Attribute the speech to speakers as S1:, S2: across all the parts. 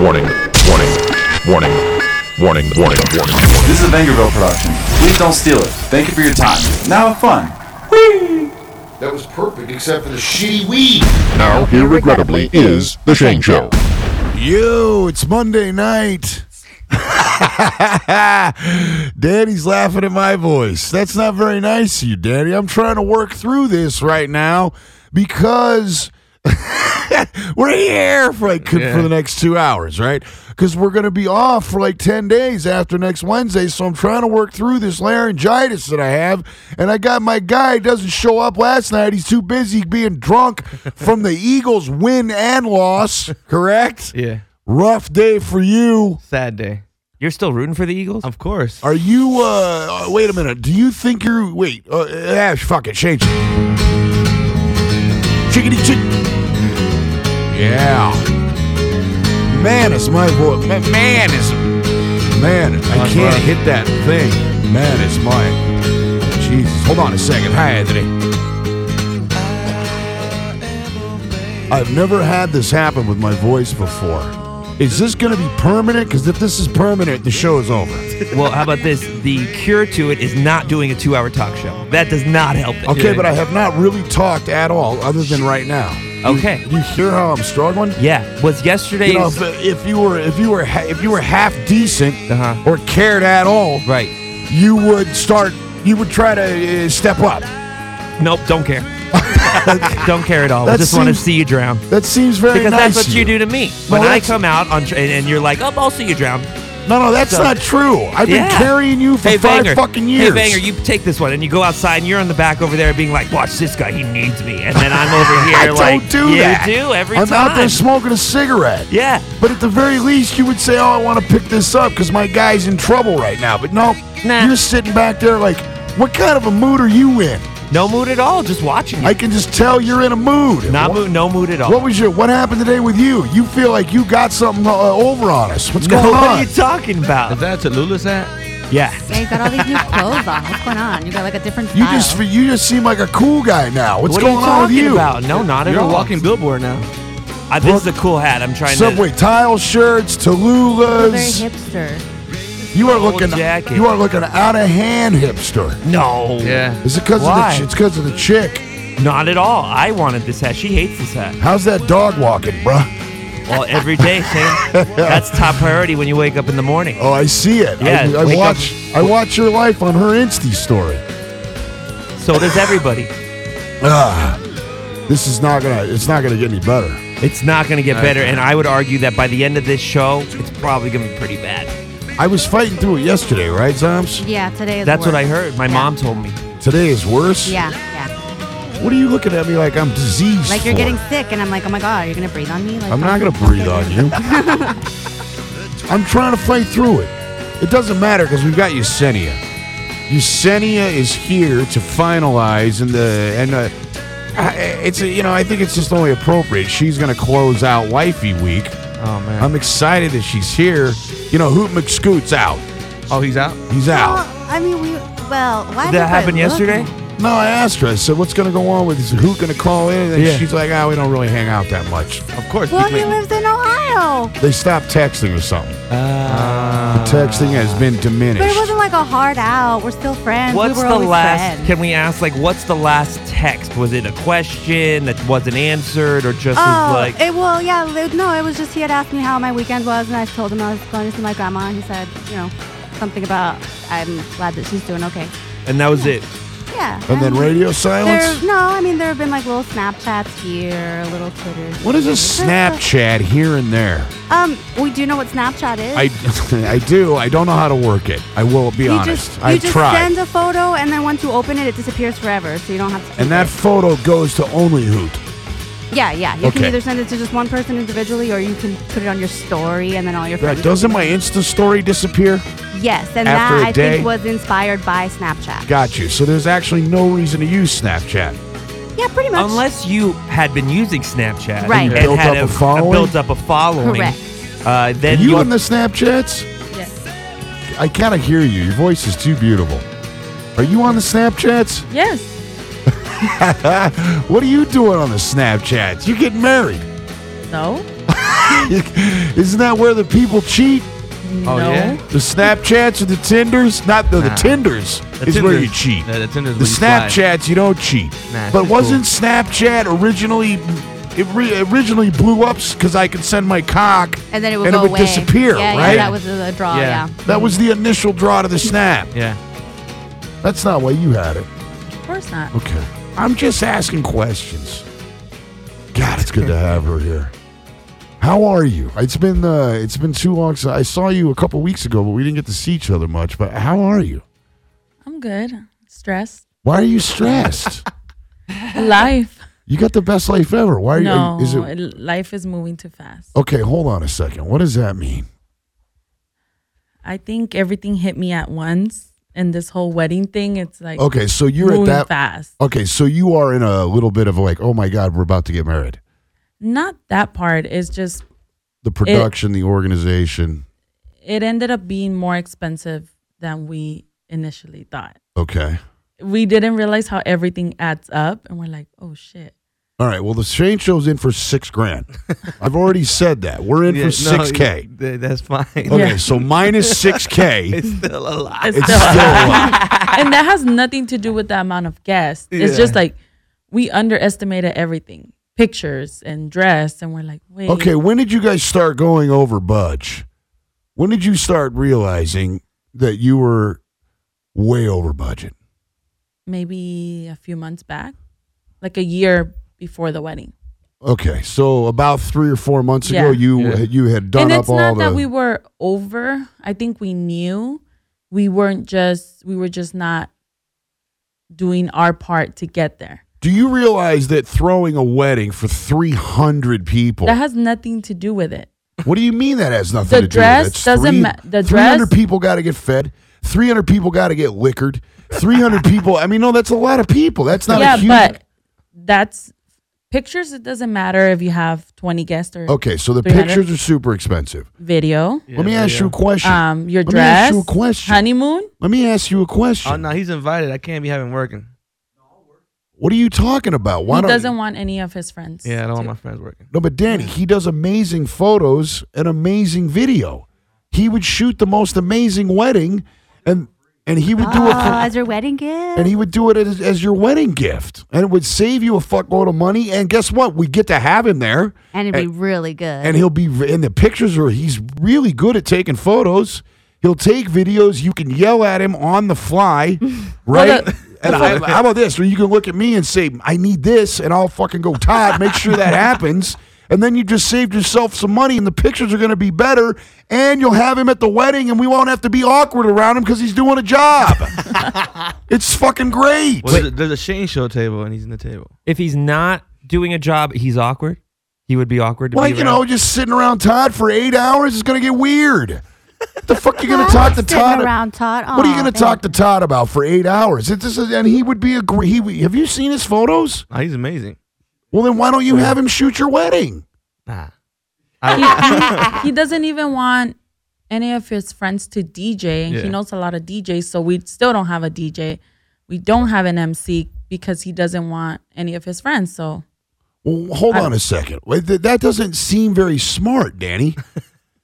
S1: Warning. Warning. Warning. Warning. Warning. Warning.
S2: This is a Vangerville production. Please don't steal it. Thank you for your time. Now have fun.
S3: That was perfect, except for the shitty weed.
S1: Now, here regrettably is The Shane Show.
S4: Yo, it's Monday night. Daddy's laughing at my voice. That's not very nice of you, Daddy. I'm trying to work through this right now because we're here for like could- for the next two hours, right? Because we're going to be off for like ten days after next Wednesday. So I'm trying to work through this laryngitis that I have, and I got my guy doesn't show up last night. He's too busy being drunk from the Eagles' win and loss. Correct?
S5: Yeah.
S4: Rough day for you.
S5: Sad day.
S6: You're still rooting for the Eagles?
S5: Of course.
S4: Are you? uh uh, Wait a minute. Do you think you're? Wait. Uh, Ash, fuck it. Change. it. Chickity chick. Yeah. Man, it's my voice. Ma- Man, is man. I can't hit that thing. Man, it's my. Jesus. Hold on a second. Hi, Anthony. I've never had this happen with my voice before. Is this going to be permanent? Because if this is permanent, the show is over.
S6: well, how about this? The cure to it is not doing a two hour talk show. That does not help it.
S4: Okay, but I have not really talked at all, other than right now.
S6: Okay.
S4: You hear how I'm struggling?
S6: Yeah. Was yesterday's.
S4: You know, if, if you were if you were ha- if you were half decent
S6: Uh-huh.
S4: or cared at all,
S6: right.
S4: you would start. You would try to uh, step up.
S6: Nope, don't care. don't care at all. I
S4: That
S6: just want to
S4: seems
S6: see you drown.
S4: That seems very
S6: Because
S4: nice.
S6: that's what
S4: of
S6: you do to me.
S4: No,
S6: When I
S4: that's-
S6: come out on tr- and, and you're like, oh, I'll see you drown.
S4: No, no, that's
S6: So-
S4: not true. I've been
S6: Yeah.
S4: carrying you for
S6: Hey,
S4: five
S6: Banger.
S4: fucking years.
S6: Hey, Banger, you take this one. And you go outside and you're on the back over there being like, watch this guy. He needs me. And then I'm over here
S4: I don't
S6: like,
S4: do
S6: you
S4: that.
S6: do every
S4: I'm
S6: time.
S4: out there smoking a cigarette.
S6: yeah.
S4: But at the very least, you would say, "Oh, I want to pick this up because my guy's in trouble right now." But no,
S6: Nah.
S4: you're sitting back there like, "What kind of a mood are you in?"
S6: No mood at all. Just watching you.
S4: I can just tell you're in a mood.
S6: Not
S4: what,
S6: mood, no mood at all.
S4: what was your? What happened today with you? You feel like you got something uh, over on us. What's
S6: No,
S4: going
S6: what are
S4: on?
S6: you talking
S5: Is
S6: about?
S5: that a Lula's hat?
S6: Yeah.
S7: Yeah, you got all these new clothes on. What's going on? You got like a different
S4: You
S7: style.
S4: just you just seem like a cool guy now. What's
S6: what
S4: going
S6: are
S4: on
S6: you talking
S4: with you?
S6: about? No, not at
S5: You're a
S6: all.
S5: walking billboard now.
S6: I, this is a cool hat. I'm trying
S4: Subway tile shirts,
S7: You're very
S4: Tallulahs.
S7: hipster.
S4: You are
S6: Old
S4: looking
S6: jacket.
S4: you are looking out of hand, hipster.
S6: to. No.
S5: Yeah.
S4: Is it because of the
S6: Why?
S4: ch- it's because of the chick?
S6: Not at all. I wanted this hat. She hates this hat.
S4: How's that dog walking, bruh?
S6: Well, every day, Shane. That's top priority when you wake up in the morning.
S4: Oh, I see it.
S6: Yeah,
S4: I, I
S6: wake
S4: watch. I watch your life on her Insta story.
S6: So does everybody.
S4: Ah, this is not gonna. It's not gonna get any better.
S6: It's not going to get better, and I would argue that by the end of this show, it's probably going to be pretty bad.
S4: I was fighting through it yesterday, right, Zoms?
S7: Yeah, today is
S6: That's what I
S7: worse.
S6: heard. My
S7: Yeah.
S6: mom told me.
S4: Today is worse.
S7: Yeah, yeah.
S4: What are you looking at me like I'm diseased?
S7: Like you're
S4: for?
S7: getting sick, and I'm like, oh my god, are you gonna breathe on me? Like,
S4: I'm not gonna breathe on you. I'm trying to fight through it. It doesn't matter because we've got Yesenia. Yesenia is here to finalize, and the and uh, I- it's you know I think it's just only appropriate. She's gonna close out Wifey Week.
S5: Oh man.
S4: I'm excited that she's here. You know, Hoot McScoot's out.
S5: oh, he's out.
S4: He's out.
S7: Well, Oh, I mean, we. Well, why
S6: Did
S7: did
S6: that happen yesterday?
S4: No, I asked her. I said, "What's going to go on with this? Who going to call in?" And
S5: Yeah.
S4: she's like, "Ah, we don't really hang out that much."
S5: Of course.
S7: Well,
S5: we
S7: he lives in Ohio.
S4: They stopped texting or something.
S5: Ah.
S4: The texting has been
S7: But it
S4: diminished.
S7: wasn't like a hard out. We're still friends.
S6: What's
S7: we were
S6: the
S7: always
S6: last?
S7: friends.
S6: Can we ask like what's the last text? Was it a question that wasn't answered, or just
S7: Oh,
S6: was like
S7: it, well, yeah, li- no, it was just he had asked me how my weekend was, and I told him I was going to see my grandma, and he said, you know, something about I'm glad that she's doing okay.
S6: and that was it.
S7: Yeah.
S4: And then radio silence.
S7: There, no, I mean there have been like little Snapchats here, little Twitter.
S4: What is a Snapchat here and there?
S7: Um, we do know what Snapchat is.
S4: I, I do. I don't know how to work it. I will be
S7: you
S4: honest.
S7: just you
S4: I
S7: just
S4: tried.
S7: send a photo, and then once you open it, it disappears forever, so you don't have to. Keep
S4: And that
S7: it.
S4: photo goes to only Hoot.
S7: yeah, yeah. You
S4: Okay.
S7: can either send it to just one person individually, or you can put it on your story, and then all your friends.
S4: That- Doesn't my Insta story disappear?
S7: Yes, and
S4: After
S7: that
S4: a
S7: I
S4: day?
S7: think was inspired by Snapchat.
S4: Got you. So there's actually no reason to use Snapchat.
S7: yeah, pretty much.
S6: Unless you had been using Snapchat
S7: Right.
S6: and
S4: Built up
S6: had
S4: a
S6: a,
S4: following?
S6: built up a following,
S7: Correct.
S6: Uh, then
S4: you
S6: you,
S4: on the Snapchats?
S7: yes.
S4: I kind of hear you. Your voice is too beautiful. Are you on the Snapchats?
S7: Yes.
S4: what are you doing on the Snapchats? You get married.
S7: No.
S4: Isn't that where the people cheat?
S5: Oh yeah.
S4: The Snapchats or the Tinders? Not the, the
S5: Nah.
S4: Tinders
S6: The
S4: is where
S6: Tinders-
S4: you cheat.
S5: Yeah, the Tinder's
S4: The
S5: where you slide.
S4: Snapchats you don't cheat.
S5: Nah, it's
S4: but
S5: just
S4: wasn't Snapchat originally? It re- originally blew up because I could send my cock
S7: And then it would
S4: and
S7: go
S4: it would
S7: away.
S4: disappear,
S7: yeah,
S4: right?
S7: Yeah, that was the draw.
S5: Yeah.
S7: Yeah.
S4: That was the initial draw to the snap.
S5: Yeah.
S4: That's not why you had it.
S7: Of course not.
S4: Okay. I'm just asking questions. God, it's good to have her here. How are you? It's been uh, it's been too long. Since I saw you a couple weeks ago, but we didn't get to see each other much. But how are you?
S8: I'm good. Stressed.
S4: Why are you stressed?
S8: Life.
S4: you got the best life ever. Why are
S8: no,
S4: you? Is it
S8: l- life is moving too fast.
S4: okay? Hold on a second. What does that mean?
S8: I think everything hit me at once, and this whole wedding thing. It's like
S4: Okay, so you're
S8: moving
S4: at that.
S8: fast.
S4: Okay, so you are in a little bit of like, oh my god, we're about to get married.
S8: Not that part. It's just
S4: The production, the organization.
S8: it ended up being more expensive than we initially thought.
S4: Okay.
S8: We didn't realize how everything adds up, and we're like, oh shit.
S4: All right. Well, the Shane Show's in for six grand. I've already said that. We're in
S5: Yeah,
S4: for
S5: no,
S4: six k.
S5: th- That's fine.
S4: Okay,
S8: Yeah.
S4: so minus six k.
S5: It's still a lot.
S8: It's
S4: It's still
S8: still-
S4: a lot.
S8: and that has nothing to do with the amount of guests. It's
S5: Yeah.
S8: just like we underestimated everything, pictures and dress, and we're like, wait.
S4: Okay, when did you guys start going over budge? When did you start realizing that you were way over budget?
S8: maybe a few months back, like a year before the wedding.
S4: Okay, so about three or four months ago,
S8: Yeah.
S4: you
S5: Yeah.
S4: you had done
S8: and
S4: up
S8: it's
S4: all
S8: not
S4: the.
S8: that we were over. I think we knew we weren't just we were just not doing our part to get there.
S4: Do you realize that throwing a wedding for three hundred people?
S8: That has nothing to do with it.
S4: What do you mean that has nothing
S8: The
S4: to
S8: dress
S4: do with it? It's
S8: doesn't
S4: three-
S8: ma- the
S4: 300
S8: dress-
S4: people got to get fed. 300 people got to get liquored. 300 people. I mean, no, that's a lot of people. That's not a
S8: yeah,
S4: huge.
S8: but that's pictures. It doesn't matter if you have twenty guests or
S4: okay, so the
S8: 300?
S4: pictures are super expensive.
S8: video.
S5: Yeah,
S4: Let me
S5: there
S4: ask you a
S5: go.
S4: question.
S8: Um, your
S4: Let me
S8: dress,
S4: ask you a question.
S8: honeymoon.
S4: Let me ask you a question.
S5: Oh no, he's invited. I can't be having working.
S4: What are you talking about? Why
S8: he
S4: don't
S8: doesn't want any of his friends.
S5: Yeah, I don't want
S8: to-
S5: my friends working.
S4: No, but Danny, he does amazing photos and amazing video. He would shoot the most amazing wedding and and he would do it
S7: Oh,
S4: for,
S7: as your wedding gift.
S4: and he would do it as, as your wedding gift, and it would save you a fuckload of money. And guess what? We get to have him there,
S7: And it'd be really good.
S4: and he'll be in the pictures. Or he's really good at taking photos. He'll take videos. You can yell at him on the fly, right?
S8: the-
S4: and I, how about this? Or you can look at me and say, "I need this," and I'll fucking go, Todd. Make sure that happens. And then you just saved yourself some money, and the pictures are going to be better, and you'll have him at the wedding, and we won't have to be awkward around him because he's doing a job. it's fucking great.
S5: Well, there's, a, there's a Shane show table, and he's in the table.
S6: If he's not doing a job, he's awkward. He would be awkward to
S4: Well,
S6: be
S4: you
S6: around.
S4: know, just sitting around Todd for eight hours is going to get weird. The fuck you going to talk to
S7: Sitting
S4: Todd? Oh,
S7: around Todd.
S4: What are you
S7: Aw,
S4: going to
S7: babe.
S4: talk to Todd about for eight hours? It's just, and he would be a gr- he. would- Have you seen his photos?
S5: Nah, Oh, he's amazing.
S4: Well, then why don't you have him shoot your wedding?
S5: Nah.
S8: he doesn't even want any of his friends to DJ, and
S5: Yeah.
S8: he knows a lot of DJs. So we still don't have a DJ. We don't have an MC because he doesn't want any of his friends. So
S4: Well, hold
S8: I-
S4: on a second. Wait, th- that doesn't seem very smart, Danny.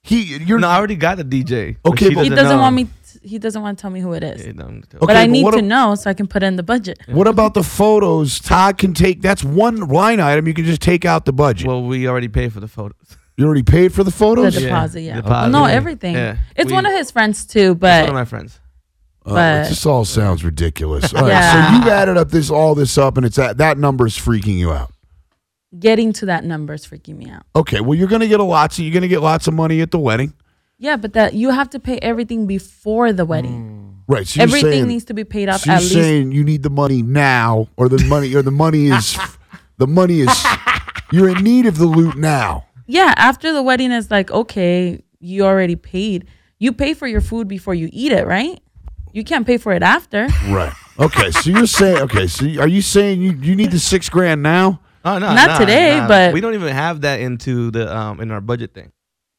S4: He, you're
S5: no, I already got the DJ.
S4: Okay, but-
S8: he
S4: Doesn't
S8: doesn't
S5: Oh, know.
S8: want me. t- he doesn't want to tell me who it is.
S5: Yeah, no, I'm
S4: Okay,
S8: but I
S4: but
S8: need
S4: what
S8: to
S4: ab-
S8: know so I can put it in the budget.
S4: What about the photos? Todd can take. That's one line item. You can just take out the budget.
S5: Well, Oh, we already paid for the photos.
S4: you already paid for the
S8: The
S4: photos.
S5: Yeah,
S8: deposit, yeah.
S5: deposit.
S8: No,
S5: Yeah.
S8: everything.
S5: Yeah.
S8: It's
S5: We-
S8: one of his friends too,
S5: That's one
S8: but
S5: of my friends.
S4: Oh,
S8: But-
S4: this all sounds ridiculous. All right,
S8: Yeah.
S4: so you've added up this all this up, and it's at, that number is freaking you out.
S8: getting to that number is freaking me out.
S4: Okay, well you're gonna get a lot. So you're gonna get lots of money at the wedding,
S8: Yeah, but that you have to pay everything before the
S5: Mm.
S8: wedding.
S4: right? So you're
S8: everything
S4: saying,
S8: needs to be paid off
S4: so you're
S8: at least
S4: saying you need the money now, or the money, or the money is, the money is, you're in need of the loot now.
S8: Yeah, after the wedding is like, okay, you already paid. You pay for your food before you eat it, right? You can't pay for it after.
S4: Right. Okay. So you're saying okay. So are you saying you, you need the six grand now?
S5: Oh no,
S8: Not
S5: nah,
S8: today,
S5: nah.
S8: but-
S5: we don't even have that into the um in our budget thing.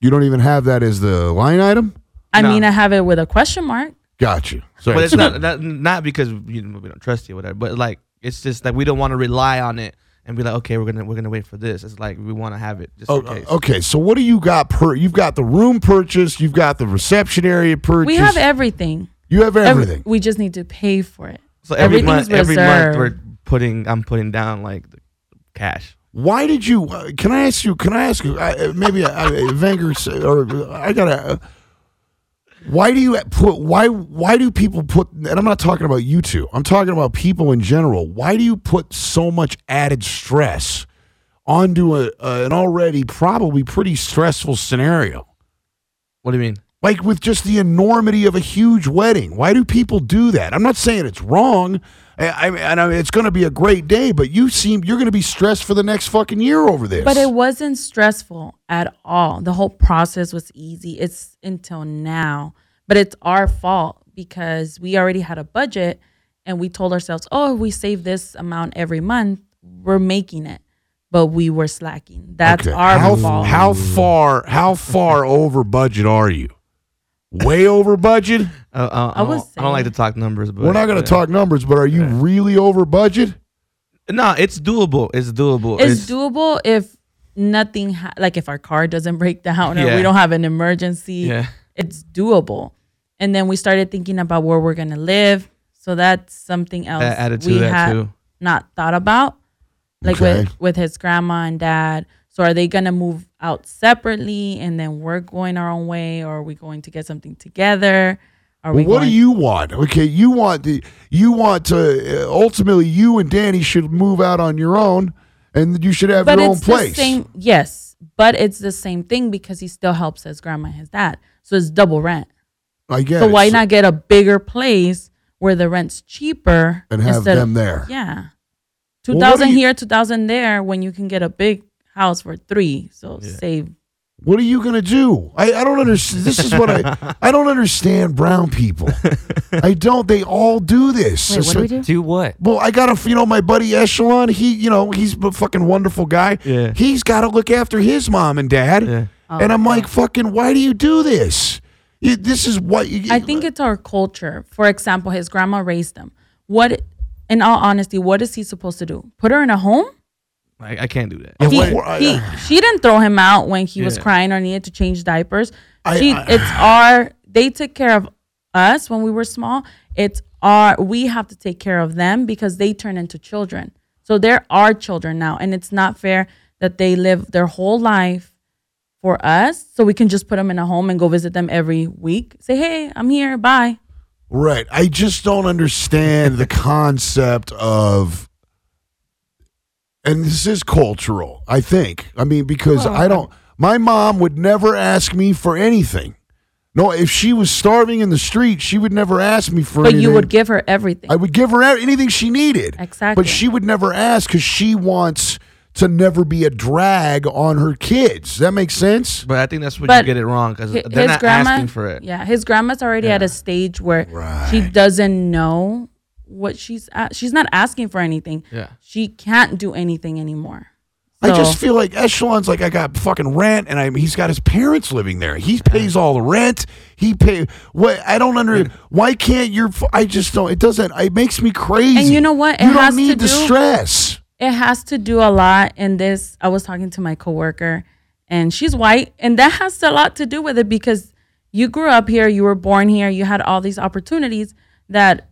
S4: You don't even have that as the line item.
S8: I
S5: No.
S8: mean, I have it with a question mark.
S4: Got you. Sorry.
S5: But it's not, not not because you know, we don't trust you, or whatever. But like, it's just that we don't want to rely on it and be like, okay, we're gonna we're gonna wait for this. It's like we want to have it just
S4: Oh,
S5: in case.
S4: okay. So what do you got per? You've got the room purchased. You've got the reception area purchased.
S8: We have everything.
S4: you have
S8: Every-
S4: everything.
S8: we just need to pay for it.
S5: So every
S8: Everything's
S5: month, every month we're
S8: reserved.
S5: putting I'm putting down like the cash.
S4: Why did you? Uh, can I ask you? Can I ask you? I, uh, maybe I, I, Wenger s- or uh, I gotta. Uh, why do you put? Why why do people put? And I'm not talking about you two. I'm talking about people in general. Why do you put so much added stress onto a, uh, an already probably pretty stressful scenario?
S5: What do you mean?
S4: like with just the enormity of a huge wedding. Why do people do that? I'm not saying it's wrong. I, I, and I, it's going to be a great day, but you seem you're going to be stressed for the next fucking year over this.
S8: But it wasn't stressful at all. The whole process was easy. It's until now. But it's our fault because we already had a budget and we told ourselves, oh, if we save this amount every month, we're making it. But we were slacking. That's
S4: Okay.
S8: our
S4: how,
S8: fault.
S4: How far? How far over budget are you? Way over budget.
S5: Uh, uh, I,
S8: I would
S5: don't, I don't like
S8: say-
S5: to talk numbers, but
S4: We're not going to
S5: yeah.
S4: talk numbers, but are you really over budget?
S5: No, it's doable. It's doable.
S8: it's, doable if nothing, ha- like if our car doesn't break down or
S5: Yeah.
S8: we don't have an emergency.
S5: Yeah.
S8: it's doable. And then we started thinking about where we're gonna live. So that's something else
S5: That added to
S8: we
S5: that
S8: had
S5: too.
S8: not thought about, like
S4: Okay.
S8: with with his grandma and dad. So are they gonna move out separately, and then we're going our own way, or are we going to get something together? Are
S4: Well,
S8: we?
S4: what do
S8: going-
S4: you want? Okay, you want the you want to uh, ultimately you and Danny should move out on your own, and you should have
S8: But
S4: your
S8: it's
S4: own place.
S8: the same. Yes, but it's the same thing because he still helps his grandma and his dad. So it's double rent.
S4: I guess.
S8: so why not get a bigger place where the rent's cheaper
S4: and have
S8: instead of-
S4: them there.
S8: Yeah.
S4: Well,
S8: Two
S4: what do
S8: thousand
S4: you-
S8: here, two thousand there. When you can get a big house for three, so save.
S4: What are you gonna do? I, I don't understand. This is what I I don't understand. Brown people, I don't. They all do this.
S7: Wait, what do we do?
S6: Do what?
S4: Well, I got to, you know, my buddy Echelon, he, you know, he's a fucking wonderful guy.
S5: Yeah.
S4: He's got to look after his mom and dad.
S5: Yeah.
S8: Oh,
S4: And I'm like, fucking, why do you do this? You, this is what you,
S8: I think it's our culture. For example, his grandma raised him. What, in all honesty, what is he supposed to do? Put her in a home?
S5: Like I can't do that.
S4: Yeah,
S8: He,
S4: what-
S8: he, she didn't throw him out when he was
S5: Yeah.
S8: crying or needed to change diapers.
S4: I-
S8: she,
S4: I-
S8: it's our. They took care of us when we were small. It's our. We have to take care of them because they turn into children. So they're our children now, and it's not fair that they live their whole life for us. So we can just put them in a home and go visit them every week. Say, hey, I'm here. Bye.
S4: Right. I just don't understand the concept of and this is cultural, I think. I mean, because I don't my mom would never ask me for anything. No, if she was starving in the street, she would never ask me for
S8: But
S4: anything.
S8: you would give her everything.
S4: I would give her anything she needed.
S8: Exactly.
S4: But she would never ask cuz she wants to never be a drag on her kids. That makes sense?
S5: But I think that's where
S8: But
S5: you get it wrong because
S8: Hi-
S5: they're not asking for it.
S8: Yeah, his grandma's already at a stage where she
S4: Right.
S8: doesn't know what she's at. She's not asking for anything.
S5: Yeah.
S8: She can't do anything anymore.
S4: I
S8: So-
S4: just feel like Echelon's like I got fucking rent, and I he's got his parents living there. He pays all the rent. He pay what I don't under. Why can't your? f- I just don't. It doesn't. It makes me crazy.
S8: you know what? It
S4: you don't
S8: has to
S4: need the
S8: do-
S4: stress.
S8: it has to do a lot in this. I was talking to my coworker and she's white and that has a lot to do with it because you grew up here, you were born here, you had all these opportunities that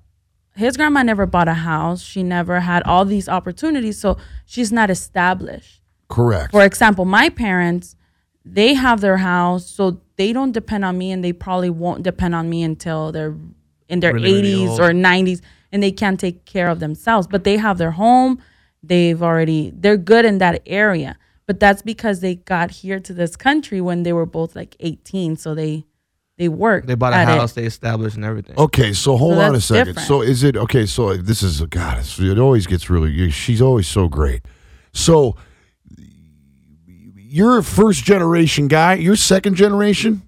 S8: his grandma never bought a house. She never had all these opportunities, so she's not established.
S4: Correct.
S8: for example, my parents, they have their house, so they don't depend on me, and they probably won't depend on me until they're in their
S5: Really, really
S8: 80s
S5: old.
S8: or 90s, and they can't take care of themselves. But they have their home. They've already they're good in that area, but that's because they got here to this country when they were both like 18, so they they worked.
S5: They bought a
S8: at it.
S5: house, they established and everything.
S4: Okay, so hold
S8: So
S4: on a
S8: that's
S4: second.
S8: different.
S4: So is it okay? So this is God. it's- It always gets really. She's always so great. So you're a first generation guy. You're second generation.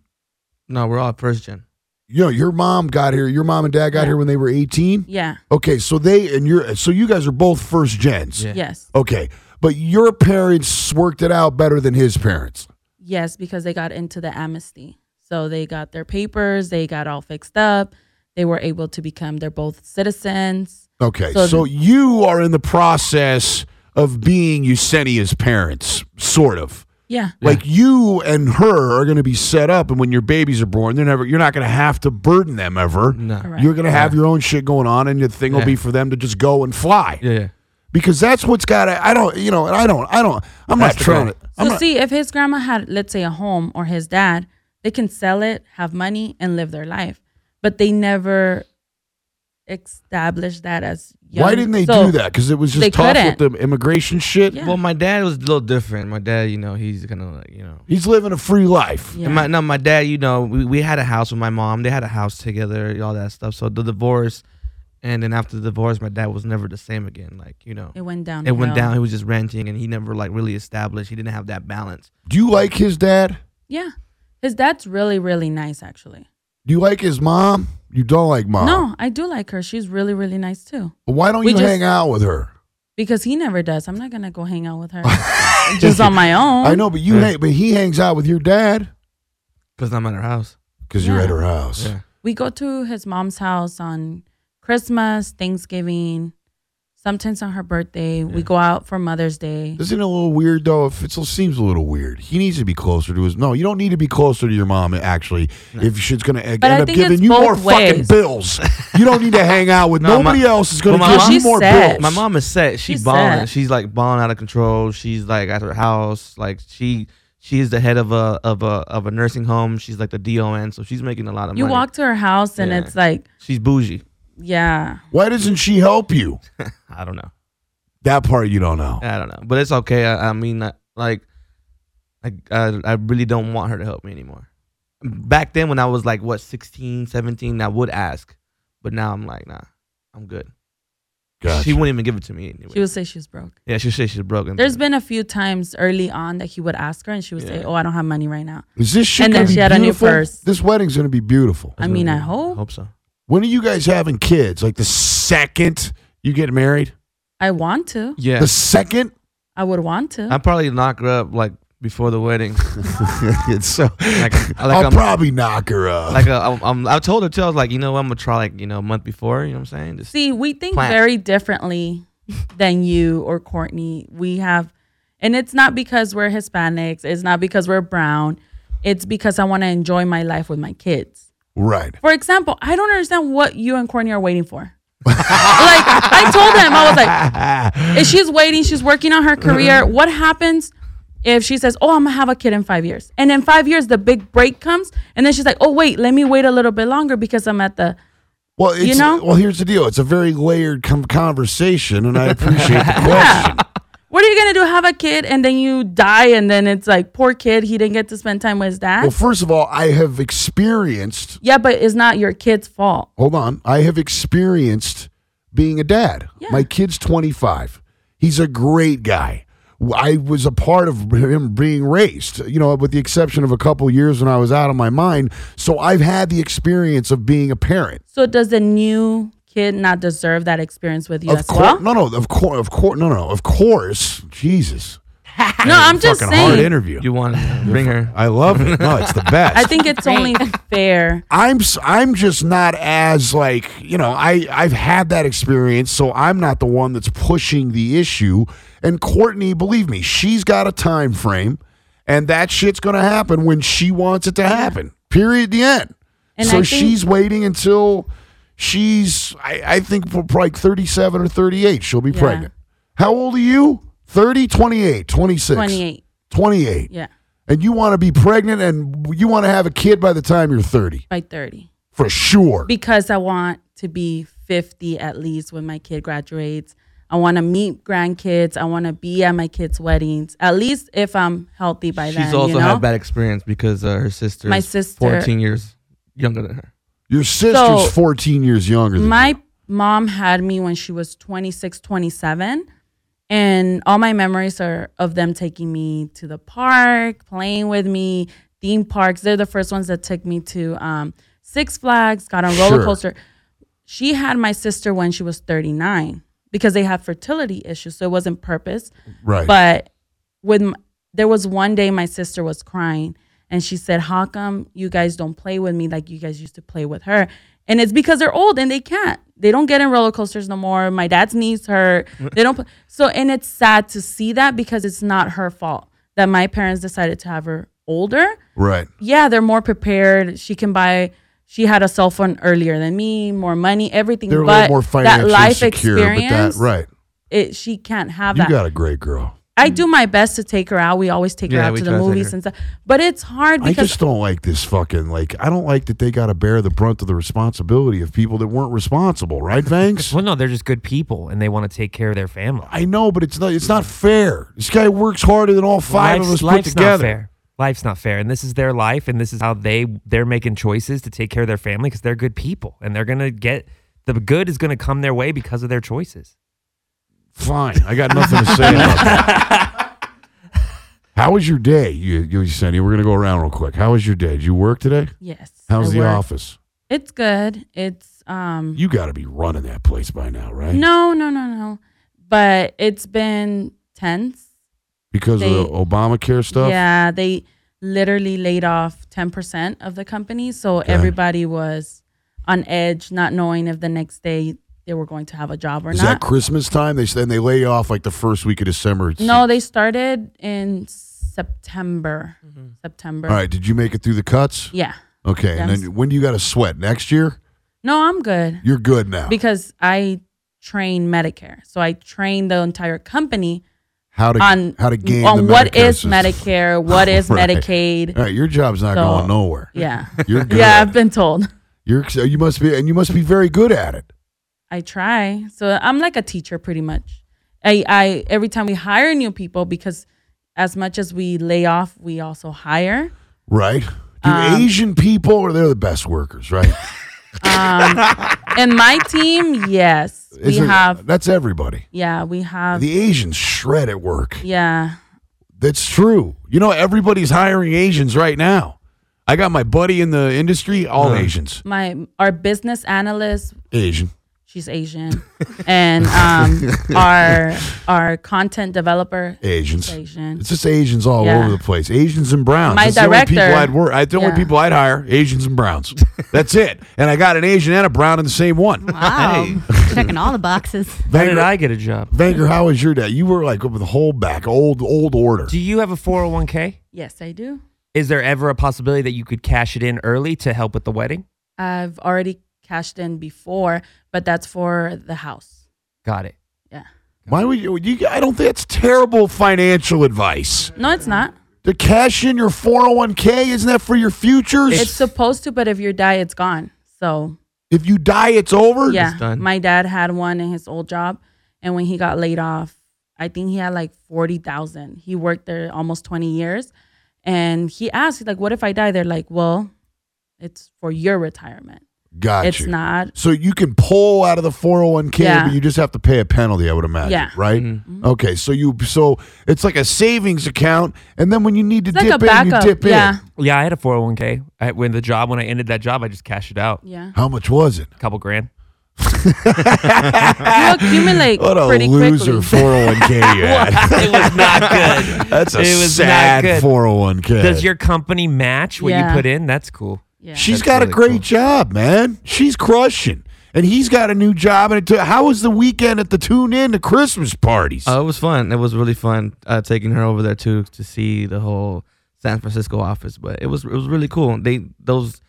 S5: No, we're all first gen.
S4: You know, your mom got here. Your mom and dad got here when they were eighteen.
S8: Yeah.
S4: Okay, so they and you're so you guys are both first gens.
S5: Yeah.
S8: Yes.
S4: Okay, but your parents worked it out better than his parents.
S8: Yes, because they got into the amnesty. So they got their papers, they got all fixed up. They were able to become, they're both citizens.
S4: Okay, so,
S8: So-
S4: you are in the process of being Yesenia's parents, sort of.
S8: Yeah.
S4: Like you and her are going to be set up, and when your babies are born, they're never. You're not going to have to burden them ever.
S5: No.
S8: Correct.
S4: You're going to have your own shit going on, and the thing will
S5: Yeah.
S4: be for them to just go and fly.
S5: Yeah, yeah.
S4: Because that's what's got to. I don't. You know. And I don't. I don't. I'm
S6: That's
S4: not
S6: the
S4: trying
S6: goal.
S4: to.
S8: So
S4: I'm not,
S8: see, if his grandma had, let's say, a home or his dad, they can sell it, have money, and live their life. But they never established that as. Young.
S4: why didn't they
S8: So-
S4: do that? Because it was
S8: they
S4: just tough with
S8: couldn't.
S4: the immigration shit.
S8: Yeah.
S5: Well, my dad was a little different. My dad, you know, he's kind of like, you know.
S4: He's living a free life.
S8: Yeah.
S5: And my, no, my dad, you know, we, we had a house with my mom. They had a house together, all that stuff. So the divorce, and then after the divorce, my dad was never the same again. Like, you know,
S8: it went down.
S5: it went down. He was just renting and he never like really established. He didn't have that balance.
S4: Do you like his dad?
S8: Yeah, his dad's really, really nice, actually.
S4: Do you like his mom? You don't like mom.
S8: No, I do like her. She's really, really nice too.
S4: Why don't
S8: We
S4: you
S8: just-
S4: hang out with her?
S8: Because he never does. I'm not gonna go hang out with her just on my own.
S4: I know, but you
S5: Yeah.
S4: hang, but he hangs out with your dad
S5: Because I'm at her house.
S4: because you're
S8: Yeah.
S4: at her house.
S5: Yeah.
S8: We go to his mom's house on Christmas, Thanksgiving, sometimes on her birthday. We go out for Mother's Day.
S4: Isn't it a little weird though? If it still seems a little weird, he needs to be closer to his. No, you don't need to be closer to your mom. Actually, if she's gonna e-
S8: I
S4: end up
S8: think
S4: giving
S8: it's
S4: you
S8: both
S4: more fucking
S8: ways.
S4: bills, you don't need to hang out with
S5: No, my-
S4: nobody else. Is gonna
S5: Well, my
S4: give
S5: mom-
S4: you
S8: She's
S4: more
S8: sad.
S4: bills.
S5: My mom is set. She's
S8: She's
S5: balling.
S8: set.
S5: She's like balling out of control. She's like at her house. Like she she is the head of a of a of a nursing home. She's like the DON, so she's making a lot of
S8: You
S5: money.
S8: walk to her house and
S5: Yeah.
S8: it's like,
S5: she's bougie.
S8: yeah,
S4: Why doesn't she help you?
S5: I don't know.
S4: That part you don't know.
S5: I don't know. But it's okay. I, I mean, I- like, I, I I really don't want her to help me anymore. Back then, when I was like what 16, 17, I would ask, but now I'm like, nah, I'm good.
S4: Gotcha.
S5: She wouldn't even give it to me anyway.
S8: she would say she's broke.
S5: yeah, she said she's broken.
S8: There's been a few times early on that he would ask her and she would say,
S5: Yeah.
S8: oh, I don't have money right now.
S4: is this shit
S8: And then
S4: gonna be
S8: she had a new
S4: beautiful?
S8: purse.
S4: This wedding's gonna be beautiful.
S8: I mean, I hope.
S5: hope so.
S4: When are you guys having kids? Like the second you get married?
S8: I want to.
S5: Yeah,
S4: The second?
S8: I would want to.
S5: I probably knock her up like before the wedding.
S4: it's so
S5: Like, like
S4: I'll
S5: I'm,
S4: probably knock her up.
S5: like a, I'm, I'm, I told her too. I was like, you know, what, I'm gonna try like you know a month before. You know what I'm saying? Just
S8: See, we think
S5: Plant.
S8: very differently than you or Courtney. We have, and it's not because we're Hispanics, it's not because we're brown, it's because I want to enjoy my life with my kids.
S4: right.
S8: For example, I don't understand what you and Courtney are waiting for. like, I told him, I was like, if she's waiting, she's working on her career, what happens? If she says, "Oh, I'm gonna have a kid in five years," and in five years the big break comes, and then she's like, "Oh, wait, let me wait a little bit longer because I'm at the
S4: Well, it's,
S8: know?
S4: well, here's the deal. It's a very layered com- conversation, and I appreciate the
S8: Yeah.
S4: question.
S8: What are you gonna do? Have a kid and then you die, and then it's like poor kid, he didn't get to spend time with his dad.
S4: Well, first of all, I have experienced.
S8: yeah, but it's not your kid's fault.
S4: Hold on, I have experienced being a dad.
S8: Yeah.
S4: My kid's 25. He's a great guy. I was a part of him being raised, you know, with the exception of a couple years when I was out of my mind. So I've had the experience of being a parent.
S8: So does the new kid not deserve that experience with you
S4: of
S8: as
S4: course,
S8: well?
S4: no, no, of course, of course, no, no, of course, Jesus,
S8: No, I'm just
S4: fucking hard
S8: saying.
S4: interview.
S5: you want to bring her?
S4: I love it. No, it's the best.
S8: I think it's only fair.
S4: I'm s- I'm just not as like you know I I've had that experience, so I'm not the one that's pushing the issue. And Courtney, believe me, she's got a time frame, and that shit's gonna happen when she wants it to happen. Period. The end.
S8: And
S4: so
S8: I think-
S4: she's waiting until she's I, I think for probably 37 or 38 she'll be
S8: Yeah.
S4: pregnant. How old are you? 30, 28, 26.
S8: 28.
S4: 28.
S8: Yeah,
S4: And you want to be pregnant and you want to have a kid by the time you're 30.
S8: by 30.
S4: For sure.
S8: Because I want to be 50 at least when my kid graduates. I want to meet grandkids. I want to be at my kids' weddings. At least if I'm healthy by
S5: She's
S8: then.
S5: also
S8: you know?
S5: had bad experience because uh, her sister,
S8: My
S5: is
S8: sister-
S5: 14 years younger than her.
S4: Your sister's
S8: So,
S4: 14 years younger than you.
S8: my mom had me when she was 26 27 and all my memories are of them taking me to the park playing with me theme parks they're the first ones that took me to um, six flags got on roller
S4: Sure.
S8: coaster she had my sister when she was 39 because they had fertility issues so it wasn't purpose
S4: Right.
S8: but with m- there was one day my sister was crying and she said, "How come you guys don't play with me like you guys used to play with her?" And it's because they're old and they can't. They don't get in roller coasters no more. My dad's knees hurt.
S4: Mm.
S8: They don't. put- So and it's sad to see that because it's not her fault that my parents decided to have her older
S4: Right.
S8: yeah, they're more prepared. She can buy. She had a cell phone earlier than me, more money, everything.
S4: They're a
S8: but
S4: little more
S8: that
S4: financially
S8: life
S4: secure,
S8: experience,
S4: but that right.
S8: It, she can't have
S4: You
S8: that.
S4: got a great girl.
S8: I do my best to take her out. We always take her
S5: Yeah,
S8: out
S5: we
S8: to the
S5: try to take
S8: movies
S5: her.
S8: and stuff. But it's hard
S4: I
S8: because
S4: just don't like this fucking like. I don't like that they got to bear the brunt of the responsibility of people that weren't responsible. Right, Banks?
S6: Well, no, they're just good people and they want to take care of their family.
S4: I know, but it's not. It's not fair. This guy works harder than all five
S6: life's,
S4: of us put
S6: life's not
S4: together.
S6: fair. Life's not fair, and this is their life, and this is how they they're making choices to take care of their family because they're good people, and they're gonna get the good is gonna come their way because of their choices.
S4: Fine. I got nothing to say about that. How was your day? You, you said we're gonna go around real quick. How was your day? Did you work today?
S8: yes,
S4: How's the
S8: I work.
S4: office?
S8: It's good. It's um
S4: You got to be running that place by now, right?
S8: no, no, no, no. But it's been tense.
S4: Because
S8: They-
S4: of the Obamacare stuff.
S8: Yeah, they literally laid off 10% of the company. So everybody was on edge, not knowing if the next day they were going to have a job or
S4: Is
S8: not.
S4: that Christmas time? They then they lay off like the first week of December. It's-
S8: no, they started in September. September.
S4: All right. Did you make it through the cuts?
S8: Yeah.
S4: Okay. And
S8: Yes.
S4: then when do you got to sweat? Next year?
S8: No, I'm good
S4: You're good now.
S8: because I train Medicare. So I train the entire company
S4: How to
S8: on
S4: how to game the
S8: on what
S4: Medicare
S8: is
S4: system.
S8: Medicare, what is
S4: Right.
S8: Medicaid.
S4: All right, your job's not
S8: So-
S4: going nowhere.
S8: Yeah.
S4: You're good.
S8: Yeah, I've been told.
S4: You're so you must be and you must be very good at it.
S8: I try. So I'm like a teacher pretty much. I, I every time we hire new people because as much as we lay off, we also hire.
S4: Right? Do
S8: Um,
S4: Asian people or they're the best workers, right?
S8: Um, and my team, yes, we
S4: Isn't-
S8: have.
S4: that's everybody.
S8: Yeah, we have.
S4: The Asians shred at work.
S8: yeah,
S4: That's true. You know, everybody's hiring Asians right now. I got my buddy in the industry, all Asians.
S8: my our business analyst,
S4: Asian.
S8: she's Asian, and um, our our content developer,
S4: Asians.
S8: Asian.
S4: It's just Asians all
S8: Yeah.
S4: over the place. Asians and browns.
S8: My
S4: That's the only people
S8: director-
S4: I'd work. I the only
S8: Yeah.
S4: people I'd hire Asians and browns. That's it. And I got an Asian and a brown in the same one.
S7: Wow. Checking all the boxes.
S6: How did
S4: Vanger,
S6: I get a job?
S4: Vanger, how was your day? You were like with the whole back, old old order.
S6: Do you have a four hundred one k?
S8: Yes, I do.
S6: Is there ever a possibility that you could cash it in early to help with the wedding?
S8: I've already cashed in before, but that's for the house.
S6: Got it.
S8: Yeah.
S4: Why would you, you? I don't think that's terrible financial advice.
S8: No, it's not.
S4: To cash in your four hundred one k, isn't that for your futures?
S8: It's supposed to, but if you die, it's gone. So
S4: if you die, it's over.
S8: yeah,
S5: done.
S8: my dad had one in his old job, and when he got laid off, I think he had like forty thousand. He worked there almost twenty years, and he asked he's like, "What if I die?" They're like, "Well, it's for your retirement.
S4: Gotcha.
S8: It's not."
S4: So you can pull out of the 401k,
S8: Yeah.
S4: but you just have to pay a penalty, I would imagine.
S8: Yeah. Mm-hmm.
S4: Right?
S6: Mm-hmm.
S4: Okay. So you so it's like a savings account, and then when you need to
S8: It's like
S4: dip
S8: a
S4: in,
S8: backup.
S4: you dip
S8: yeah,
S6: Yeah, I had a four hundred one k. When the job when I ended that job, I just cashed it out.
S8: yeah.
S4: in. How much was it?
S6: A couple grand.
S8: You accumulate
S4: Ah, What a
S8: pretty
S4: loser
S8: quickly.
S4: 401k you had.
S6: it was not good.
S4: That's a
S6: It was not
S4: sad
S6: good.
S4: 401k.
S6: Does your company match what
S8: Yeah.
S6: you put in? That's cool.
S8: Yeah.
S4: She's
S5: That's
S4: got a
S5: really
S4: great
S5: cool.
S4: job, man. She's crushing. And he's got a new job. And it took, how was the weekend at the tune in to Christmas parties?
S5: Oh, it was fun. It was really fun uh, taking her over there too to see the whole San Francisco office. But it was it was really cool. They those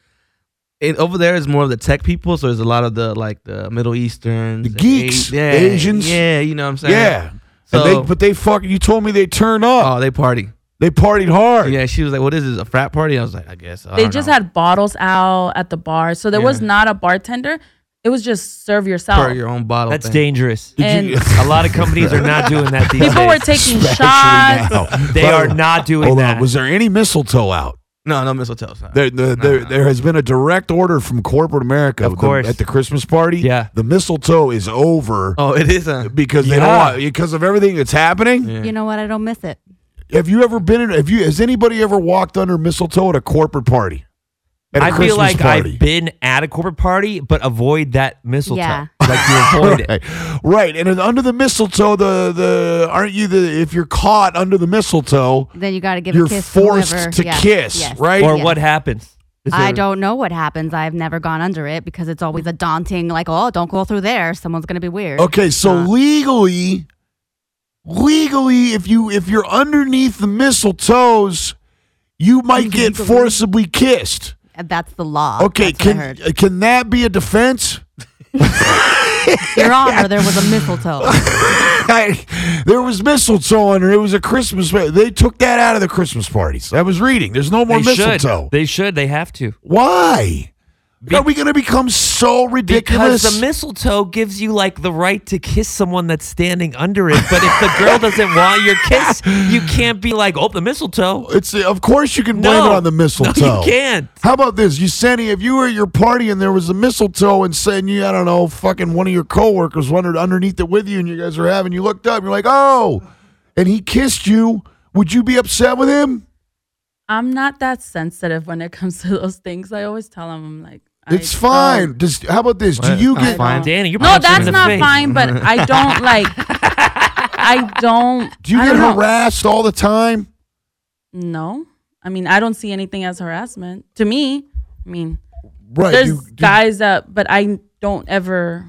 S5: it, over there is more of the tech people, so there's a lot of the like the Middle Eastern,
S4: The geeks, Asians.
S5: Yeah, you know what I'm saying.
S4: yeah.
S5: So
S4: and they, but they fucking, you told me they turn up.
S5: oh, they party.
S4: they partied hard.
S5: Yeah, she was like, "What is this? A frat party?" I was like, "I guess." I
S8: they
S5: don't
S8: just
S5: know."
S8: had bottles out at the bar, so there was
S5: Yeah.
S8: not a bartender. It was just serve yourself.
S5: pour your own bottle.
S6: That's
S5: thing.
S6: dangerous.
S8: and
S6: A lot of companies are not doing that these
S8: people were
S6: days.
S8: taking
S4: Actually,
S8: shots.
S4: now.
S6: they
S4: But-
S6: are not doing
S4: Hold
S6: that.
S4: on. Was there any mistletoe out?
S5: No, no mistletoe. sorry.
S4: There, there, there,
S5: no.
S4: there has been a direct order from corporate America.
S6: Of
S4: the-
S6: course.
S4: at the Christmas party,
S6: Yeah.
S4: the mistletoe is over
S5: Oh, it is. A,
S4: because they don't
S6: Yeah.
S4: want because of everything that's happening.
S5: yeah.
S7: You know what? I don't miss it.
S4: Have you ever been in? Have you? Has anybody ever walked under mistletoe at a corporate party? At a
S6: I
S4: Christmas
S6: feel like
S4: party.
S6: I've been at a corporate party, but avoid that mistletoe.
S7: Yeah.
S6: Like you avoid it.
S4: Right. right, and then under the mistletoe, the the aren't you the if you're caught under the mistletoe,
S7: Then you got to give
S4: you're
S7: a kiss.
S4: forced
S7: whoever.
S4: to
S7: Yeah.
S4: kiss,
S7: Yes.
S4: right?
S6: Or
S7: Yeah.
S6: what happens? Is
S7: I
S6: there-
S7: don't know what happens. I've never gone under it because it's always a daunting, like, oh, don't go through there. Someone's gonna be weird.
S4: Okay, so
S7: Uh,
S4: legally, legally, if you if you're underneath the mistletoes, you might get forcibly kissed.
S7: that's the law.
S4: Okay,
S7: That's what I
S4: can
S7: heard.
S4: uh, can that be a defense?
S7: Your Honor, there was a mistletoe.
S4: I, there was mistletoe under. It was a Christmas. pa- They took that out of the Christmas parties. I was reading. There's no more
S6: They
S4: mistletoe.
S6: should. They should. They have to.
S4: Why? Are we going to become so ridiculous?
S6: Because the mistletoe gives you like the right to kiss someone that's standing under it, but if the girl doesn't want your kiss, you can't be like, "Oh, the mistletoe."
S4: it's of course you can blame
S6: No.
S4: it on the
S6: No, you
S4: mistletoe.
S6: can't.
S4: How about this, Yuseni? If you were at your party and there was a mistletoe and saying you, I don't know, fucking one of your coworkers wandered underneath it with you, and you guys are having, you looked up, you're like, oh, and he kissed you. Would you be upset with him?
S8: I'm not that sensitive when it comes to those things. I always tell them, I'm like, I
S4: It's fine. Just how about this? Do
S5: Well,
S4: you
S5: it's not
S4: get?
S5: fine.
S6: Danny, you're
S8: No,
S6: punching him
S8: that's
S6: in the
S8: not
S6: face.
S8: fine, but I don't like. I don't.
S4: Do you
S8: I
S4: get
S8: don't know.
S4: harassed all the time?
S8: No, I mean I don't see anything as harassment to me. I mean,
S4: Right.
S8: there's
S4: do- do-
S8: guys that, but I don't ever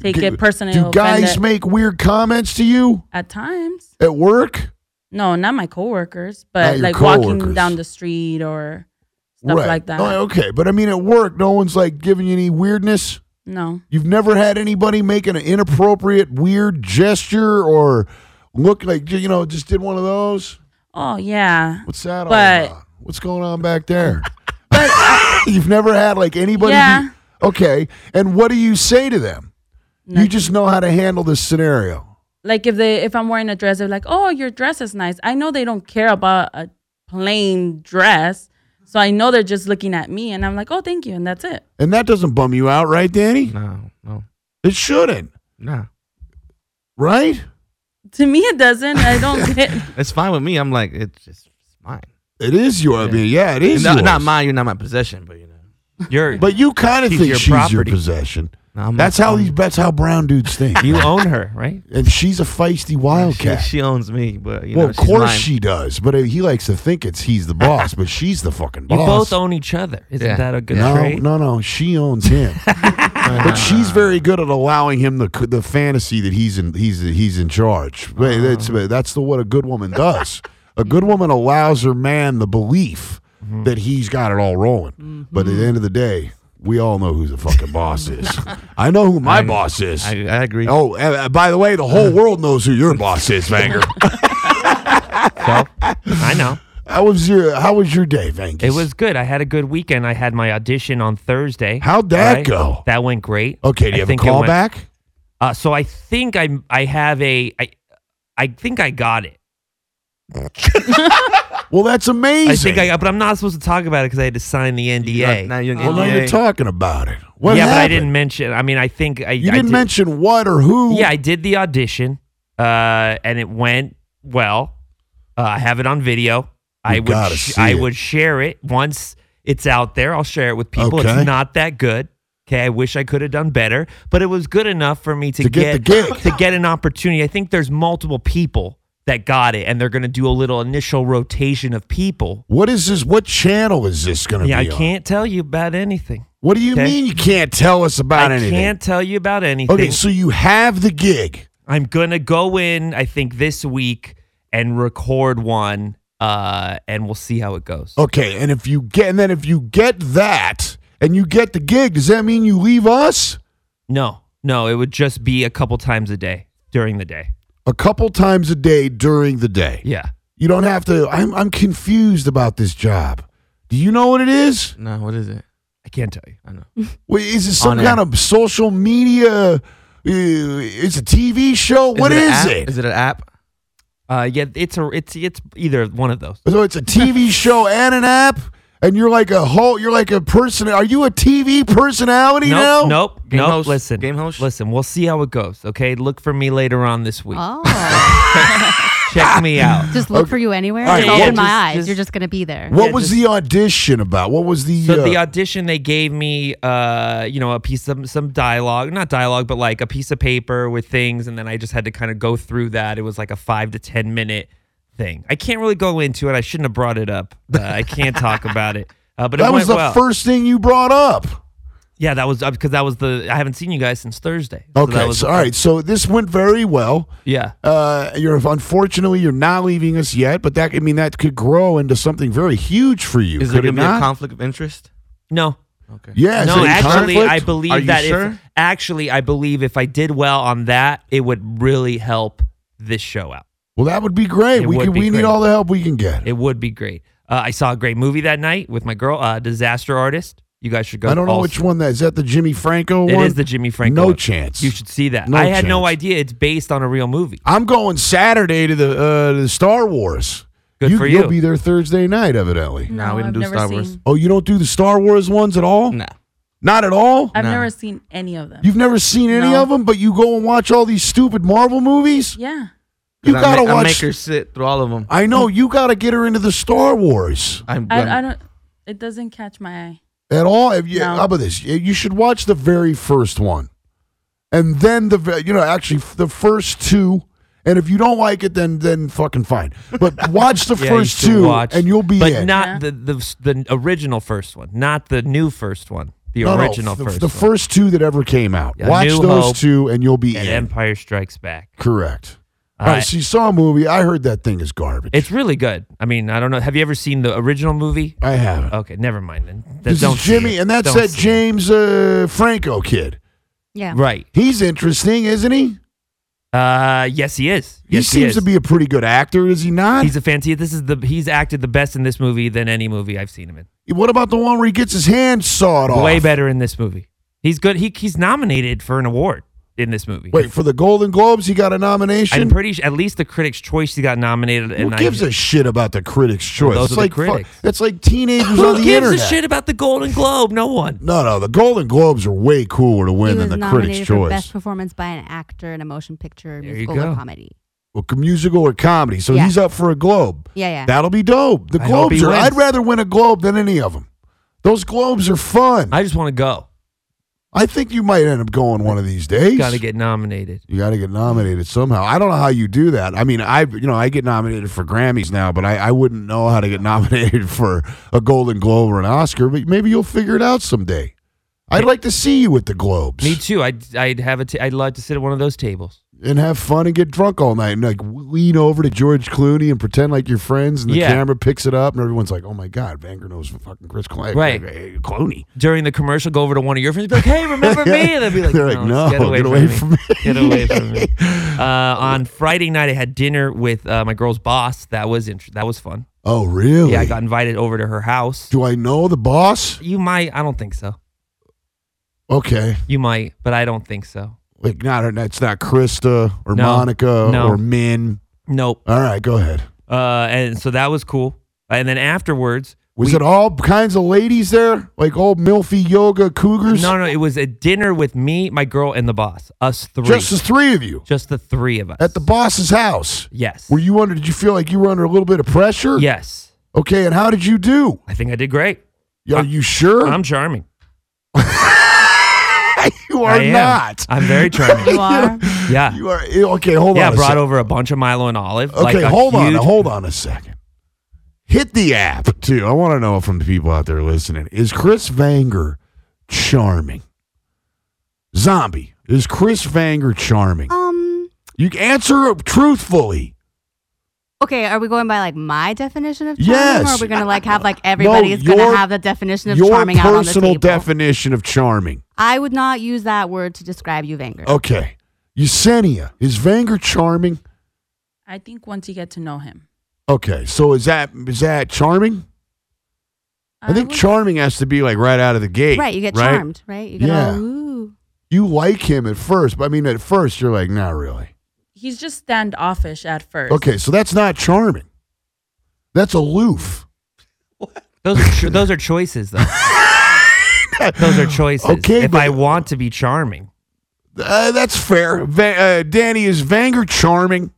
S8: take
S4: do-
S8: it personally.
S4: Do guys make weird comments to you
S8: at times?
S4: at work?
S8: No, not my coworkers,
S4: Not
S8: but
S4: your
S8: like
S4: coworkers.
S8: walking down the street or stuff like that.
S4: Oh, okay, but I mean, at work, no one's like giving you any weirdness.
S8: No,
S4: You've never had anybody making an inappropriate, weird gesture or look like you know just did one of those.
S8: oh yeah,
S4: What's that all
S8: But-
S4: about? What's going on back there? You've never had like anybody.
S8: Yeah.
S4: who- okay, and what do you say to them? You
S8: Nothing.
S4: just know how to handle this scenario.
S8: like if they if I'm wearing a dress, they're like, "Oh, your dress is nice." I know they don't care about a plain dress, so I know they're just looking at me, and I'm like, "Oh, thank you," and that's it.
S4: And that doesn't bum you out, right, Danny?
S5: No, no,
S4: It shouldn't,
S5: no.
S4: right?
S8: To me, it doesn't. I don't get.
S5: It's fine with me. I'm like, it's just it's mine.
S4: It is your, I mean, yeah, it is
S5: Not,
S4: yours.
S5: not mine. You're not my possession, but you know.
S6: You're,
S4: But you kind of
S6: She's
S4: think
S6: your
S4: she's your
S6: property. Mm-hmm.
S4: possession.
S5: No, I'm-
S4: That's how
S5: I'm-
S4: these. That's how brown dudes think.
S6: you own her, right?
S4: and she's a feisty
S5: She,
S4: wildcat.
S5: she owns me, but you
S4: well,
S5: know,
S4: of
S5: she's
S4: course
S5: mine.
S4: she does, but uh, he likes to think it's he's the boss, but she's the fucking
S6: You
S4: boss.
S6: both own each other. Isn't
S5: Yeah.
S6: that a good
S4: no,
S6: trait?
S4: no, no. She owns him, but she's very good at allowing him the the fantasy that he's in. He's he's in charge.
S5: Uh-huh.
S4: Wait, That's that's the what a good woman does. a good woman allows her man the belief
S5: Mm-hmm.
S4: that he's got it all rolling. But at the end of the day, we all know who the fucking boss is. I know who my boss is.
S5: I, I agree.
S4: Oh, uh, uh, by the way, the whole world knows who your boss is, Vanger.
S6: I know.
S4: How was your How was your day, Vegas?
S6: It was good. I had a good weekend. I had my audition on Thursday.
S4: How'd that go?
S6: That went great.
S4: okay. Do
S6: I
S4: you have a
S6: think it went-
S4: callback?
S6: Uh, so I think I I have a I I think I got it.
S4: Well, that's amazing.
S6: I think I got, but I'm not supposed to talk about it because I had to sign the NDA.
S5: Now you're,
S4: Well, now
S5: yeah.
S4: you're talking about it. What
S6: yeah, but I
S4: happened?
S6: didn't mention. I mean, I think I
S4: You
S6: I
S4: didn't
S6: did-
S4: mention what or who.
S6: Yeah, I did the audition, uh, and it went well. Uh, I have it on video. I would
S4: gotta
S6: sh-
S4: see
S6: I
S4: it.
S6: would share it once it's out there. I'll share it with people.
S4: Okay.
S6: It's not that good. Okay, I wish I could have done better, but it was good enough for me to,
S4: To get the gig.
S6: to get an opportunity. I think there's multiple people that got it, and they're going to do a little initial rotation of people.
S4: What is this? What channel is this going to
S6: Yeah, I
S4: be on?
S6: can't tell you about anything.
S4: What do you
S6: Okay.
S4: mean you can't tell us about
S6: I
S4: anything?
S6: can't tell you about anything.
S4: okay, so you have the gig.
S6: I'm gonna go in, I think this week and record one, uh, and we'll see how it goes.
S5: Oh.
S4: Okay, and if you get, and then if you get that, and you get the gig, does that mean you leave us
S6: No, no, it would just be a couple times a day during the day.
S4: a couple times a day during the day?
S6: Yeah.
S4: You don't have to. I'm, I'm confused about this job. Do you know what it is?
S5: No, what is it?
S6: I can't tell you.
S5: I know.
S4: Wait, Is it some
S5: On
S4: kind
S5: air.
S4: of social media? uh, It's a TV show. What
S5: it an
S4: is
S5: app?
S4: it?
S5: Is it an app?
S6: Uh yeah, it's a it's it's either one of those.
S4: So it's a TV show and an app, and you're like a whole. You're like a person. Are you a TV personality now?
S6: nope, nope,
S5: Game
S6: nope.
S5: host?
S6: Listen.
S5: Game host?
S6: Listen, we'll see how it goes. Okay. Look for me later on this week.
S5: Ah.
S7: Oh,
S6: Check me out.
S7: just look for you anywhere.
S4: All right,
S7: Just
S4: yeah,
S7: open
S4: just-
S7: my eyes.
S6: just-
S7: You're just gonna be there.
S4: What
S6: Yeah,
S4: was
S6: just-
S4: the audition about? What was the?
S6: So
S4: uh,
S6: the audition they gave me, uh, you know, a piece of some dialogue, not dialogue, but like a piece of paper with things, and then I just had to kind of go through that. It was like a five to ten minute thing. I can't really go into it. I shouldn't have brought it up. Uh, I can't talk about it. Uh, but it
S4: That
S6: went
S4: was the
S6: well.
S4: first thing you brought up.
S6: Yeah, that was because that was the I haven't seen you guys since Thursday. So
S4: Okay,
S6: that
S4: so,
S6: was,
S4: all right. So this went very well.
S6: Yeah,
S4: Uh, you're unfortunately you're not leaving us yet, but that I mean that could grow into something very huge for you.
S5: Is there
S4: could it
S5: gonna be a
S4: not?
S5: conflict of interest?
S6: no,
S4: yeah, is
S6: no.
S4: it a
S6: Actually,
S4: conflict?
S6: I
S5: Are
S6: believe
S5: you
S6: that if
S5: sure?
S6: actually I believe if I did well on that, it would really help this show out.
S4: well, that would be great.
S6: It
S4: We
S6: would
S4: could,
S6: be
S4: we need
S6: great.
S4: all the help we can get.
S6: It would be great. Uh, I saw a great movie that night with my girl, uh, Disaster Artist. You guys should go.
S4: I don't know
S6: also.
S4: which one that is. That the Jimmy Franco
S6: It
S4: one.
S6: is the Jimmy Franco.
S4: No
S6: one.
S4: chance.
S6: You should see that.
S4: No
S6: I had no
S4: chance.
S6: idea it's based on a real movie.
S4: I'm going Saturday to the uh, to the Star Wars.
S6: Good for you.
S4: You'll be there Thursday night, evidently.
S5: Nah, we
S8: I've
S5: didn't do
S8: never
S5: Star Wars.
S8: Seen,
S4: Oh, you don't do the Star Wars ones at all?
S5: Nah.
S4: Not at all.
S8: I've
S5: Nah.
S8: never seen any of them.
S4: You've never seen any
S8: No.
S4: of them, but you go and watch all these stupid Marvel movies.
S8: yeah.
S4: You
S5: 'Cause
S4: gotta
S5: I, ma- I
S4: watch.
S5: make her sit through all of them.
S4: I
S6: Mm.
S4: know you gotta get her into the Star Wars
S5: I'm,
S8: I, I don't. It doesn't catch my eye.
S4: at all. If you,
S8: No.
S4: How about this? You- You should watch the very first one, and then the ve- you know actually f- the first two. And if you don't like it, then then fucking fine. But watch the
S6: Yeah, you
S4: first
S6: should
S4: two,
S6: watch.
S4: and you'll be
S6: but
S4: in.
S6: not
S8: Yeah.
S6: the, the the original first one, not the new first one, the
S4: No, no,
S6: original
S4: the,
S6: first
S4: the
S6: one.
S4: first two that ever came out.
S6: Yeah,
S4: watch
S6: New
S4: those
S6: Hope
S4: two, and you'll be
S6: and
S4: in.
S6: Empire Strikes Back.
S4: Correct.
S6: All
S4: All right.
S6: right.
S4: so you saw a movie. I heard that thing is garbage.
S6: It's really good. I mean, I don't know. Have you ever seen the original movie?
S4: I haven't.
S6: Okay, never mind then. Th-
S4: this
S6: Uh, don't
S4: is
S6: see
S4: Jimmy,
S6: it.
S4: and that's
S6: Don't
S4: that
S6: see it.
S4: James uh, Franco kid.
S7: Yeah.
S6: Right.
S4: He's interesting, isn't he?
S6: Uh, yes, he is.
S4: He
S6: Yes,
S4: seems
S6: is.
S4: to be a pretty good actor, is he not?
S6: He's a fancy. This is the. He's acted the best in this movie than any movie I've seen him in.
S4: what about the one where he gets his hand sawed off?
S6: Way better in this movie. He's good. He he's nominated for an award in this movie.
S4: Wait, for the Golden Globes, he got a
S6: I'm
S4: nomination?
S6: pretty sure at least the Critics' Choice he got nominated.
S4: Who
S6: and
S4: gives
S6: I,
S4: a shit about the critics' choice?
S6: those
S4: it's
S6: are the
S4: like fu-
S6: critics.
S4: it's like teenagers
S6: Who
S4: on the
S6: gives
S4: internet.
S6: a shit about the Golden Globe? No one.
S4: No, no, the Golden Globes are way cooler to
S7: He
S4: win
S7: was
S4: than the
S7: nominated
S4: Critics'
S7: for
S4: Choice.
S7: best performance by an actor in a motion picture,
S6: you
S7: musical, or
S6: go.
S7: comedy.
S4: Well, c- musical or comedy. So
S7: Yeah.
S4: he's up for a Globe.
S7: Yeah, yeah.
S4: That'll be dope. The
S6: I hope
S4: Globes
S6: he
S4: are.
S6: wins.
S4: I'd rather win a Globe than any of them. Those Globes are fun. I,
S6: I just want to go.
S4: think you might end up going one of these days.
S6: Got to get nominated.
S4: You got to get nominated somehow. I don't know how you do that. I mean, I you know I get nominated for Grammys now, but I, I wouldn't know how to get nominated for a Golden Globe or an Oscar. But maybe you'll figure it out someday. I'd like to see you at the Globes
S6: Me too. I'd I'd have a. T- I'd like to sit at one of those tables.
S4: and have fun and get drunk all night and like lean over to George Clooney and pretend like you're friends and the
S6: Yeah.
S4: camera picks it up and everyone's like, "Oh my God, Vanger knows fucking Chris Clooney."
S6: Right.
S4: Clooney.
S6: During the commercial, go over to one of your friends. Be like, hey, remember me? And they'd be like,
S4: They're like, "No,
S6: get away,
S4: get
S6: from,
S4: away
S6: me.
S4: from me."
S6: Get away from me. Uh, on Friday night, I had dinner with uh, my girl's boss. That was int- that was fun.
S4: Oh, really?
S6: Yeah, I got invited over to her house.
S4: Do I know the boss?
S6: You might. I don't think so.
S4: Okay,
S6: You might, but I don't think so.
S4: like not it's not Krista or
S6: No.
S4: Monica
S6: No.
S4: or Min.
S6: Nope.
S4: All right, go ahead.
S6: Uh, and so that was cool. And then afterwards,
S4: Was it all kinds of ladies there? Like old milfy yoga cougars?
S6: no, no, it was a dinner with me, my girl, and the boss. Us three.
S4: Just the three of you
S6: Just the three of us.
S4: at the boss's house.
S6: yes.
S4: Were you under? Did you feel like you were under a little bit of pressure?
S6: Yes.
S4: Okay, and how did you do?
S6: I think I did great.
S4: Are you sure?
S6: I'm charming.
S4: you are
S6: I am.
S4: not.
S6: I'm very charming.
S8: You are.
S6: Yeah.
S4: You are okay. Hold
S6: yeah,
S4: on.
S6: I
S4: a
S6: brought
S4: sec.
S6: over a bunch of Milo and Olive. like
S4: Okay,
S6: a
S4: hold on.
S6: huge-
S4: Hold on a second. Hit the app too. I want to know from the people out there listening: Is Chris Vanger charming? Zombie, is Chris Vanger charming?
S7: Um.
S4: You can answer truthfully.
S7: Okay, are we going by like my definition of charming, or
S4: Yes.
S7: are we gonna like have like everybody is
S4: your-
S7: gonna have the definition of
S4: Your
S7: charming out on the
S4: personal
S7: table?
S4: definition of charming.
S7: I would not use that word to describe you, Vanger.
S4: Okay, Yesenia, is Vanger charming?
S8: I think once you get to know him.
S4: Okay, so is that is that charming? I, think
S8: would-
S4: charming has to be like right out of the gate.
S7: Right, you get charmed, right? You get
S4: Yeah.
S7: all, ooh.
S4: You like him at first, but I mean, at first you're like, not really.
S8: He's just standoffish at first.
S4: Okay, so that's not charming. That's aloof.
S6: Those are cho- those are choices though.
S4: Uh,
S6: those are choices.
S4: Okay,
S6: if
S4: but-
S6: I want to be charming,
S4: Uh, that's fair. Va- uh, Danny, is Vanger charming?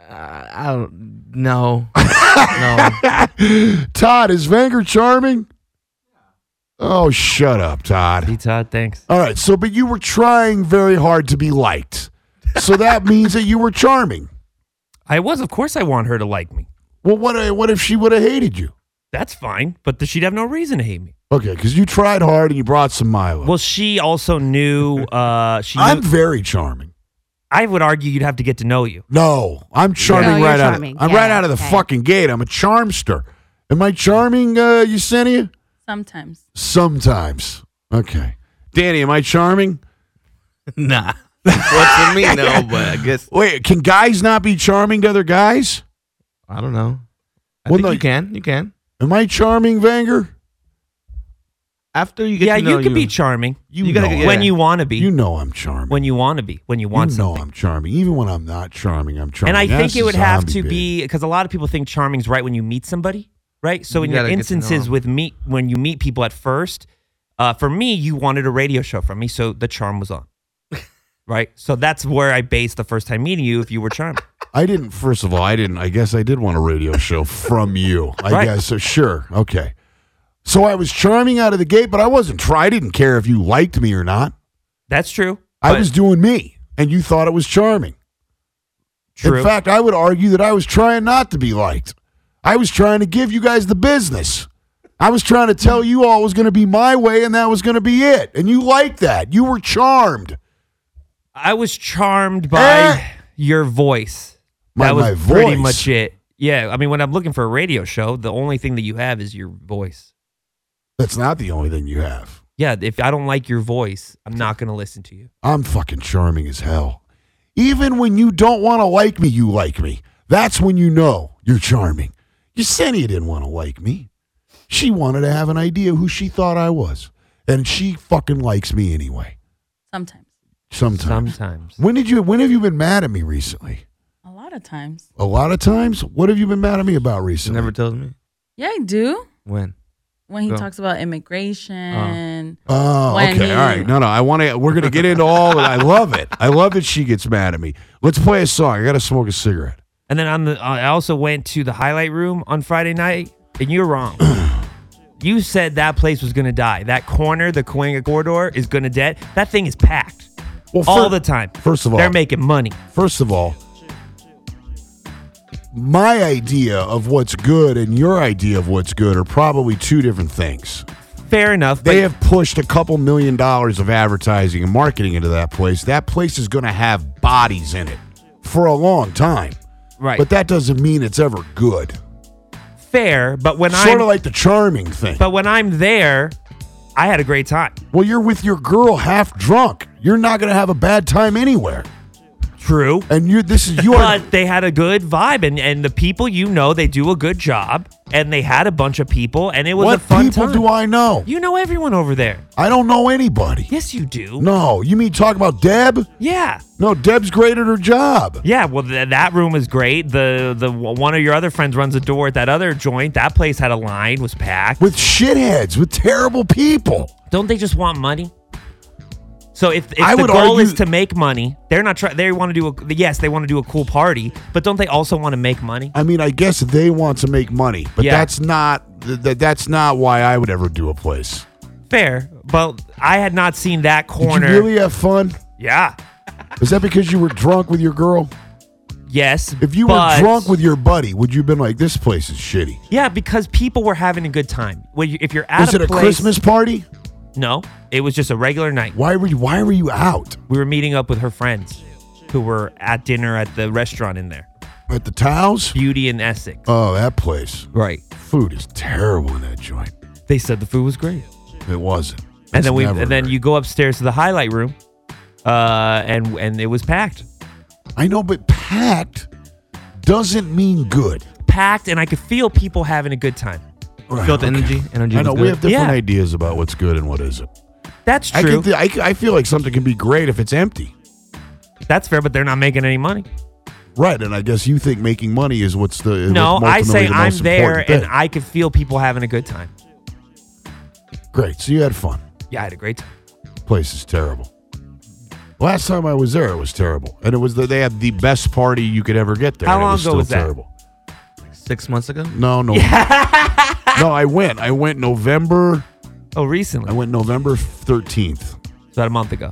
S5: Uh, I don't. No. no.
S4: Todd, is Vanger charming? Oh, shut up, Todd.
S6: D Todd, thanks.
S4: All right, so, but you were trying very hard to be liked. So that means that you were charming.
S6: I was, of course, I want her to like me.
S4: uh, Well, what, what if she would have hated you?
S6: that's fine. But th- she'd have no reason to hate me.
S4: Okay, because you tried hard and you brought some Milo.
S6: Well, she also knew. Uh, she.
S4: I'm
S6: knew-
S4: very charming.
S6: I would argue you'd have to get to know you.
S4: No, I'm charming
S7: No, you're
S4: right out.
S7: charming.
S4: Of, I'm
S7: Yeah,
S4: right out of the
S7: okay.
S4: fucking gate. I'm a charmster. Am I charming, uh, Yesenia?
S8: Sometimes.
S4: Sometimes. Okay, Danny, am I charming?
S5: Nah. Well, to me, no, but I guess
S4: Wait, can guys not be charming to other guys?
S5: I don't know. I
S4: Well,
S5: think
S4: no,
S5: you can. You can.
S4: Am I charming, Vanger?
S5: After you get
S6: Yeah,
S5: to know
S6: you could be charming
S4: You,
S5: You
S4: know,
S5: gotta get-
S4: it.
S6: when
S5: Yeah.
S6: you want to be.
S4: you know I'm charming.
S6: when you want to be. When
S4: You
S6: you want
S4: know
S6: something.
S4: I'm charming. Even when I'm not charming, I'm charming.
S6: and I
S4: That's
S6: think it would
S4: a
S6: have
S4: zombie
S6: to
S4: bit.
S6: be because a lot of people think charming's right when you meet somebody, right? So
S5: You
S6: in your
S5: gotta get to know
S6: instances
S5: 'em.
S6: with me, when you meet people at first, uh, for me, you wanted a radio show from me, so the charm was on, right? So that's where I based the first time meeting you if you were charming.
S4: I didn't. First of all, I didn't. I guess I did want a radio show from you. I
S6: Right.
S4: guess so. Sure. Okay. So I was charming out of the gate, but I wasn't. Try. I didn't care if you liked me or not.
S6: That's true.
S4: I was doing me, and you thought it was charming.
S6: true.
S4: In fact, I would argue that I was trying not to be liked. I was trying to give you guys the business. I was trying to tell you all it was going to be my way, and that was going to be it. And you liked that. You were charmed.
S6: I was charmed by
S4: Eh.
S6: your voice.
S4: My-
S6: that was
S4: my
S6: pretty
S4: voice.
S6: much it. Yeah, I mean, when I'm looking for a radio show, the only thing that you have is your voice.
S4: That's not the only thing you have.
S6: Yeah, if I don't like your voice, I'm not going to listen to you.
S4: I'm fucking charming as hell. Even when you don't want to like me, you like me. That's when you know you're charming. Yesenia didn't want to like me. She wanted to have an idea who she thought I was. And she fucking likes me anyway.
S8: Sometimes.
S4: Sometimes.
S6: Sometimes.
S4: When did you when have you been mad at me recently?
S8: A lot of times.
S4: A lot of times? What have you been mad at me about
S5: She
S4: recently?
S5: never tells me
S8: Yeah, I do.
S5: when.
S8: When he
S5: Go.
S8: talks about immigration.
S4: Oh,
S8: When
S4: okay.
S8: he-
S4: All right. No, no. I want to. We're gonna get into all of it. I love it. I love that she gets mad at me. Let's play a song. I gotta smoke a cigarette.
S6: And then on the, I also went to the highlight room on Friday night, and you're wrong. you said that place was gonna die. That corner, the Coenga corridor, is gonna dead. That thing is packed
S4: Well,
S6: all
S4: fir-
S6: the time.
S4: First of all,
S6: they're making money.
S4: First of all, my idea of what's good and your idea of what's good are probably two different things.
S6: Fair enough.
S4: They
S6: but-
S4: have pushed a couple million dollars of advertising and marketing into that place. That place is going to have bodies in it for a long time.
S6: right.
S4: But that doesn't mean it's ever good.
S6: fair. But when
S4: Sort
S6: I'm,
S4: of like the charming thing.
S6: but when I'm there, I had a great time.
S4: well, you're with your girl half drunk. You're not going to have a bad time anywhere.
S6: True.
S4: And you this is you are
S6: But they had a good vibe, and, and the people you know, they do a good job, and they had a bunch of people, and it was
S4: what
S6: a fun
S4: people
S6: time.
S4: do I know?
S6: you know everyone over there.
S4: I don't know anybody.
S6: Yes, you do.
S4: No, you mean talk about Deb?
S6: Yeah.
S4: No, Deb's great at her job.
S6: Yeah, well, th- that room is great. The the one of your other friends runs a door at that other joint. That place had a line, was packed.
S4: With shitheads, with terrible people.
S6: Don't they just want money? So if, if
S4: I
S6: the
S4: would
S6: goal
S4: argue-
S6: is to make money, they're not trying. They want to do a yes, they want to do a cool party, but don't they also want to make money?
S4: I mean, I guess they want to make money, but
S6: Yeah.
S4: that's not th- th- that's not why I would ever do a place.
S6: Fair, but I had not seen that corner.
S4: Did you really have fun?
S6: Yeah.
S4: Is that because you were drunk with your girl?
S6: Yes.
S4: If you
S6: but-
S4: were drunk with your buddy, would you have been like, "This place is shitty"?
S6: yeah, because people were having a good time. When you, if you're at
S4: Is it a
S6: place-
S4: Christmas party?
S6: No, it was just a regular night.
S4: Why were you, Why were you out
S6: we were meeting up with her friends who were at dinner at the restaurant in there
S4: at the Taos?
S6: beauty in essex
S4: Oh, that place.
S6: right
S4: Food is terrible in that joint.
S6: they said the food was great
S4: It wasn't.
S6: and
S4: It's
S6: then we
S4: never
S6: and then
S4: great.
S6: you go upstairs to the highlight room uh and and it was packed
S4: I know, but packed doesn't mean good.
S6: packed and i could feel people having a good time
S4: Right,
S5: Felt the energy. Energy
S4: I know
S5: was
S4: we
S5: good.
S4: have different
S6: Yeah.
S4: ideas about what's good and what isn't.
S6: that's
S4: I, can
S6: true
S4: th- I, c- I feel like something can be great if it's empty.
S6: that's fair but they're not making any money
S4: Right, and I guess you think making money is what's the is
S6: no
S4: what's
S6: i
S4: ultimately
S6: say
S4: the
S6: i'm
S4: most
S6: there
S4: important
S6: and
S4: thing.
S6: i could feel people having a good time
S4: great. So you had fun.
S6: yeah i had a great time
S4: Place is terrible. Last time I was there, it was terrible, and it was the, they had the best party you could ever get there.
S6: How
S4: and it
S6: long
S4: was
S6: ago
S4: still
S6: was that?
S4: Terrible.
S5: Six months ago.
S4: No, no, no. I went. I went November.
S6: oh
S4: I
S6: recently
S4: went November thirteenth.
S6: about a month ago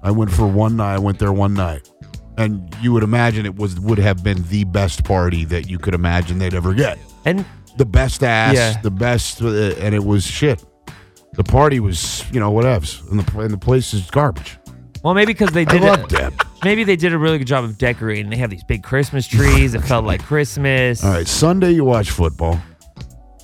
S4: I went for one night. I went there one night, and you would imagine it was would have been the best party that you could imagine they'd ever get.
S6: and
S4: the best ass,
S6: Yeah.
S4: the best, uh, and it was shit. The party was, you know, whatevs, and the and the place is garbage.
S6: Well, maybe because they
S4: I
S6: did
S4: love
S6: it.
S4: that.
S6: Maybe they did a really good job of decorating. They have these big Christmas trees. It felt like Christmas.
S4: All right, Sunday you watch football.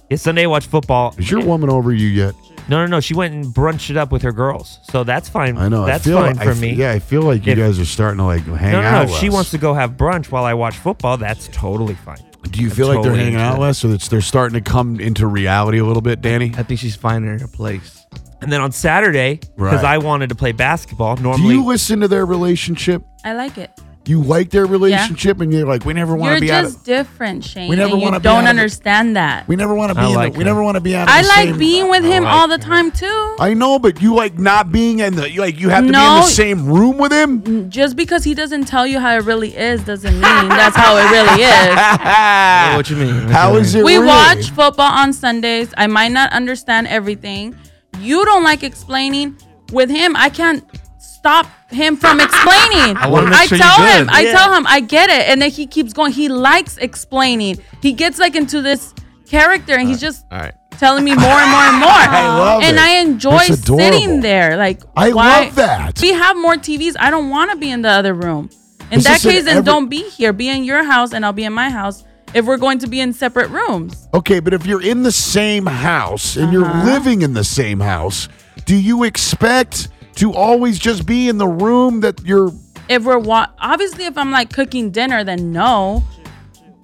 S6: It's Sunday. I watch football.
S4: Is your woman over you yet?
S6: No, no, no. She went and brunched it up with her girls, so that's fine.
S4: I know.
S6: that's
S4: I feel
S6: fine
S4: I
S6: for
S4: f-
S6: me.
S4: Yeah, I feel like you
S6: If-
S4: guys are starting to like hang
S6: No, no, no.
S4: out.
S6: If she
S4: less.
S6: wants to go have brunch while I watch football, that's totally fine.
S4: Do you feel like they're
S6: totally
S4: hanging
S6: into
S4: out
S6: that.
S4: less, or it's they're starting to come into reality a little bit, Danny?
S5: I think she's finding her place.
S6: And then on Saturday, because
S4: Right.
S6: I wanted to play basketball.
S4: Do
S6: Normally,
S4: you listen to their relationship?
S8: I like it.
S4: You like their relationship, and you're like, Uh-huh. we never want
S8: You're
S4: to be out.
S8: just
S4: Of,
S8: different, Shane.
S4: We never
S8: and you
S4: wanna be out
S8: don't
S4: of it.
S8: understand that.
S4: we never want to be.
S6: I
S4: in
S6: like
S4: the, we
S6: her.
S4: never want to be out. Of
S8: I
S4: the
S8: like
S4: same-
S8: being with him
S4: I
S8: all the
S4: like
S8: time too.
S4: I know, but you like not being in the. You like you have to be in
S8: No.
S4: the same room with him.
S8: just because he doesn't tell you how it really is doesn't mean that's how it really is.
S5: Yeah, what you mean?
S4: How is it?
S8: We
S4: really?
S8: watch football on Sundays. I might not understand everything. You don't like explaining with him. I can't stop him from explaining. I,
S5: wanna make sure you're
S8: tell him,
S5: good.
S8: I tell him, I get it. And then he keeps going. He likes explaining. He gets like into this character and he's just
S5: All right.
S8: telling me more and more and more. I
S4: love
S8: and
S4: it.
S8: I enjoy
S4: That's adorable.
S8: sitting there. Like
S4: I
S8: why-
S4: love that.
S8: We have more TVs. I don't want to be in the other room. In
S4: Is
S8: that
S4: this in
S8: case, then
S4: every-
S8: don't be here. Be in your house, and I'll be in my house. If we're going to be in separate rooms,
S4: Okay, but if you're in the same house and
S8: Uh-huh.
S4: you're living in the same house, do you expect to always just be in the room that you're?
S8: if we're wa- obviously if I'm like cooking dinner, then no.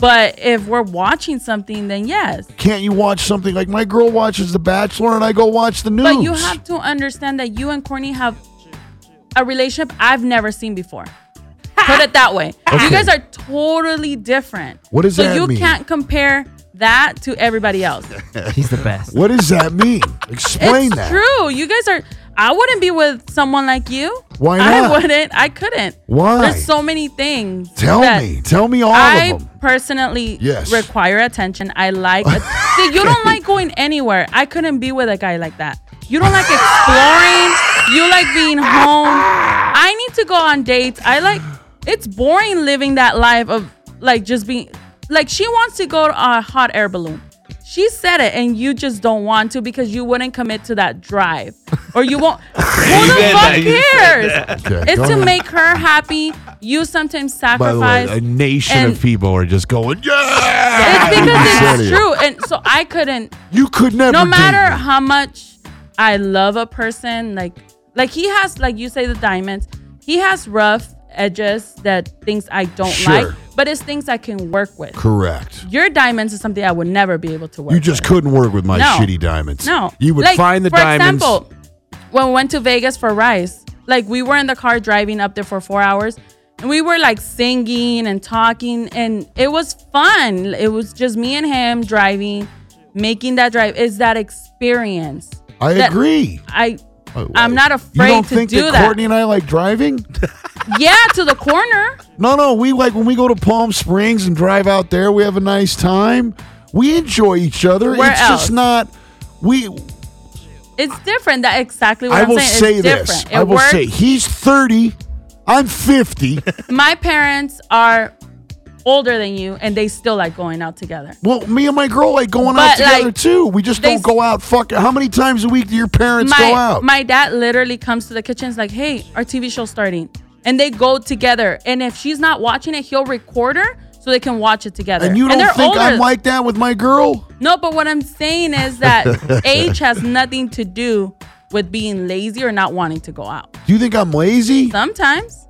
S8: But if we're watching something, then yes.
S4: Can't you watch something like my girl watches The Bachelor and I go watch the news?
S8: But you have to understand that you and Courtney have a relationship I've never seen before. Put it that way. You guys are totally different.
S4: What does
S8: so
S4: that
S8: you
S4: mean?
S8: can't compare that to everybody else.
S6: he's the best.
S4: What does that mean? Explain
S8: it's
S4: that.
S8: true. You guys are. I wouldn't be with someone like you.
S4: Why
S8: I
S4: not?
S8: wouldn't. I couldn't.
S4: Why?
S8: There's so many things.
S4: Tell
S8: that
S4: me. Tell me all
S8: I
S4: of them.
S8: personally
S4: Yes.
S8: require attention. I like. See, you don't like going anywhere. I couldn't be with a guy like that. You don't like exploring. you like being home. I need to go on dates. I like. It's boring living that life of like just being. Like she wants to go to a hot air balloon. She said it, and you just don't want to because you wouldn't commit to that drive, or you won't. Who the
S5: said
S8: fuck
S5: that, you
S8: cares?
S4: Okay, go
S8: It's to
S4: ahead.
S8: make her happy. You sometimes
S4: By the
S8: sacrifice.
S4: way, a nation
S8: and-
S4: of people are just going, yeah.
S8: It's because
S4: Insanity.
S8: it's true. And so I couldn't,
S4: You could never.
S8: no
S4: date
S8: matter
S4: me.
S8: how much I love a person, like like he has, like you say, the diamonds. He has rough edges that things I don't
S4: Sure.
S8: like, but it's things I can work with.
S4: Correct.
S8: Your diamonds is something I would never be able to work.
S4: You just
S8: with.
S4: couldn't work with my
S8: No.
S4: shitty diamonds.
S8: No,
S4: You would
S8: Like,
S4: find the
S8: for
S4: diamonds.
S8: example, when we went to Vegas for Rice, like we were in the car driving up there for four hours. And we were like singing and talking, and it was fun. It was just me and him driving, making that drive. It's that experience.
S4: I
S8: that-
S4: agree.
S8: I,
S4: Oh,
S8: I'm not
S4: You
S8: afraid
S4: don't
S8: to
S4: think
S8: do
S4: that,
S8: that.
S4: Courtney and I like driving?
S8: yeah, to the corner.
S4: No, no. We like when we go to Palm Springs and drive out there. We have a nice time. We enjoy each other.
S8: Where
S4: it's
S8: else?
S4: just not. We.
S8: It's different. That exactly what
S4: I
S8: am
S4: will
S8: saying. It's
S4: say
S8: different.
S4: this.
S8: It
S4: I will
S8: works.
S4: say he's thirty. I'm fifty.
S8: My parents are older than you, and they still like going out together.
S4: well, me and my girl like going out
S8: But, like,
S4: together too. We just
S8: they
S4: don't go out. Fuck. How many times a week do your parents
S8: my,
S4: go out?
S8: My dad literally comes to the kitchen. Is like, "Hey, our TV show's starting," and they go together. And if she's not watching it, he'll record her so they can watch it together.
S4: and you don't
S8: they're
S4: think
S8: older.
S4: I'm like that with my girl?
S8: no, but what I'm saying is that age has nothing to do with being lazy or not wanting to go out.
S4: Do you think I'm lazy?
S8: Sometimes,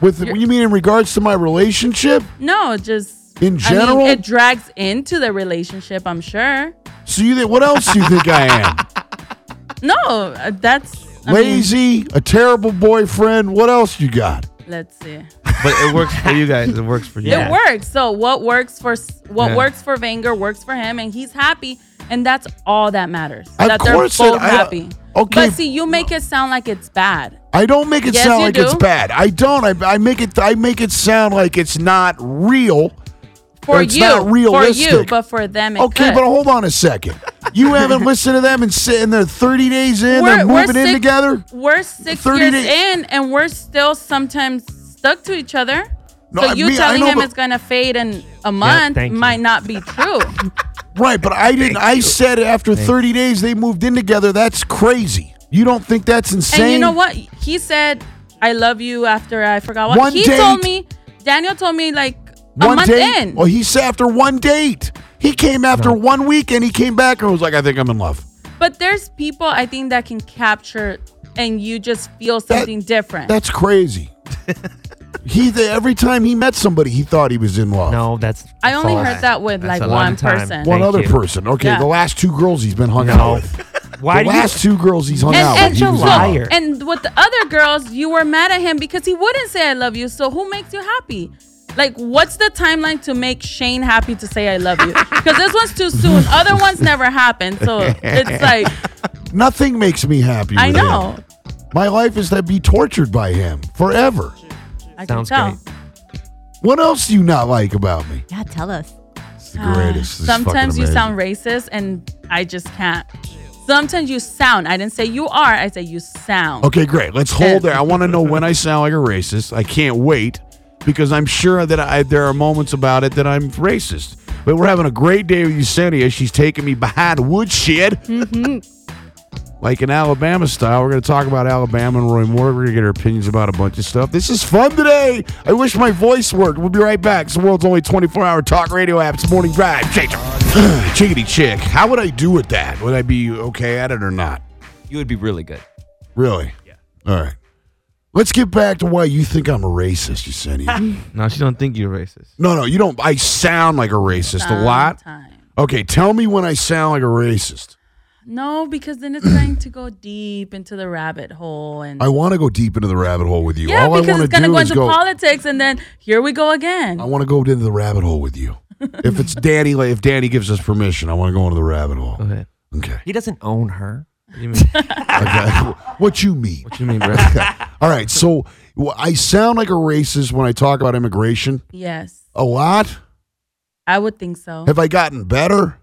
S4: With you mean in regards to my relationship?
S8: no, it just
S4: In
S8: I mean,
S4: general?
S8: it drags into the relationship. I'm sure.
S4: So you think what else do you think I
S8: No, uh, that's I
S4: am?
S8: mean,
S4: Lazy, a terrible boyfriend. What else you got?
S8: let's see.
S5: But it works for you guys. It works for you.
S6: Yeah.
S8: it works. So what works for s- what
S5: Yeah.
S8: works for Vanger works for him, and he's happy, and that's all that matters.
S4: Of
S8: that
S4: course it-
S8: they're both
S4: I- uh,
S8: happy.
S4: okay.
S8: but see, you make it sound like it's bad.
S4: I don't make it
S8: Yes,
S4: sound
S8: you
S4: like it's
S8: do.
S4: bad. I don't. I, I make it. I make it sound like it's not real.
S8: For
S4: It's
S8: you,
S4: not
S8: for you,
S4: realistic.
S8: but for them, it
S4: okay,
S8: could.
S4: but hold on a second. You haven't listened to them and sitting there thirty days in. they're moving in
S8: six-
S4: together.
S8: We're six
S4: 30
S8: years
S4: days.
S8: in, and we're still sometimes stuck to each other.
S4: No,
S8: so
S4: I
S8: you
S4: mean, I
S8: telling
S4: know,
S8: him
S4: but-
S8: it's gonna fade in a month
S6: thank you.
S8: might not be true.
S4: Right, but I didn't. I said after 30 days they moved in together. That's crazy. You don't think that's insane?
S8: And you know what? He said, "I love you." After I forgot what
S4: One
S8: he
S4: date.
S8: told me. Daniel told me like a
S4: One
S8: month
S4: date.
S8: in.
S4: Well, he said after one date. He came after one week and he came back and was like, "I think I'm in love."
S8: But there's people I think that can capture, and you just feel something different.
S4: That's crazy. he they, every time he met somebody, he thought he was in love.
S6: No, that's.
S8: I only
S6: false.
S8: heard that with
S5: That's
S8: like
S5: a
S8: one
S5: long
S6: time.
S8: person.
S4: One
S6: Thank
S4: other
S6: you.
S4: person. Okay,
S8: Yeah.
S4: the last two girls he's been hung out
S6: No.
S4: with.
S6: Why
S4: the
S6: do you?
S4: last two girls he's hung
S8: And,
S4: out
S8: and
S4: with. he
S8: so,
S4: was in love.
S6: liar.
S8: and with the other girls, you were mad at him because he wouldn't say I love you. So who makes you happy? Like, what's the timeline to make Shane happy to say I love you? Because this one's too soon. Other ones never happened. So it's like
S4: Nothing makes me happy.
S8: I
S4: with
S8: know.
S4: him. My life is to be tortured by him forever.
S8: I can
S6: Sounds
S8: tell.
S6: great.
S4: What else do you not like about me?
S7: Yeah, tell us.
S4: It's the greatest. This is fucking
S8: Sometimes you
S4: amazing.
S8: sound racist, and I just can't. Sometimes you sound. I didn't say you are. I say you sound.
S4: Okay, great. Let's hold there. I want to know when I sound like a racist. I can't wait because I'm sure that I, there are moments about it that I'm racist. But we're having a great day with Yesenia. She's taking me behind woodshed. like in Alabama style. We're going to talk about Alabama and Roy Moore. We're going to get her opinions about a bunch of stuff. This is fun today. I wish my voice worked. We'll be right back. It's the world's only 24 hour talk radio app. It's Morning Drive. Shake it. Chickity chick. How would I do with that? Would I be okay at it or not?
S6: You would be really good.
S4: Really? Yeah. All right. Let's get back to why you think I'm a racist, Yesenia.
S5: No, she don't think you're racist.
S4: no, no, you don't. I sound like a racist a lot.
S8: Sometime.
S4: Okay, tell me when I sound like a racist.
S8: No, because then it's going to go deep into the rabbit hole, and
S4: I want to go deep into the rabbit hole with you.
S8: yeah,
S4: All I
S8: because
S4: want
S8: it's
S4: to
S8: going to
S4: do
S8: go
S4: is
S8: into
S4: go.
S8: politics, and then here we go again.
S4: I want to go into the rabbit hole with you. if it's Danny, like, if Danny gives us permission, I want to go into the rabbit
S5: Go
S4: hole.
S5: ahead.
S4: Okay.
S6: He doesn't own her.
S5: What do you mean?
S4: okay. what you mean?
S5: What you mean, bro?
S4: All right. So well, I sound like a racist when I talk about immigration
S8: Yes,
S4: a lot.
S8: I would think so.
S4: Have I gotten better?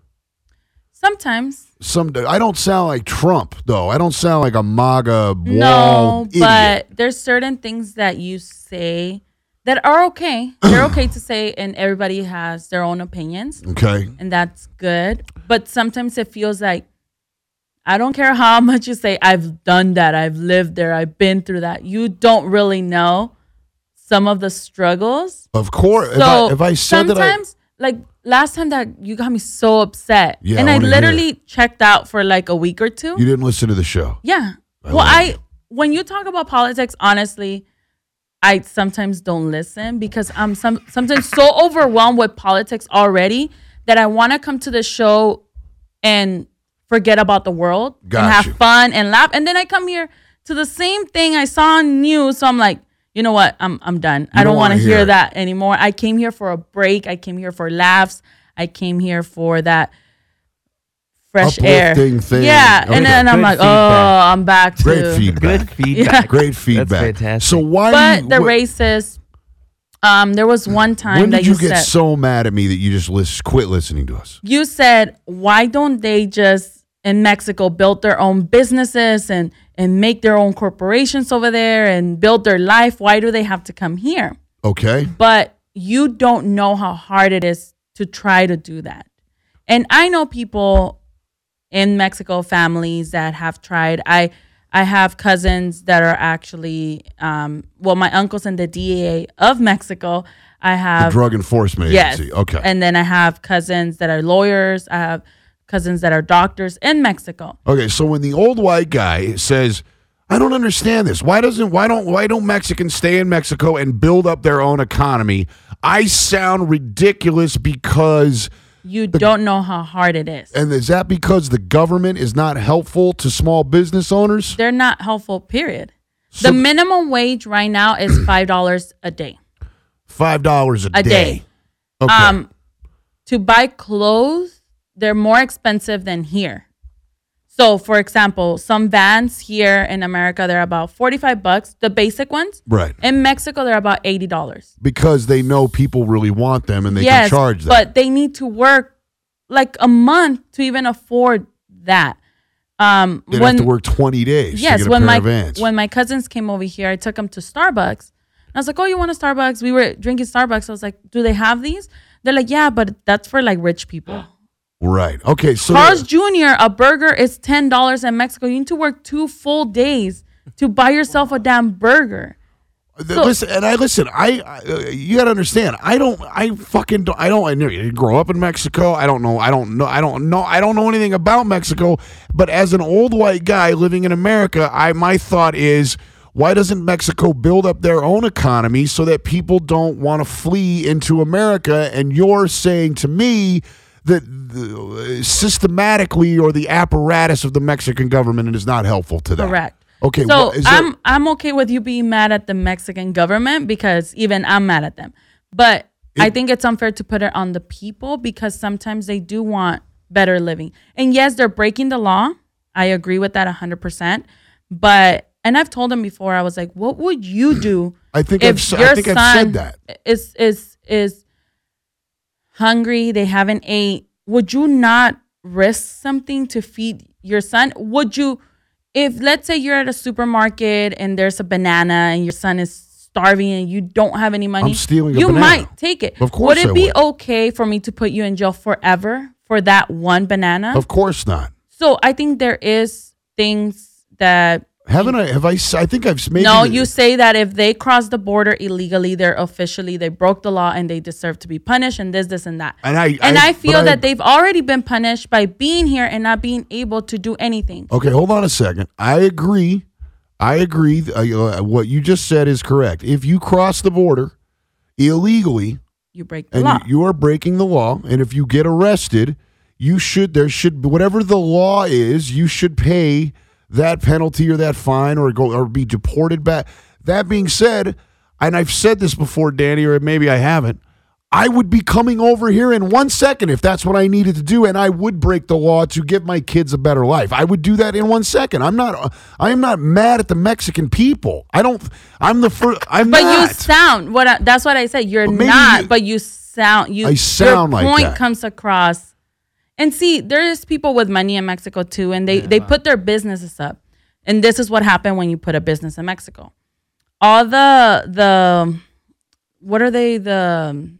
S8: Sometimes,
S4: some I don't sound like Trump though. I don't sound like a MAGA wall
S8: no,
S4: idiot.
S8: but there's certain things that you say that are okay. They're okay to say, and everybody has their own opinions.
S4: okay.
S8: and that's good. But sometimes it feels like I don't care how much you say I've done that, I've lived there, I've been through that. You don't really know some of the struggles.
S4: Of course, if,
S8: so
S4: I, if I said that I,
S8: sometimes, like last time that you got me so upset,
S4: Yeah,
S8: and
S4: I
S8: I,
S4: wanna hear it.
S8: literally checked out for like a week or two.
S4: you didn't listen to the show.
S8: yeah.
S4: I
S8: well,
S4: love
S8: I
S4: you.
S8: when you talk about politics, honestly. I sometimes don't listen because I'm some sometimes so overwhelmed with politics already that I want to come to the show and forget about the world
S4: Got
S8: and have
S4: you.
S8: fun and laugh. And then I come here to the same thing I saw on news, so I'm like, you know what? I'm I'm done. I
S4: don't
S8: don't want
S4: wanna
S8: to
S4: hear
S8: hear
S4: it.
S8: that anymore. I came here for a break. I came here for laughs. I came here for that fresh air.
S4: Uplifting thing.
S8: Yeah,
S4: Okay.
S8: and then I'm
S6: Good
S8: like, oh,
S6: feedback.
S8: I'm back to
S4: Great
S6: Good
S4: feedback.
S6: feedback.
S4: Great feedback.
S5: fantastic.
S4: So why?
S8: but
S4: you,
S8: the
S4: wh-
S8: racist. Um, there was one time
S4: When
S8: that
S4: did you, get
S8: said
S4: so mad at me that you just list, quit listening to us?
S8: you said why don't they just in Mexico build their own businesses and and make their own corporations over there and build their life? Why do they have to come here?
S4: Okay.
S8: But you don't know how hard it is to try to do that. And I know people in Mexico families that have tried. I I have cousins that are actually um, well, my uncle's in the DEA of Mexico. I
S4: The
S8: have
S4: Drug Enforcement
S8: yes,
S4: Agency. Okay.
S8: And then I have cousins that are lawyers. I have cousins that are doctors in Mexico.
S4: Okay, so when the old white guy says, "I don't understand this. Why doesn't why don't why don't Mexicans stay in Mexico and build up their own economy?" I sound ridiculous because
S8: You don't know how hard it is.
S4: and is that because the government is not helpful to small business owners?
S8: They're not helpful. Period.
S4: So-
S8: the minimum wage right now is five dollars a day.
S4: Five dollars a,
S8: A day.
S4: Okay.
S8: Um, to buy clothes, they're more expensive than here. So, for example, some vans here in America they're about forty-five bucks, the basic ones.
S4: right.
S8: In Mexico, they're about eighty dollars.
S4: Because they know people really want them and they can
S8: yes,
S4: charge them.
S8: but they need to work like a month to even afford that. Um,
S4: they
S8: when
S4: have to work twenty days. to
S8: yes,
S4: get a
S8: when
S4: pair
S8: my
S4: of Vans.
S8: when my cousins came over here, I took them to Starbucks. And I was like, "Oh, you want a Starbucks?" We were drinking Starbucks. I was like, "Do they have these?" They're like, "Yeah, but that's for like rich people."
S4: Right. Okay. So
S8: Carl's Jr. a burger is ten dollars in Mexico. You need to work two full days to buy yourself a damn burger.
S4: Th- listen, and I listen. I, I uh, you gotta understand. I don't. I fucking. Don't, I don't. I never- didn't grow up in Mexico. I don't know. I don't know. I don't know. I don't know anything about Mexico. But as an old white guy living in America, I my thought is, why doesn't Mexico build up their own economy so that people don't want to flee into America? And you're saying to me that the, systematically or the apparatus of the Mexican government is not helpful to that.
S8: Correct.
S4: Okay.
S8: So
S4: wha- is there-
S8: I'm I'm okay with you being mad at the Mexican government because even I'm mad at them. But I think it's unfair to put it on the people because sometimes they do want better living. And yes, they're breaking the law. I agree with that 100%. But and I've told them before I was like, "What would you do
S4: I think I've,
S8: if
S4: s-
S8: your
S4: I think
S8: son
S4: I've said that.
S8: is is is hungry, they haven't ate, would you not risk something to feed your son? Would you, if let's say you're at a supermarket and there's a banana and your son is starving and you don't have any money,
S4: I'm stealing a
S8: you
S4: banana.
S8: might take it.
S4: Of course
S8: Would
S4: I
S8: it be
S4: would.
S8: okay for me to put you in jail forever for that one banana?
S4: Of course not.
S8: so I think there is things that
S4: Haven't I? Have I? s- I think I've s- maybe.
S8: no, you say that if they cross the border illegally, they're officially they broke the law and they deserve to be punished and this, this, and that.
S4: And I-
S8: and
S4: I-
S8: I, feel
S4: but I-
S8: that they've already been punished by being here and not being able to do anything.
S4: Okay, hold on a second. I agree. I agree. th- Uh, uh, what you just said is correct. If you cross the border illegally
S8: You break the
S4: and
S8: law.
S4: you, you are breaking the law, and if you get arrested, you should there should whatever the law is, you should pay that penalty or that fine or go or be deported back. That being said, and I've said this before, Danny, or maybe I haven't. I would be coming over here in one second if that's what I needed to do, and I would break the law to give my kids a better life. I would do that in one second. I'm not. I am not mad at the Mexican people. I don't. I'm the first. I'm
S8: but
S4: not.
S8: you sound what I, that's what I said. You're
S4: But maybe
S8: not,
S4: you-
S8: but you sound you.
S4: I sound
S8: your
S4: like
S8: point
S4: that.
S8: comes across. And see, there's people with money in Mexico too, and they they put their businesses up. And this is what happened when you put a business in Mexico. All the the what are they the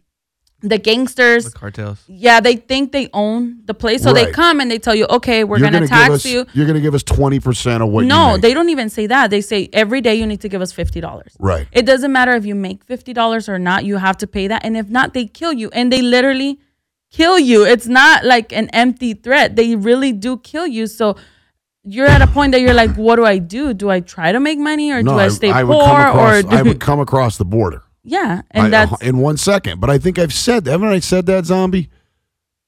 S8: the
S5: The
S8: gangsters?
S5: cartels.
S8: Yeah, they think they own the place, so they
S4: Right.
S8: come and they tell you, okay, we're
S4: You're gonna
S8: gonna,
S4: give
S8: tax
S4: us-
S8: you.
S4: You're going to give us twenty percent of what? you
S8: No,
S4: make.
S8: they don't even say that. They say every day you need to give us fifty dollars.
S4: Right.
S8: It doesn't matter if you make fifty dollars or not, you have to pay that. And if not, they kill you. And they literally kill you. It's not like an empty threat. They really do kill you. So you're at a point that you're like, what do I do? Do I try to make money or do I, stay
S4: would
S8: poor
S4: come across,
S8: or do,
S4: I would come across the border.
S8: yeah? And
S4: I- uh,
S8: that's
S4: in one second. But I think I've said haven't I said that zombie?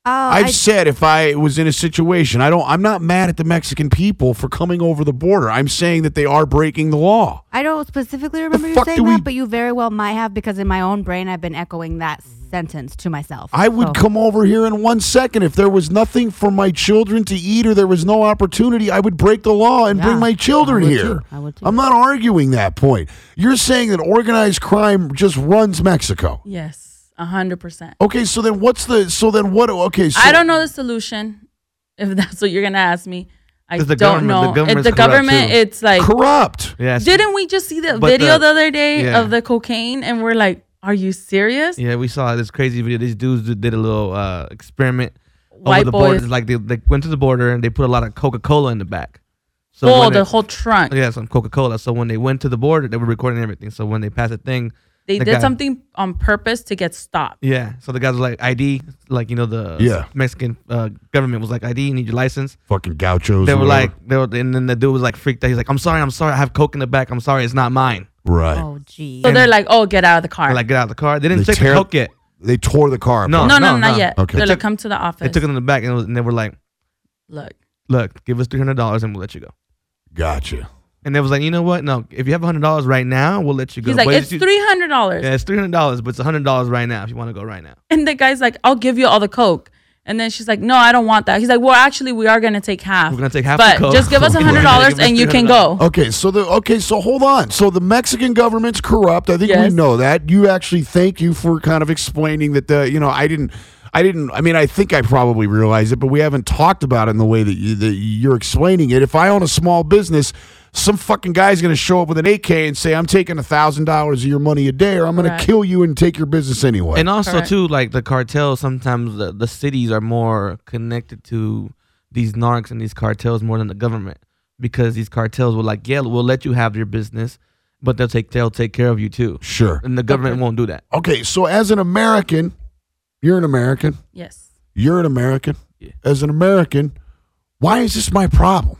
S7: Oh,
S4: I've
S7: I,
S4: said if I was in a situation, I don't. I'm not mad at the Mexican people for coming over the border. I'm saying that they are breaking the law.
S7: I don't specifically remember you
S4: fuck do
S7: saying
S4: we-
S7: that, but you very well might have because in my own brain I've been echoing that sentence to myself. Oh,
S4: I would
S7: So-
S4: come over here in one second if there was nothing for my children to eat or there was no opportunity. I would break the law and
S7: Yeah.
S4: bring my children
S7: I would
S4: here.
S7: too. I would too.
S4: I'm not arguing that point. You're saying that organized crime just runs Mexico.
S8: yes, a hundred percent.
S4: Okay, so then what's the so then what? Okay, so
S8: I don't know the solution. If that's what you're gonna ask me, I
S5: It's the
S8: don't
S5: government. The
S8: know. If
S5: government's
S8: the
S5: corrupt,
S8: government,
S5: too.
S8: it's like
S4: corrupt.
S5: Yes.
S8: Didn't we just see that
S5: But
S8: video
S5: the-
S8: the, other day
S5: yeah.
S8: of the cocaine and we're like, are you serious?
S5: Yeah, we saw this crazy video. These dudes did did a little uh, experiment
S8: White
S5: over the
S8: boys.
S5: border. Like they, they went to the border and they put a lot of Coca Cola in the back. So
S8: oh,
S5: when
S8: the
S5: it-
S8: whole trunk.
S5: yeah, some Coca Cola. So when they went to the border, they were recording everything. So when they passed a thing,
S8: They
S5: the
S8: did
S5: guy-
S8: something on purpose to get stopped.
S5: Yeah. So the guys were like ID, like you know the
S4: Yeah.
S5: Mexican uh, government was like ID, you need your license.
S4: Fucking gauchos.
S5: They
S4: or
S5: were
S4: whatever.
S5: like, they were, and then the dude was like freaked out. He's like, I'm sorry, I'm sorry, I have coke in the back. I'm sorry, it's not mine.
S4: right.
S7: Oh, gee.
S8: So they're like, oh, get out of the car.
S5: They're like, get out of the car. They didn't
S4: They
S5: check
S4: tear-
S5: the coke yet.
S4: They tore the car.
S5: No,
S4: apart.
S8: no, no,
S5: no,
S8: not
S5: no.
S8: yet.
S4: Okay.
S8: They're
S5: They
S8: like,
S5: took-
S8: come to the
S5: They
S8: office.
S5: took it in the back and, it was, and they were like,
S8: Look,
S5: look, give us three hundred dollars and we'll let you go.
S4: Gotcha.
S5: And they was like, you know what? No, if you have hundred dollars right now, we'll let you go.
S8: he's like,
S5: But
S8: it's
S5: you-
S8: three hundred dollars,
S5: Yeah, it's three hundred dollars, but it's hundred dollars right now if you want to go right now.
S8: and the guy's like, I'll give you all the coke. And then she's like, No, I don't want that. He's like, Well, actually, we are gonna take half.
S5: We're gonna take half the
S8: But
S5: Coke.
S8: just give us
S5: We're
S8: hundred
S5: gonna
S8: dollars
S5: give us
S8: and you can
S5: $300.
S8: go.
S4: Okay, so the okay, so hold on. So the Mexican government's corrupt. I think
S8: Yes.
S4: we know that. You actually thank you for kind of explaining that the you know I didn't I didn't. I mean, I think I probably realized it, but we haven't talked about it in the way that, you, that you're explaining it. If I own a small business, some fucking guy's going to show up with an AK and say, "I'm taking a thousand dollars of your money a day, or I'm going to
S8: Correct.
S4: kill you and take your business anyway."
S5: And also
S8: Correct.
S5: too, like the cartel, sometimes the, the cities are more connected to these narcs and these cartels more than the government because these cartels will like, yeah, we'll let you have your business, but they'll take they'll take care of you too,
S4: sure.
S5: and the government won't do that.
S4: Okay, so as an American, you're an American.
S8: Yes.
S4: You're an American.
S5: Yeah.
S4: As an American, why is this my problem?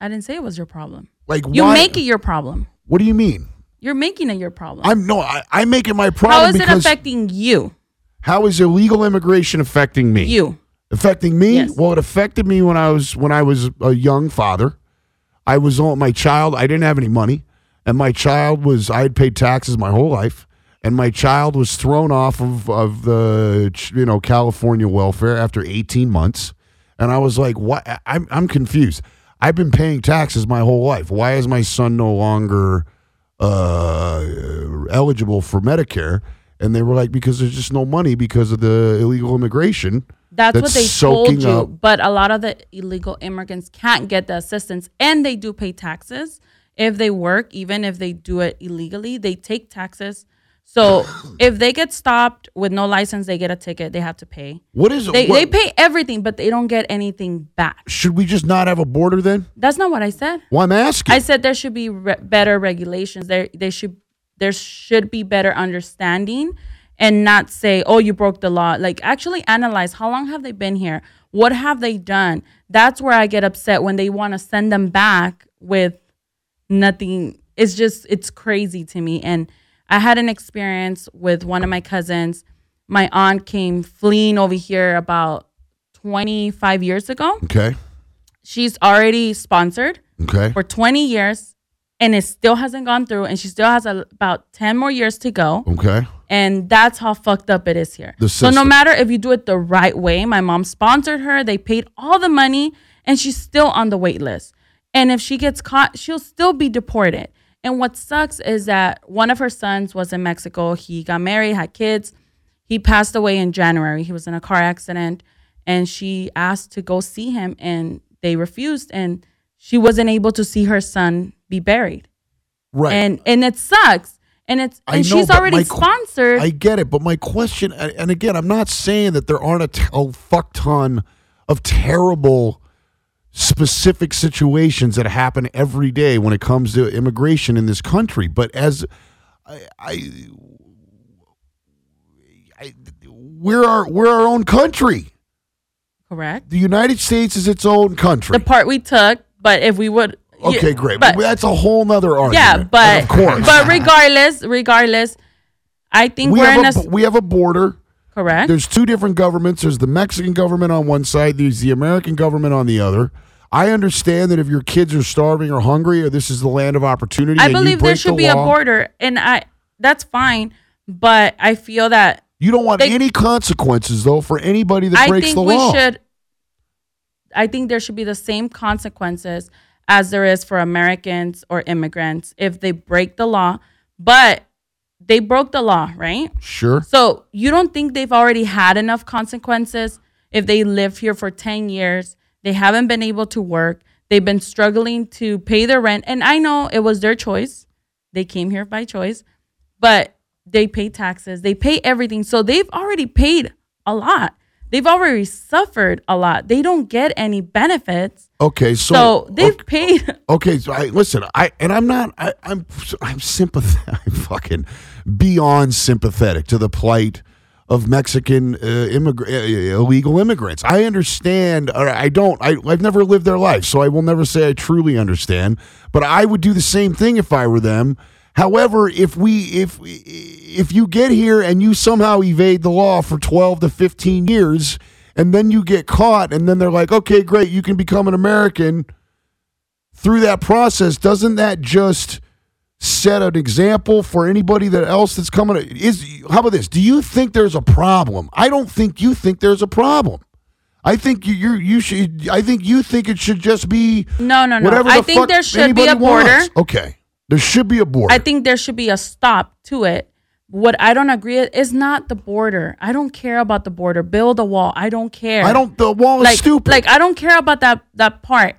S8: I didn't say it was your problem.
S4: Like,
S8: You
S4: why,
S8: make it your problem.
S4: What do you mean?
S8: You're making it your problem.
S4: I'm no, I, I make it my problem
S8: How is it
S4: because
S8: affecting you?
S4: how is illegal immigration affecting me?
S8: You.
S4: affecting me
S8: Yes.
S4: well it affected me when i was when i was a young father i was on my child i didn't have any money and my child was i had paid taxes my whole life and my child was thrown off of of the ch- you know california welfare after 18 months and i was like what I- i'm, I'm confused i've been paying taxes my whole life why is my son no longer uh, eligible for medicare and they were like because there's just no money because of the illegal immigration
S8: That's, what
S4: That's
S8: they told
S4: soaking
S8: you.
S4: up.
S8: But a lot of the illegal immigrants can't get the assistance and they do pay taxes. If they work, even if they do it illegally, they take taxes. So if they get stopped with no license, they get a ticket, they have to pay.
S4: What is
S8: They,
S4: what-
S8: they pay everything, but they don't get anything back.
S4: Should we just not have a border then?
S8: That's not what I said.
S4: Well, I'm asking.
S8: I said there should be re- better regulations. There, they should, there should be better understanding, and not say, "Oh, you broke the law." Like actually analyze how long have they been here? What have they done? That's where I get upset when they want to send them back with nothing. It's just it's crazy to me. And I had an experience with one of my cousins. My aunt came fleeing over here about 25 years ago.
S4: okay.
S8: She's already sponsored
S4: Okay.
S8: for 20 years and it still hasn't gone through and she still has a, about 10 more years to go
S4: Okay.
S8: and that's how fucked up it is here
S4: The
S8: so no
S4: system.
S8: matter if you do it the right way my mom sponsored her they paid all the money and she's still on the wait list and if she gets caught she'll still be deported and what sucks is that one of her sons was in mexico he got married had kids he passed away in January. He was in a car accident and she asked to go see him and they refused and she wasn't able to see her son be buried.
S4: Right.
S8: And and it sucks. And it's
S4: I
S8: and
S4: know,
S8: she's
S4: but
S8: already
S4: my qu-
S8: sponsored.
S4: I get it, but my question, and and again, I'm not saying that there aren't a, t- a fuck ton of terrible specific situations that happen every day when it comes to immigration in this country, but as I, I, I we're our we're our own country.
S8: correct.
S4: The United States is its own country.
S8: The part we took, but if we would you-
S4: Okay, great.
S8: But,
S4: But that's a whole nother argument.
S8: yeah, but
S4: of course,
S8: but regardless, regardless, I think
S4: we
S8: we are in a,
S4: have a,
S8: s-
S4: we have a border.
S8: correct.
S4: There's two different governments. There's the Mexican government on one side. There's the American government on the other. I understand that if your kids are starving or hungry, or this is the land of opportunity,
S8: I
S4: and you
S8: believe there
S4: break
S8: should
S4: the
S8: be
S4: law,
S8: a border and I that's fine, but I feel that
S4: You don't want
S8: They-
S4: any consequences though for anybody that breaks the law.
S8: we should. I think there should be the same consequences as there is for Americans or immigrants if they break the law. But they broke the law, right?
S4: Sure.
S8: So you don't think they've already had enough consequences if they live here for 10 years, they haven't been able to work, they've been struggling to pay their rent. And I know it was their choice. They came here by choice, but they pay taxes, they pay everything. So they've already paid a lot. They've already suffered a lot. They don't get any benefits.
S4: Okay. So,
S8: So, they've
S4: okay.
S8: paid
S4: Okay, so I listen. I and I'm not. I, I'm I'm sympathetic. I'm fucking beyond sympathetic to the plight of Mexican uh, immigra- uh, illegal immigrants. I understand. Or I don't. I, I've never lived their life, so I will never say I truly understand. But I would do the same thing if I were them. However, if we if if you get here and you somehow evade the law for 12 to 15 years and then you get caught and then they're like, "Okay, great, you can become an American." through that process, doesn't that just set an example for anybody that else that's coming? Is how about this? Do you think there's a problem? I don't think you think there's a problem. I think you you you should. I think you think it should just be
S8: No, no, no.
S4: Whatever
S8: I
S4: the
S8: think
S4: fuck
S8: there should be
S4: anybody
S8: a border.
S4: wants. Okay, there should be a border.
S8: I think there should be a stop to it What I don't agree is not the border. I don't care about the border. Build a wall. I don't care.
S4: I don't. The wall
S8: like
S4: is stupid.
S8: like I don't care about that that part.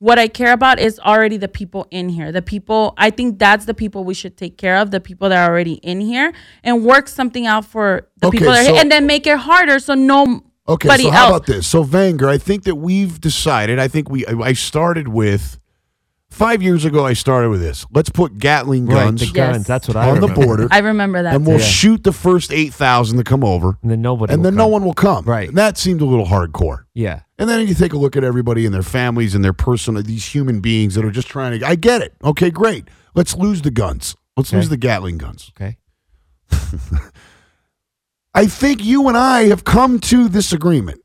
S8: What I care about is already the people in here. The people I think that's the people we should take care of. The people that are already in here and work something out for the
S4: Okay,
S8: people that are
S4: so-
S8: here, and then make it harder so no.
S4: Okay,
S8: nobody
S4: so how
S8: else.
S4: about this? So Vanger, I think that we've decided. I think we. I I started with five years ago. I started with this. Let's put Gatling
S6: Right,
S4: guns
S6: the guns. That's what I
S4: on the
S6: remember.
S4: border,
S8: I remember that.
S4: and we'll
S6: Yeah.
S4: shoot the first eight thousand to come over,
S6: And then nobody.
S4: and
S6: will
S4: then no
S6: come.
S4: one will come.
S6: Right.
S4: And that seemed a little hardcore.
S6: Yeah.
S4: And then you take a look at everybody and their families and their personal these human beings that are just trying to. I get it. Okay, great. Let's lose the guns. Let's lose the Gatling guns.
S6: Okay.
S4: I think you and I have come to this agreement.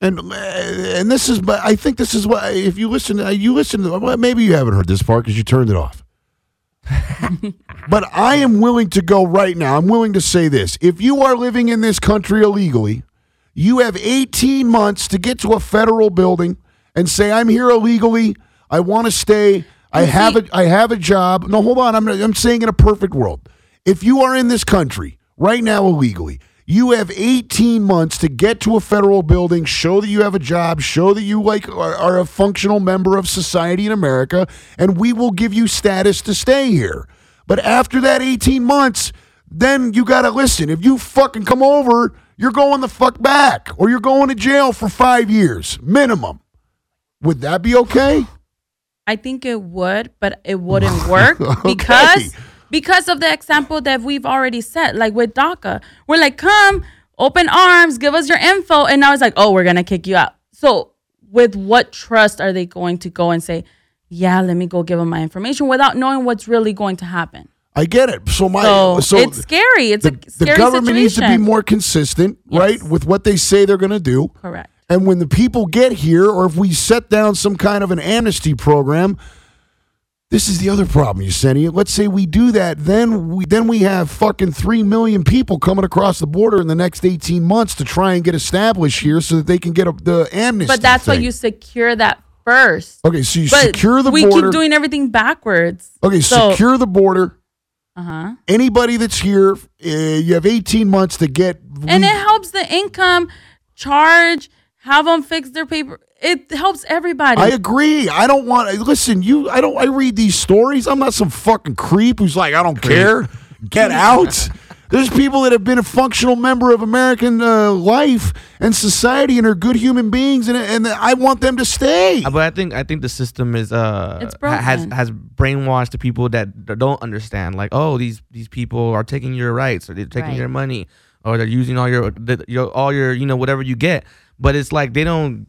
S4: And and this is, but I think this is what if you listen, you listen to. Well, maybe you haven't heard this part because you turned it off. but I am willing to go right now. I'm willing to say this: if you are living in this country illegally, you have 18 months to get to a federal building and say, "I'm here illegally. I want to stay. I have a I have a job." No, hold on. I'm I'm saying in a perfect world, if you are in this country right now illegally, you have 18 months to get to a federal building, show that you have a job, show that you like are, are a functional member of society in America, and we will give you status to stay here. But after that 18 months, then you got to listen. If you fucking come over, you're going the fuck back or you're going to jail for five years minimum. Would that be okay?
S8: I think it would, but it wouldn't work because because of the example that we've already set, like with DACA. We're like, come, open arms, give us your info, and now it's like, oh, we're gonna kick you out. So with what trust are they going to go and say, yeah, let me go give them my information without knowing what's really going to happen?
S4: I get it. So my
S8: So,
S4: so,
S8: it's scary. It's
S4: the,
S8: a
S4: the
S8: scary
S4: government
S8: situation.
S4: needs to be more consistent, right, with what they say they're going to do.
S8: correct.
S4: And when the people get here, or if we set down some kind of an amnesty program, this is the other problem, Yesenia. Let's say we do that, then we then we have fucking three million people coming across the border in the next eighteen months to try and get established here, so that they can get a, the amnesty.
S8: But that's why
S4: thing.
S8: you secure that first.
S4: Okay, so you
S8: but
S4: secure the
S8: we
S4: border.
S8: keep doing everything backwards.
S4: okay,
S8: so-
S4: secure the border.
S8: Uh huh.
S4: Anybody that's here, uh, you have eighteen months to get.
S8: and it helps the income charge have them fix their paper it helps everybody
S4: I agree. I don't want. Listen, you. I don't. I read these stories. I'm not some fucking creep who's like, I don't care. Get out. There's people that have been a functional member of American uh, life and society and are good human beings, and, and I want them to stay.
S5: Uh, But I think I think the system is uh
S8: It's
S5: ha- has
S8: broken.
S5: has brainwashed the people that d- don't understand. Like, oh, these these people are taking your rights, or they're taking
S7: Right.
S5: your money, or they're using all your, the, your all your you know whatever you get. But it's like they don't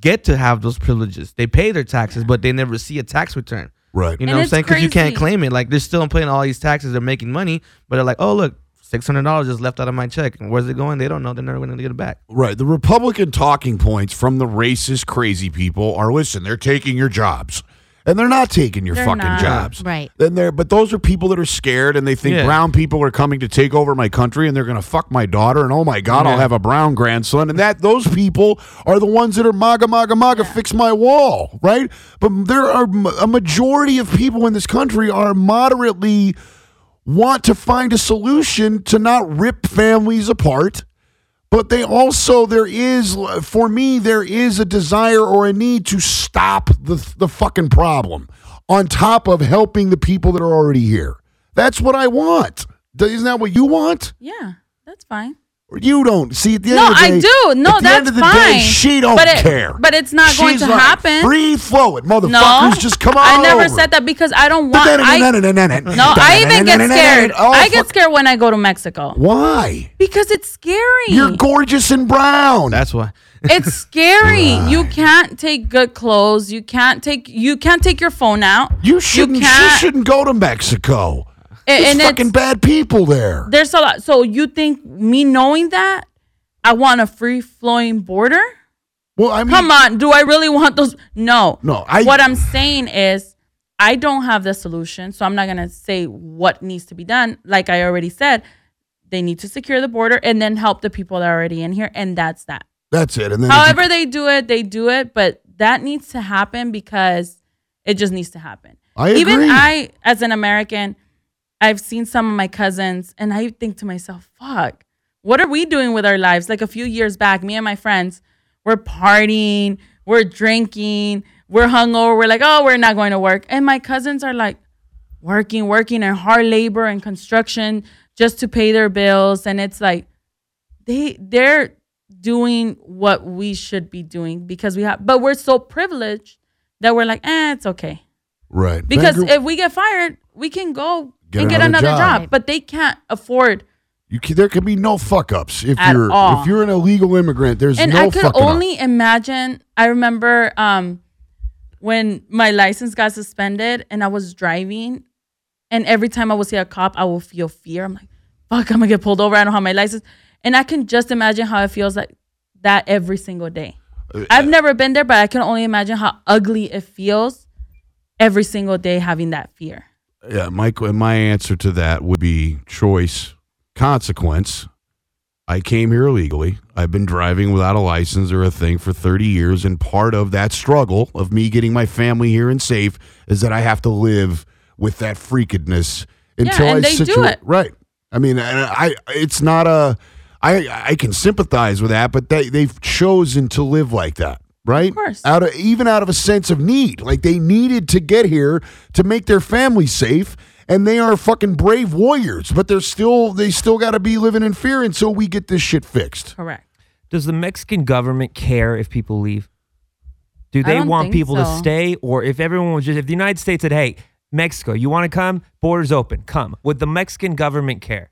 S5: get to have those privileges. They pay their taxes, but they never see a tax return.
S4: Right.
S5: You know
S8: And
S5: what I'm
S8: it's
S5: saying? Because you can't
S8: crazy.
S5: claim it. Like they're still paying all these taxes. They're making money, but they're like, oh look, six hundred dollars just left out of my check. And where's it going? They don't know. They're never going to get it back.
S4: Right. The Republican talking points from the racist, crazy people are listen, they're taking your jobs. And they're not taking your
S8: They're
S4: fucking
S8: not.
S4: jobs.
S7: Right.
S4: Then they're but those are people that are scared and they think
S5: Yeah.
S4: brown people are coming to take over my country and they're gonna fuck my daughter and oh my god, I'll
S5: Yeah.
S4: have a brown grandson. And that those people are the ones that are MAGA MAGA MAGA fix my wall, right? But there are m- a majority of people in this country are moderately want to find a solution to not rip families apart but they also there is for me there is a desire or a need to stop the the fucking problem on top of helping the people that are already here that's what i want D- isn't that what you want
S8: yeah that's fine
S4: Or you don't see at the
S8: no
S4: end of the
S8: i
S4: day,
S8: do no
S4: at the
S8: that's
S4: end of the
S8: fine
S4: day, she don't
S8: but it,
S4: care
S8: but it's not going
S4: She's
S8: to
S4: like,
S8: happen
S4: free flow it motherfuckers
S8: no
S4: just come on
S8: i never
S4: over.
S8: said that because i don't want I, no
S4: no
S8: i even get scared
S4: oh,
S8: i get
S4: fuck.
S8: scared when i go to mexico
S4: why
S8: because it's scary
S4: you're gorgeous and brown
S5: That's why.
S8: it's scary you can't take good clothes you can't take you can't take your phone out
S4: You shouldn't. she
S8: can't-
S4: shouldn't go to Mexico.
S8: and,
S4: There's
S8: and it's
S4: fucking bad people there.
S8: there's a lot. So you think me knowing that I want a free flowing border?
S4: Well, I mean,
S8: Come on, do I really want those? No,
S4: No, I-
S8: what I'm saying is, I don't have the solution, so I'm not gonna say what needs to be done. Like I already said, they need to secure the border and then help the people that are already in here, and that's that.
S4: that's it. And then
S8: However they do it, they do it, but that needs to happen because it just needs to happen.
S4: I
S8: Even
S4: agree.
S8: I, as an American, I've seen some of my cousins, and I think to myself, fuck, what are we doing with our lives? Like a few years back, me and my friends were partying, we're drinking, we're hungover, we're like, oh, we're not going to work. And my cousins are like working, working, and hard labor and construction just to pay their bills. And it's like, they they're doing what we should be doing because we have but we're so privileged that we're like eh it's okay
S4: Right.
S8: because
S4: Baker,
S8: if we get fired we can go
S4: Get
S8: and get
S4: another
S8: another
S4: job.
S8: job. but they can't afford
S4: you can, there can be no fuck ups if
S8: At
S4: you're
S8: all.
S4: if you're an illegal immigrant. There's
S8: and
S4: no
S8: I could
S4: fucking up.
S8: only imagine. I remember um, when my license got suspended and I was driving, and every time I would see a cop, I would feel fear. I'm like, fuck, I'm gonna get pulled over. I don't have my license. And I can just imagine how it feels like that every single day.
S4: Uh,
S8: I've never been there, but I can only imagine how ugly it feels every single day having that fear.
S4: Yeah, Mike. and My answer to that would be choice, consequence. I came here illegally. I've been driving without a license or a thing for 30 years. And part of that struggle of me getting my family here and safe is that I have to live with that freakedness until
S8: and
S4: I
S8: they do
S4: situa-
S8: it.
S4: Right. I mean, and I, it's not a, I, I can sympathize with that, but they, they've chosen to live like that. Right.
S8: course.
S4: Out of, even out of a sense of need. Like they needed to get here to make their family safe. And they are fucking brave warriors, but they're still they still got to be living in fear until we get this shit fixed.
S8: Correct.
S6: Does the Mexican government care if people leave? Do
S8: I
S6: they
S8: don't
S6: want
S8: think
S6: people to
S8: so.
S6: stay, or if everyone was just if the United States said, "Hey, Mexico, you want to come? Borders open, come." Would the Mexican government care?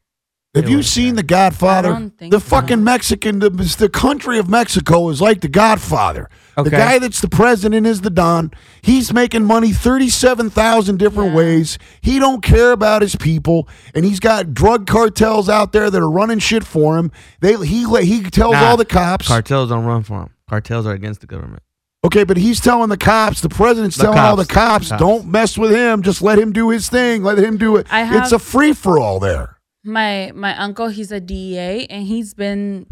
S4: Have
S6: They
S4: you
S6: wouldn't
S4: seen
S6: care.
S4: The Godfather?
S8: I don't think
S4: the
S8: so.
S4: fucking Mexican, the, the country of Mexico is like The Godfather. The
S6: Okay.
S4: guy that's the president is the Don. He's making money 37,000 different ways. He don't care about his people. And he's got drug cartels out there that are running shit for him. They He, he tells
S5: Nah,
S4: Oh, all the cops.
S5: Cartels don't run for him. Cartels are against the government.
S4: Okay, but he's telling the cops, the president's
S5: The
S4: telling all the cops,
S5: cops. Cops.
S4: don't mess with him. Just let him do his thing. Let him do it.
S8: I have-
S4: it's a free for all there.
S8: My my uncle, he's a DEA, and he's been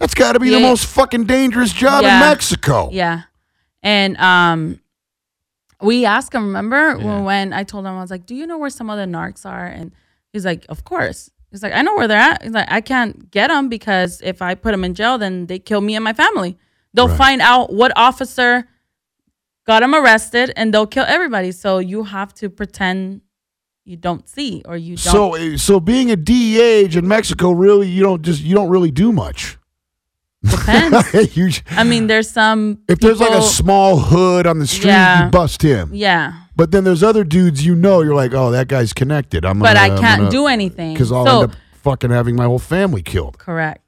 S4: That's got to be the
S8: Yeah.
S4: most fucking dangerous job
S8: Yeah.
S4: in Mexico.
S8: Yeah. And um we asked him, remember when- when I told him, I was like, Do you know where some of the narcs are? And he's like, Of course. He's like, I know where they're at. He's like, I can't get them because if I put them in jail, then they kill me and my family. They'll
S4: Right.
S8: find out what officer got him arrested and they'll kill everybody. So you have to pretend you don't see or you don't.
S4: So, uh, so being a DEA agent in Mexico, really, you don't just you don't really do much.
S8: Depends.
S4: You-
S8: I mean, there's some.
S4: if there's like a
S8: people-
S4: small hood on the street,
S8: Yeah.
S4: you bust him.
S8: Yeah.
S4: But then there's other dudes you know. You're like, oh, that guy's connected. I'm
S8: But I can't do anything.
S4: because I'll
S8: So-
S4: end up fucking having my whole family killed.
S8: Correct.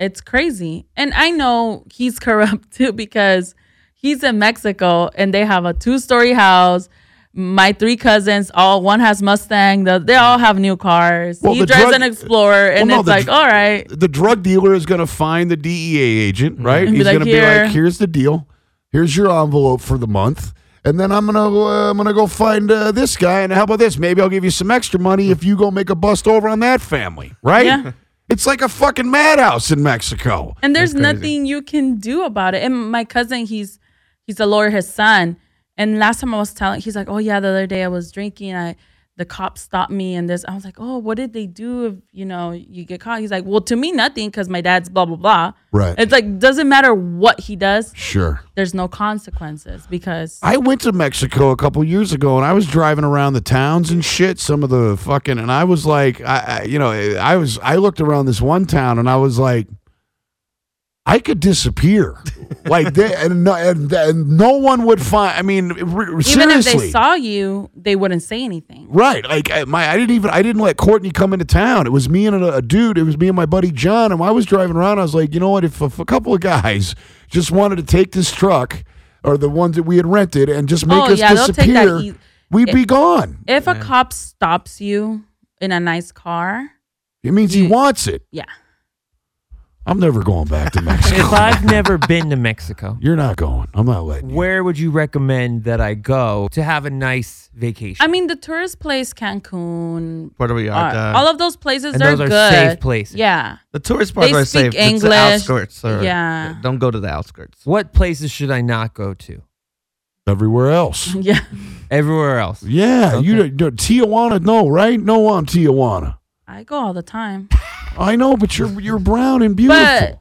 S8: It's crazy. And I know he's corrupt too because he's in Mexico and they have a two story house. My three cousins, all one has Mustang. The, they all have new cars.
S4: Well,
S8: he
S4: the
S8: drives
S4: drug-
S8: an Explorer, and
S4: Well, no,
S8: it's
S4: the
S8: like,
S4: dr-
S8: all right,
S4: The drug dealer is going to find the DEA agent, right?
S8: Mm-hmm. And be
S4: He's
S8: like,
S4: going to be
S8: "Here."
S4: like, "Here's the deal. Here's your envelope for the month." And then I'm gonna uh, I'm gonna go find uh, this guy, and how about this? Maybe I'll give you some extra money if you go make a bust over on that family, right?
S8: Yeah.
S4: It's like a fucking madhouse in Mexico.
S8: and there's nothing you can do about it. And my cousin, he's he's a lawyer, his son. And last time I was telling, he's like, oh yeah, the other day I was drinking, I the cop stopped me, and this. I was like, oh, what did they do if you know you get caught? He's like, well, to me nothing, because my dad's blah blah blah.
S4: Right.
S8: It's like doesn't matter what he does,
S4: Sure.
S8: there's no consequences because
S4: I went to Mexico a couple years ago, and I was driving around the towns and shit. Some of the fucking, and I was like, I, I you know, I was, I looked around this one town, and I was like, I could disappear, like they, and, no, and, and no one would find. I mean, re-
S8: even
S4: seriously,
S8: if they saw you, they wouldn't say anything.
S4: Right. Like I- my, I didn't even, I didn't let Courtney come into town. It was me and a, a dude. It was me and my buddy John. And I was driving around. I was like, you know what? If, if a couple of guys just wanted to take this truck or the ones that we had rented and just make
S8: Oh,
S4: us
S8: yeah, they'll take that e-,
S4: disappear,
S8: eas-
S4: we'd be gone.
S8: If a cop stops you in a nice car,
S4: It means he
S8: you-
S4: wants it.
S8: yeah.
S4: I'm never going back to Mexico.
S6: If I've never been to Mexico,
S4: You're not going. I'm not letting you.
S6: where would you recommend that I go to have a nice vacation?
S8: I mean, the tourist place, Cancun,
S5: Puerto
S8: uh,
S5: Vallarta.
S8: all of those places,
S6: And
S8: they're
S6: those are
S8: good.
S6: safe places.
S8: Yeah.
S5: the tourist parts
S8: they
S5: are
S8: speak
S5: safe. It's the
S8: English.
S5: outskirts. Or,
S8: Yeah.
S5: Don't go to the outskirts.
S6: what places should I not go to?
S4: everywhere else.
S8: Yeah.
S6: Everywhere else.
S4: Yeah, you don't- don't- Tijuana, no, right? No on Tijuana.
S8: I go all the time.
S4: I know, but you're you're brown and beautiful.
S8: But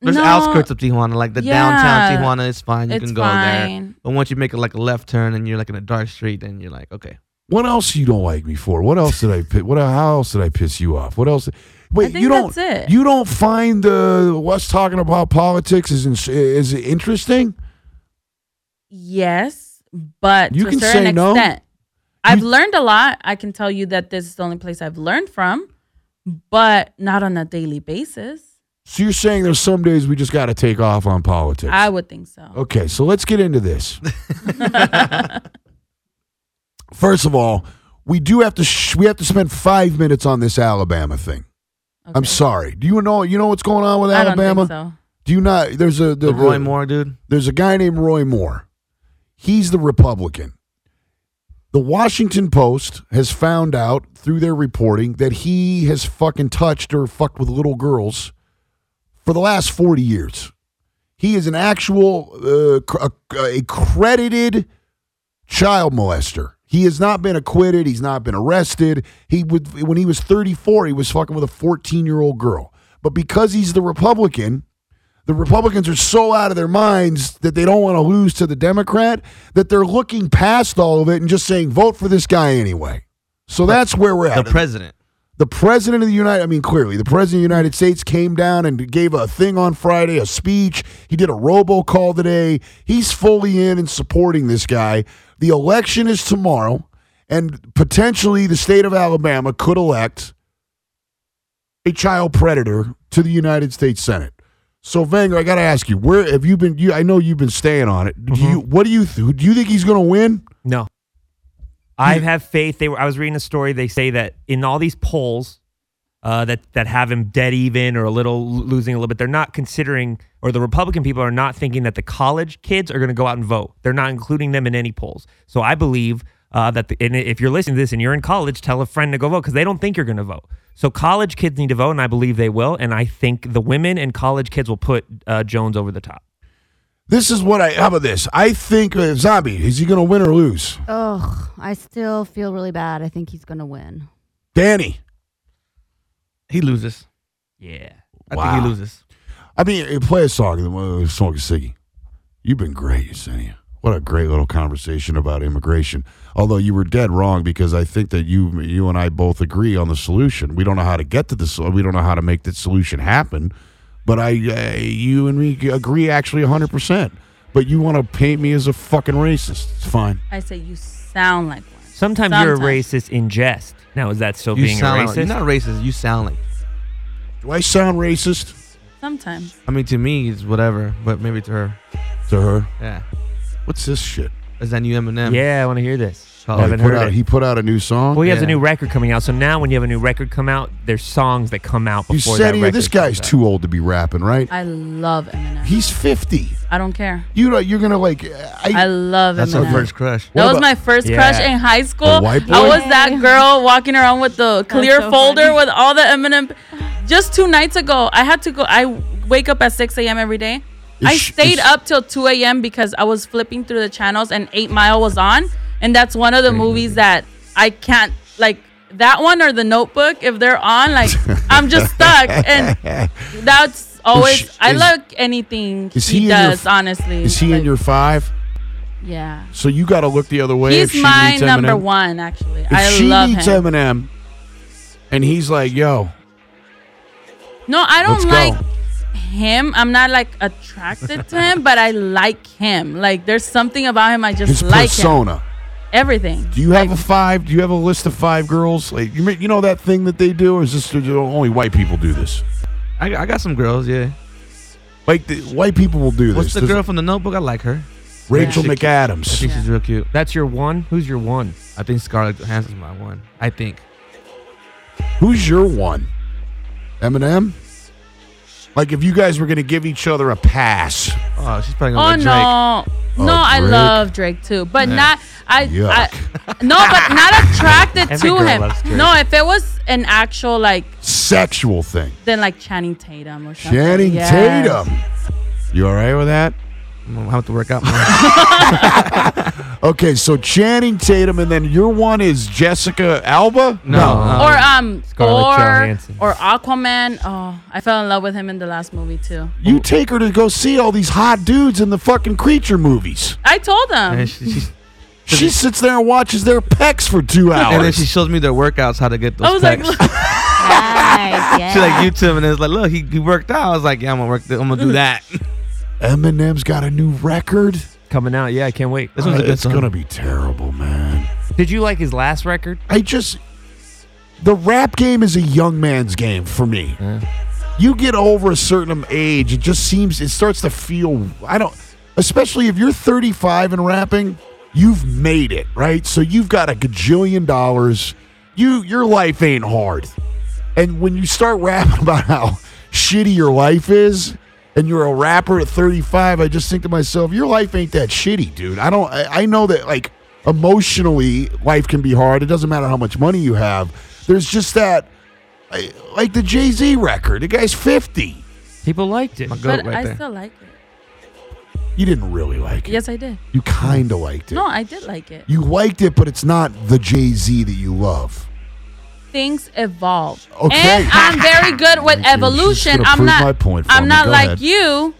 S5: There's
S8: no,
S5: outskirts of Tijuana, like the downtown
S8: Yeah.
S5: Tijuana is fine. You
S8: It's
S5: can go there.
S8: fine.
S5: But once you make a, like a left turn and you're like in a dark street, then you're like, okay.
S4: what else you don't like me for? What else did I? pi- What how else did I piss you off? What else? Wait,
S8: think
S4: you don't.
S8: that's it.
S4: You don't find the us talking about politics is ins- is interesting.
S8: Yes, but
S4: You
S8: to
S4: can
S8: a certain
S4: say no.
S8: extent. I've learned a lot. I can tell you that this is the only place I've learned from, but not on a daily basis.
S4: So you're saying there's some days we just got to take off on politics.
S8: I would think so.
S4: Okay, so let's get into this. First of all, we do have to sh- we have to spend five minutes on this Alabama thing. I'm
S8: Okay.
S4: sorry. Do you know you know what's going on with
S8: I don't
S4: Alabama?
S8: think so.
S4: Do you not? There's a
S5: The, Roy Moore dude.
S4: There's a guy named Roy Moore. He's the Republican. The Washington Post has found out through their reporting that he has fucking touched or fucked with little girls for the last 40 years. He is an actual uh, cr- a- accredited child molester. He has not been acquitted. He's not been arrested. He would when he was 34, he was fucking with a 14 year old girl. But because he's the Republican, the Republicans are so out of their minds that they don't want to lose to the Democrat that they're looking past all of it and just saying vote for this guy anyway. So that's where we're
S5: The
S4: at.
S5: president.
S4: The president of the United I mean clearly the president of the United States came down and gave a thing on Friday, a speech. He did a robocall today. He's fully in and supporting this guy. The election is tomorrow and potentially the state of Alabama could elect a child predator to the United States Senate. So Vanger, I got to ask you, where have you been you I know you've been staying on it. Do you what do you th- do you think he's going to win?
S6: No. I have faith. They were. I was reading a story. They say that in all these polls uh, that that have him dead even or a little losing a little bit, they're not considering, or the Republican people are not thinking that the college kids are going to go out and vote. They're not including them in any polls. So I believe uh, that. The, and if you're listening to this and you're in college, tell a friend to go vote because they don't think you're going to vote. So college kids need to vote, and I believe they will. And I think the women and college kids will put uh, Jones over the top.
S4: This is what I how about this? I think uh, Zombie, is he going to win or lose?
S7: Ugh, I still feel really bad. I think he's gonna win.
S4: Danny.
S5: He loses.
S6: Yeah.
S5: I think
S4: Wow.
S5: he loses.
S4: I mean, eh, play a song. The uh, song is Siggy. You've been great, Yesenia. What a great little conversation about immigration. Although you were dead wrong because I think that you you and I both agree on the solution. We don't know how to get to this. We don't know how to make that solution happen. But I, uh, you and me agree actually 100. percent But you want to paint me as a fucking racist. It's fine.
S8: I say you sound like one.
S6: Sometimes, you're a
S8: Sometimes.
S6: racist in jest. Now is that still
S5: You
S6: being a
S5: sound
S6: racist?
S5: like, you're not racist. You sound like.
S4: Do I sound racist
S8: Sometimes.
S5: I mean, to me, it's whatever. But maybe to her,
S4: to her?
S5: yeah.
S4: What's this shit?
S5: Is that new Eminem?
S6: Yeah, I want to hear this.
S5: Oh,
S6: I
S5: he
S6: haven't
S4: he put
S6: heard
S4: out
S6: it.
S4: he put out a new song.
S6: well, he has a
S5: Yeah.
S6: new record coming out. So now, when you have a new record come out, there's songs that come out
S4: you
S6: before
S4: said
S6: that
S4: he-
S6: record
S4: this guy's
S6: comes out.
S4: too old to be rapping, right?
S8: I love Eminem.
S4: He's 50.
S8: I don't care.
S4: You know, you're gonna like. I,
S8: I love
S5: That's
S8: Eminem.
S5: her first crush.
S4: What
S8: That was
S4: about-
S8: my first
S6: Yeah.
S8: crush in high school.
S4: A white boy?
S8: I was that girl walking around with the clear
S7: so
S8: folder
S7: funny.
S8: with all the Eminem. Just two nights ago, I had to go. I wake up at 6 a.m. every day. I
S4: Ish,
S8: stayed
S4: ish.
S8: up till 2 a.m. because I was flipping through the channels and Eight Mile was on. And that's one of the movies that I can't, like, that one or The Notebook, if they're on, like, I'm just stuck. And that's always, I
S4: is-
S8: like anything
S4: is
S8: he,
S4: he in your
S8: does,
S4: f-
S8: honestly.
S4: is he in
S8: Like,
S4: your five?
S8: Yeah.
S4: So you got to look the other way. if
S8: He's
S4: she
S8: my
S4: meets
S8: number
S4: Eminem.
S8: one, actually.
S4: If
S8: I
S4: she
S8: love
S4: meets
S8: him.
S4: Eminem, and he's like, "Yo,
S8: No, I
S4: let's
S8: don't
S4: go."
S8: like him. I'm not like attracted to him, but I like him. Like there's something about him I just
S4: his
S8: like him.
S4: persona.
S8: Everything.
S4: Do you have a five? Do you have a list of five girls? Like you, ma- you know that thing that they do, or is this or do only white people do this?
S5: I, I got some girls. Yeah.
S4: Like the, white people will do
S5: What's
S4: this.
S5: the
S4: There's
S5: girl from the Notebook? I like her.
S4: Rachel
S5: Yeah. I
S4: McAdams.
S5: think she's real cute.
S6: That's your one. Who's your one?
S5: I think Scarlett Johansson's my one. I think.
S4: Who's your one? Eminem. Like if you guys were gonna give each other a pass,
S5: Oh, she's probably
S8: Oh
S5: gonna be Drake.
S8: no.
S4: Oh,
S8: No, I
S4: Drake.
S8: love Drake too, but not I, I.
S4: Yuck.
S8: No, but not attracted
S6: Every
S8: to
S6: girl loves
S8: him.
S6: Drake.
S8: No, if it was an actual like,
S4: sexual thing.
S8: then like Channing Tatum or something.
S4: Channing
S8: Oh, Yes.
S4: Tatum. You all right with that?
S5: I'm gonna have to work out. more. Oh.
S4: Okay, so Channing Tatum, and then your one is Jessica Alba.
S5: No, uh,
S8: or um,
S6: Scarlett
S8: or
S6: Johansson.
S8: or Aquaman. Oh, I fell in love with him in the last movie too.
S4: You take her to go see all these hot dudes in the fucking creature movies.
S8: I told him.
S5: and, she, she,
S4: She sits there and watches their pecs for two
S5: and then
S4: hours.
S5: she shows me their workouts, how to get those.
S8: I was
S5: pecs.
S8: like, look,
S4: Ah,
S7: Nice, yeah.
S5: She like YouTube and it's like, look, he, he worked out. I was like, yeah, I'm gonna work. th- I'm gonna
S8: Mm.
S5: do that.
S4: Eminem's got a new record.
S6: Coming out. Yeah, I can't wait.
S5: This one's a good
S4: it's
S5: song.
S4: gonna be terrible, man.
S6: Did you like his last record?
S4: I just the rap game is a young man's game for me. You get over a certain age, it just seems it starts to feel I don't especially if you're 35 and rapping, you've made it, right? So you've got a gajillion dollars. You your life ain't hard. And when you start rapping about how shitty your life is, and you're a rapper at 35, I just think to myself, your life ain't that shitty, dude. I don't. I, I know that like emotionally, life can be hard. It doesn't matter how much money you have. There's just that, I- like the Jay Z record. The guy's 50.
S6: People liked it.
S5: My goat
S8: but
S5: right
S8: I
S5: there.
S8: still like it.
S4: You didn't really like it.
S8: Yes, I did.
S4: You kind of liked it.
S8: No, I did like it.
S4: You liked it, but it's not the Jay Z that you love.
S8: Things evolve,
S4: Okay.
S8: and I'm very good with
S4: Thank you. She's
S8: evolution.
S4: gonna
S8: I'm
S4: prove
S8: not.
S4: my point for
S8: I'm
S4: me.
S8: not
S4: Go
S8: like
S4: ahead.
S8: you,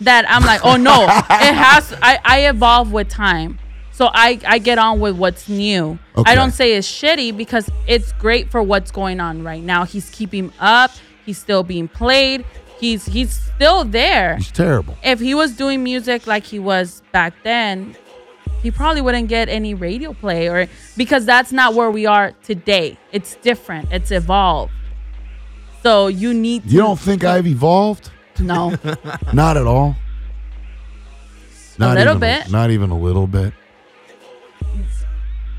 S8: that I'm like, oh no, it has. I I evolve with time, so I I get on with what's new.
S4: Okay.
S8: I don't say it's shitty because it's great for what's going on right now. He's keeping up. He's still being played. He's he's still there.
S4: It's terrible.
S8: if he was doing music like he was back then, he probably wouldn't get any radio play or because that's not where we are today. It's different. It's evolved. So you need
S4: You don't think I've evolved?
S8: to know.
S4: Not at all. Not
S8: little
S4: even
S8: bit.
S4: Not even a little bit.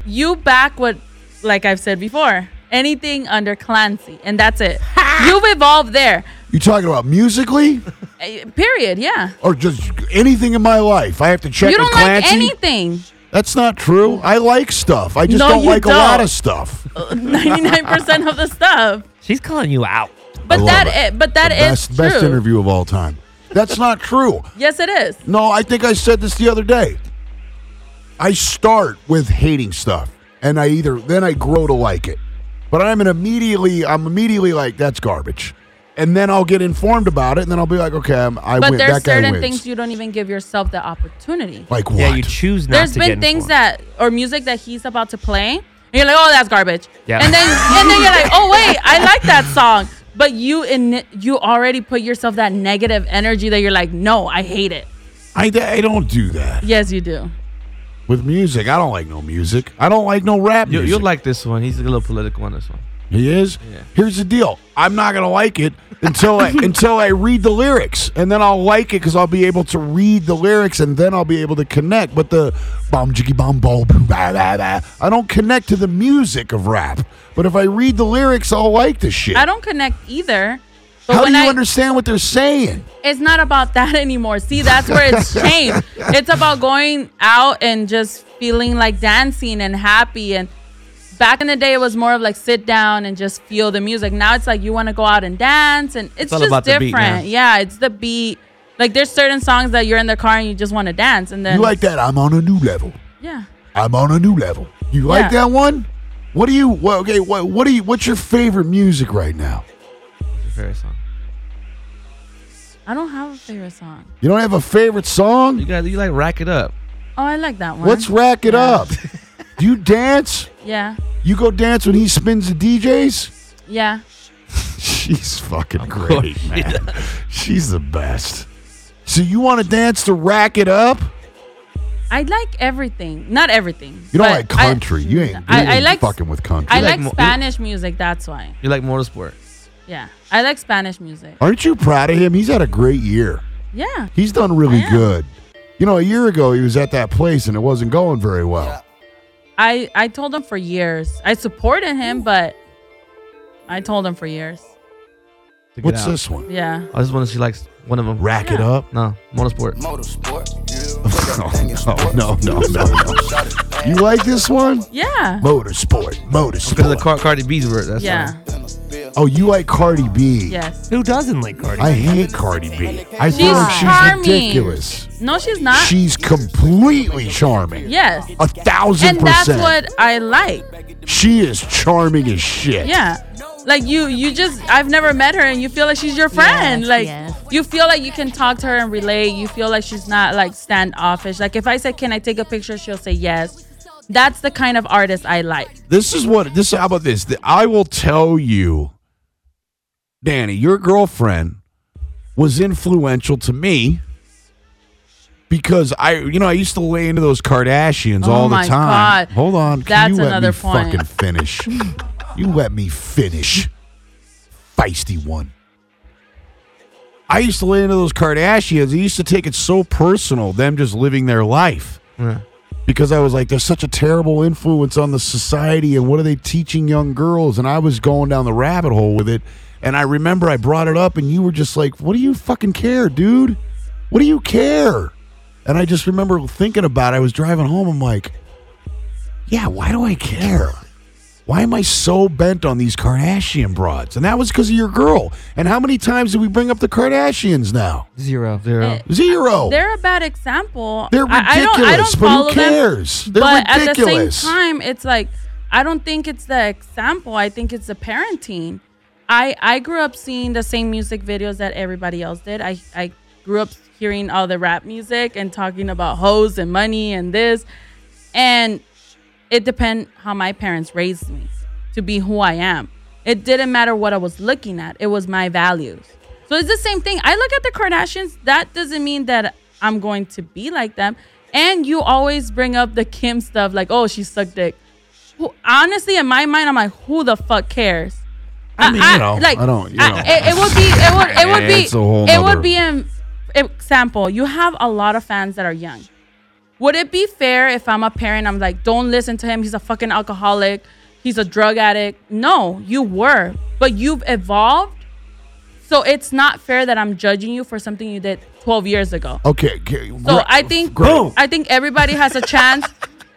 S8: you back what like I've said before. Anything under Clancy and that's it. You've evolved there.
S4: You talking about musically?
S8: Eh, Period. Yeah.
S4: or just anything in my life. I have to check
S8: you
S4: with
S8: don't
S4: Clancy.
S8: like anything.
S4: That's not true. I like stuff. I just
S8: No,
S4: don't
S8: you
S4: like a lot
S8: don't.
S4: of stuff.
S8: 99% of the stuff.
S6: She's calling you out.
S8: But
S4: love
S8: that
S4: it.
S8: i- but that is
S4: best, best
S8: true.
S4: interview of all time. That's not true.
S8: Yes, it is.
S4: No, I think I said this the other day. I start with hating stuff, and I either then I grow to like it, but I'm an immediately I'm immediately like that's garbage, and then I'll get informed about it, and then I'll be like, okay, I'm, I
S8: But
S4: win.
S8: there's
S4: that guy
S8: certain
S4: wins.
S8: things you don't even give yourself the opportunity.
S4: like what?
S6: Yeah, you choose not
S8: There's
S6: to
S8: been
S6: get
S8: things
S6: informed.
S8: that or music that he's about to play and you're like oh that's garbage
S6: Yeah.
S8: and then and then you're like oh wait i like that song but you in you already put yourself that negative energy that you're like no i hate it
S4: I, I don't do that
S8: yes you do
S4: with music. I don't like no music. I don't like no rap
S5: You,
S4: music.
S5: you'll like this one. He's a little political on this one.
S4: He is. Here's the deal. I'm not gonna like it until I until I read the lyrics, and then I'll like it because I'll be able to read the lyrics, and then I'll be able to connect. But the bomb jiggy bomb ball boo, bah, bah, bah, I don't connect to the music of rap. But if I read the lyrics, I'll like the shit.
S8: i don't connect either but
S4: How do
S8: when
S4: you
S8: i
S4: understand what they're saying?
S8: it's not about that anymore see that's where it's changed it's about going out and just feeling like dancing and happy and back in the day it was more of like sit down and just feel the music now it's like you want to go out and dance and it's,
S5: all
S8: just
S5: about the beat now.
S8: different yeah it's the beat like there's certain songs that you're in the car and you just want to dance and then
S4: You like that? I'm on a new level.
S8: yeah
S4: I'm on a new level. You like
S8: Yeah.
S4: that one? What do you? What, okay, what? What do you? What's your favorite music right now?
S5: It's your favorite song.
S8: i don't have a favorite song
S4: You don't have a favorite
S5: You
S4: song?
S5: guys, you like rack it up.
S8: oh i like that one
S4: Let's rack it up. Do you dance?
S8: yeah
S4: You go dance when he spins the DJs?
S8: yeah
S4: She's fucking great, man. She's the best. So you want to dance to rack it up?
S8: i like everything not everything
S4: You don't
S8: but
S4: like country. you ain't, you
S8: I- I
S4: ain't
S8: like-
S4: fucking with country.
S8: i, I
S5: You like
S8: like,
S5: mo- you-
S8: spanish music that's why
S5: You like motorsport.
S8: yeah i like spanish music
S4: Aren't you proud of him? He's had a great year.
S8: yeah
S4: He's done really
S8: I am.
S4: good. You know, a year ago he was at that place and it wasn't going very well.
S8: I I told him for years. I supported
S7: Mm.
S8: him, but I told him for years.
S5: To get
S4: What's
S5: out.
S4: this one?
S8: Yeah.
S5: I just want to see like one of them.
S4: Rack it up?
S5: No, motorsport.
S4: Oh, no, no, no, no. you like this one?
S8: Yeah.
S4: Motorsport, motorsport.
S5: Because of the Car- Cardi B's word. That's
S8: Yeah.
S4: Oh, you like Cardi B?
S8: Yes.
S6: Who doesn't like Cardi?
S4: I hate Cardi B. I
S8: She's
S4: feel like she's
S8: charming.
S4: ridiculous.
S8: No, she's not.
S4: She's completely charming.
S8: yes.
S4: A thousand
S8: And that's
S4: percent.
S8: what I like.
S4: she is charming as shit.
S8: Yeah. Like you, you just I've never met her, and you feel like she's your friend.
S7: Yes,
S8: like
S7: yes.
S8: you feel like you can talk to her and relate. You feel like she's not like standoffish. Like if I say, "Can I take a picture?" She'll say yes. That's the kind of artist I like.
S4: This is what this. How about this? That I will tell you, Danny, your girlfriend was influential to me because I, you know, I used to lay into those Kardashians
S8: Oh
S4: all the
S8: my
S4: time.
S8: God.
S4: Hold on, can
S8: That's
S4: you let
S8: another
S4: me
S8: point.
S4: fucking finish? you let me finish, feisty one. I used to lay into those Kardashians. I used to take it so personal, them just living their life
S5: Yeah.
S4: because I was like, there's such a terrible influence on the society, and what are they teaching young girls? And I was going down the rabbit hole with it. And I remember I brought it up, and you were just like, what do you fucking care, dude? What do you care? And I just remember thinking about it. I was driving home. I'm like, yeah, why do I care? Why am I so bent on these Kardashian broads? And that was because of your girl. And how many times did we bring up the Kardashians now?
S6: Zero.
S8: Eh,
S5: Zero.
S4: Zero.
S8: They're a bad example.
S4: They're
S8: I, I don't, I
S4: ridiculous,
S8: don't
S4: but who
S8: follow them,
S4: cares? They're
S8: but
S4: ridiculous.
S8: at the same time, it's like I don't think it's the example. I think it's the parenting. I I grew up seeing the same music videos that everybody else did. I I grew up hearing all the rap music and talking about hoes and money and this, and it depend how my parents raised me to be who I am. It didn't matter what I was looking at. It was my values. So it's the same thing. I look at the Kardashians. That doesn't mean that I'm going to be like them. And you always bring up the Kim stuff, like, oh, she sucked dick. Who, honestly, in my mind, I'm like, who the fuck cares?
S4: I mean, you know, I don't- you
S8: I-
S4: know.
S8: it, it would be. It would. It would be.
S4: It's a whole
S8: it
S4: nother-
S8: would be an example. You have a lot of fans that are young. Would it be fair if I'm a parent? I'm like, don't listen to him. He's a fucking alcoholic. He's a drug addict. No, you were, but you've evolved. So it's not fair that I'm judging you for something you did 12 years ago.
S4: Okay. g-
S8: So
S4: gr-
S8: I think
S4: great.
S8: I think everybody has a chance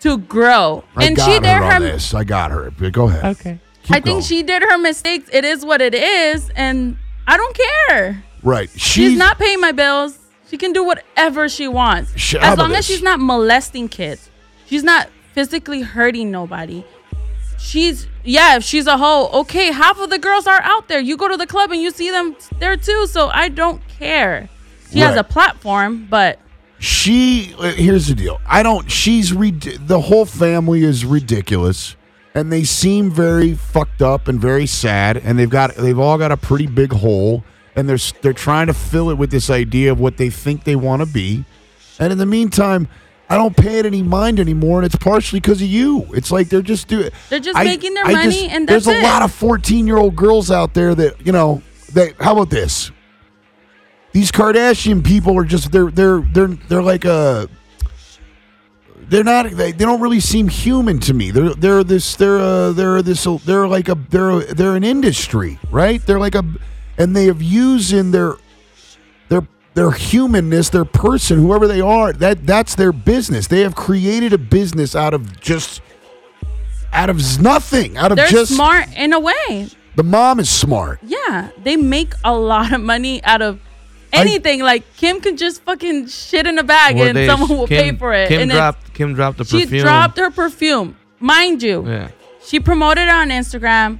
S8: to grow.
S4: I
S8: and
S4: got
S8: she
S4: her on
S8: did her
S4: this. I got her. But Go ahead.
S6: Okay.
S4: Keep
S8: I think
S4: going.
S8: she did her mistakes. It is what it is and I don't care.
S4: right.
S8: She's,
S4: She's
S8: not paying my bills. She can do whatever she wants.
S4: Sh- how
S8: as
S4: about
S8: long as
S4: this?
S8: she's not molesting kids. She's not physically hurting nobody. She's yeah, if she's a hoe, okay, half of the girls are out there. You go to the club and you see them there too, so I don't care. She has
S4: Right.
S8: a platform, but
S4: she. uh, Here's the deal. I don't. She's rid- the whole family is ridiculous, and they seem very fucked up and very sad, and they've got they've all got a pretty big hole, and they're s- they're trying to fill it with this idea of what they think they want to be, and in the meantime. I don't pay it any mind anymore, and it's partially because of you. It's like they're just doing.
S8: They're just making their money, and
S4: there's
S8: that's
S4: a
S8: it.
S4: lot of 14 year old girls out there that you know. They how about this? these Kardashian people are just they're they're they're they're like a they're not they, they don't really seem human to me. They're they're this they're uh they're this they're like a they're they're an industry, right? They're like a and they have used in their their their humanness, their person, whoever they are, that that's their business. They have created a business out of just out of s- nothing, out of
S8: they're
S4: just
S8: smart in a way.
S4: the mom is smart.
S8: Yeah, they make a lot of money out of anything. like Kim could just fucking shit in a bag
S5: Or
S8: and
S5: they-
S8: someone will
S5: Kim-
S8: pay for it.
S5: Kim
S8: and it's-
S5: dropped. Kim dropped the
S8: she
S5: perfume.
S8: dropped her perfume, mind you.
S5: Yeah.
S8: She promoted it on Instagram.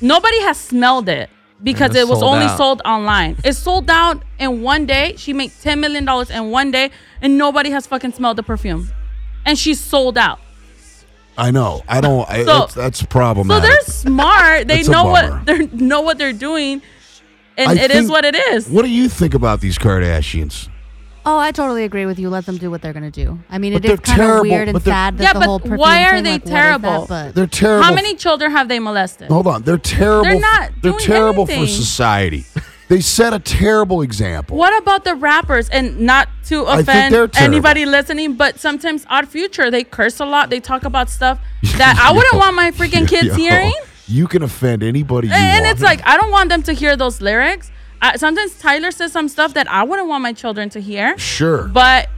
S8: Nobody has smelled it because
S5: And it's
S8: it was
S5: sold
S8: only
S5: out.
S8: sold online. It sold out in one day. She made ten million dollars in one day, and nobody has fucking smelled the perfume. And she sold out.
S4: I know. I don't. I,
S8: So-
S4: that's, that's
S8: So
S4: problematic.
S8: they're smart. They
S4: That's a
S8: know
S4: bummer.
S8: what they know what they're doing, and
S4: I
S8: it is
S4: think-
S8: what it is.
S4: What do you think about these Kardashians?
S7: Oh, I totally agree with you. Let them do what they're gonna do. I mean,
S4: But
S7: it is
S4: they're
S7: kind of
S4: terrible,
S7: weird and
S4: but they're-
S7: sad that
S8: Yeah,
S7: the
S8: but
S7: whole perfume
S8: why are
S7: thing,
S8: they
S7: like, what is
S8: terrible?
S7: that, but
S4: They're terrible.
S8: How many children have they molested?
S4: Hold on, they're terrible.
S8: They're not
S4: They're
S8: doing
S4: terrible for
S8: anything.
S4: society. They set a terrible example.
S8: What about the rappers? And not to
S4: I think
S8: offend
S4: they're terrible.
S8: anybody listening, but sometimes Odd Future, they curse a lot. They talk about stuff that I wouldn't
S4: Yo,
S8: want my freaking kids
S4: yo,
S8: hearing.
S4: You can offend anybody. You
S8: And, and
S4: want.
S8: it's like, I don't want them to hear those lyrics. I, sometimes Tyler says some stuff that I wouldn't want my children to hear.
S4: sure.
S8: But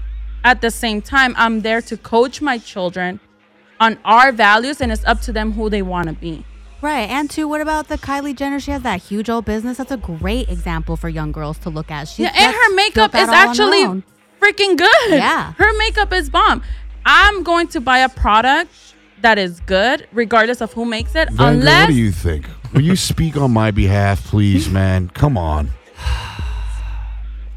S8: at the same time, I'm there to coach my children on our values, and it's up to them who they want to be.
S7: Right. And two, what about the Kylie Jenner? She has that huge old business. That's a great example for young girls to look at. She
S8: yeah, and her makeup is actually freaking good.
S7: Yeah.
S8: Her makeup is bomb. I'm going to buy a product that is good, regardless of who makes it,
S4: Vanguard,
S8: unless
S4: what do you think? Will you speak on my behalf, please, man? Come on.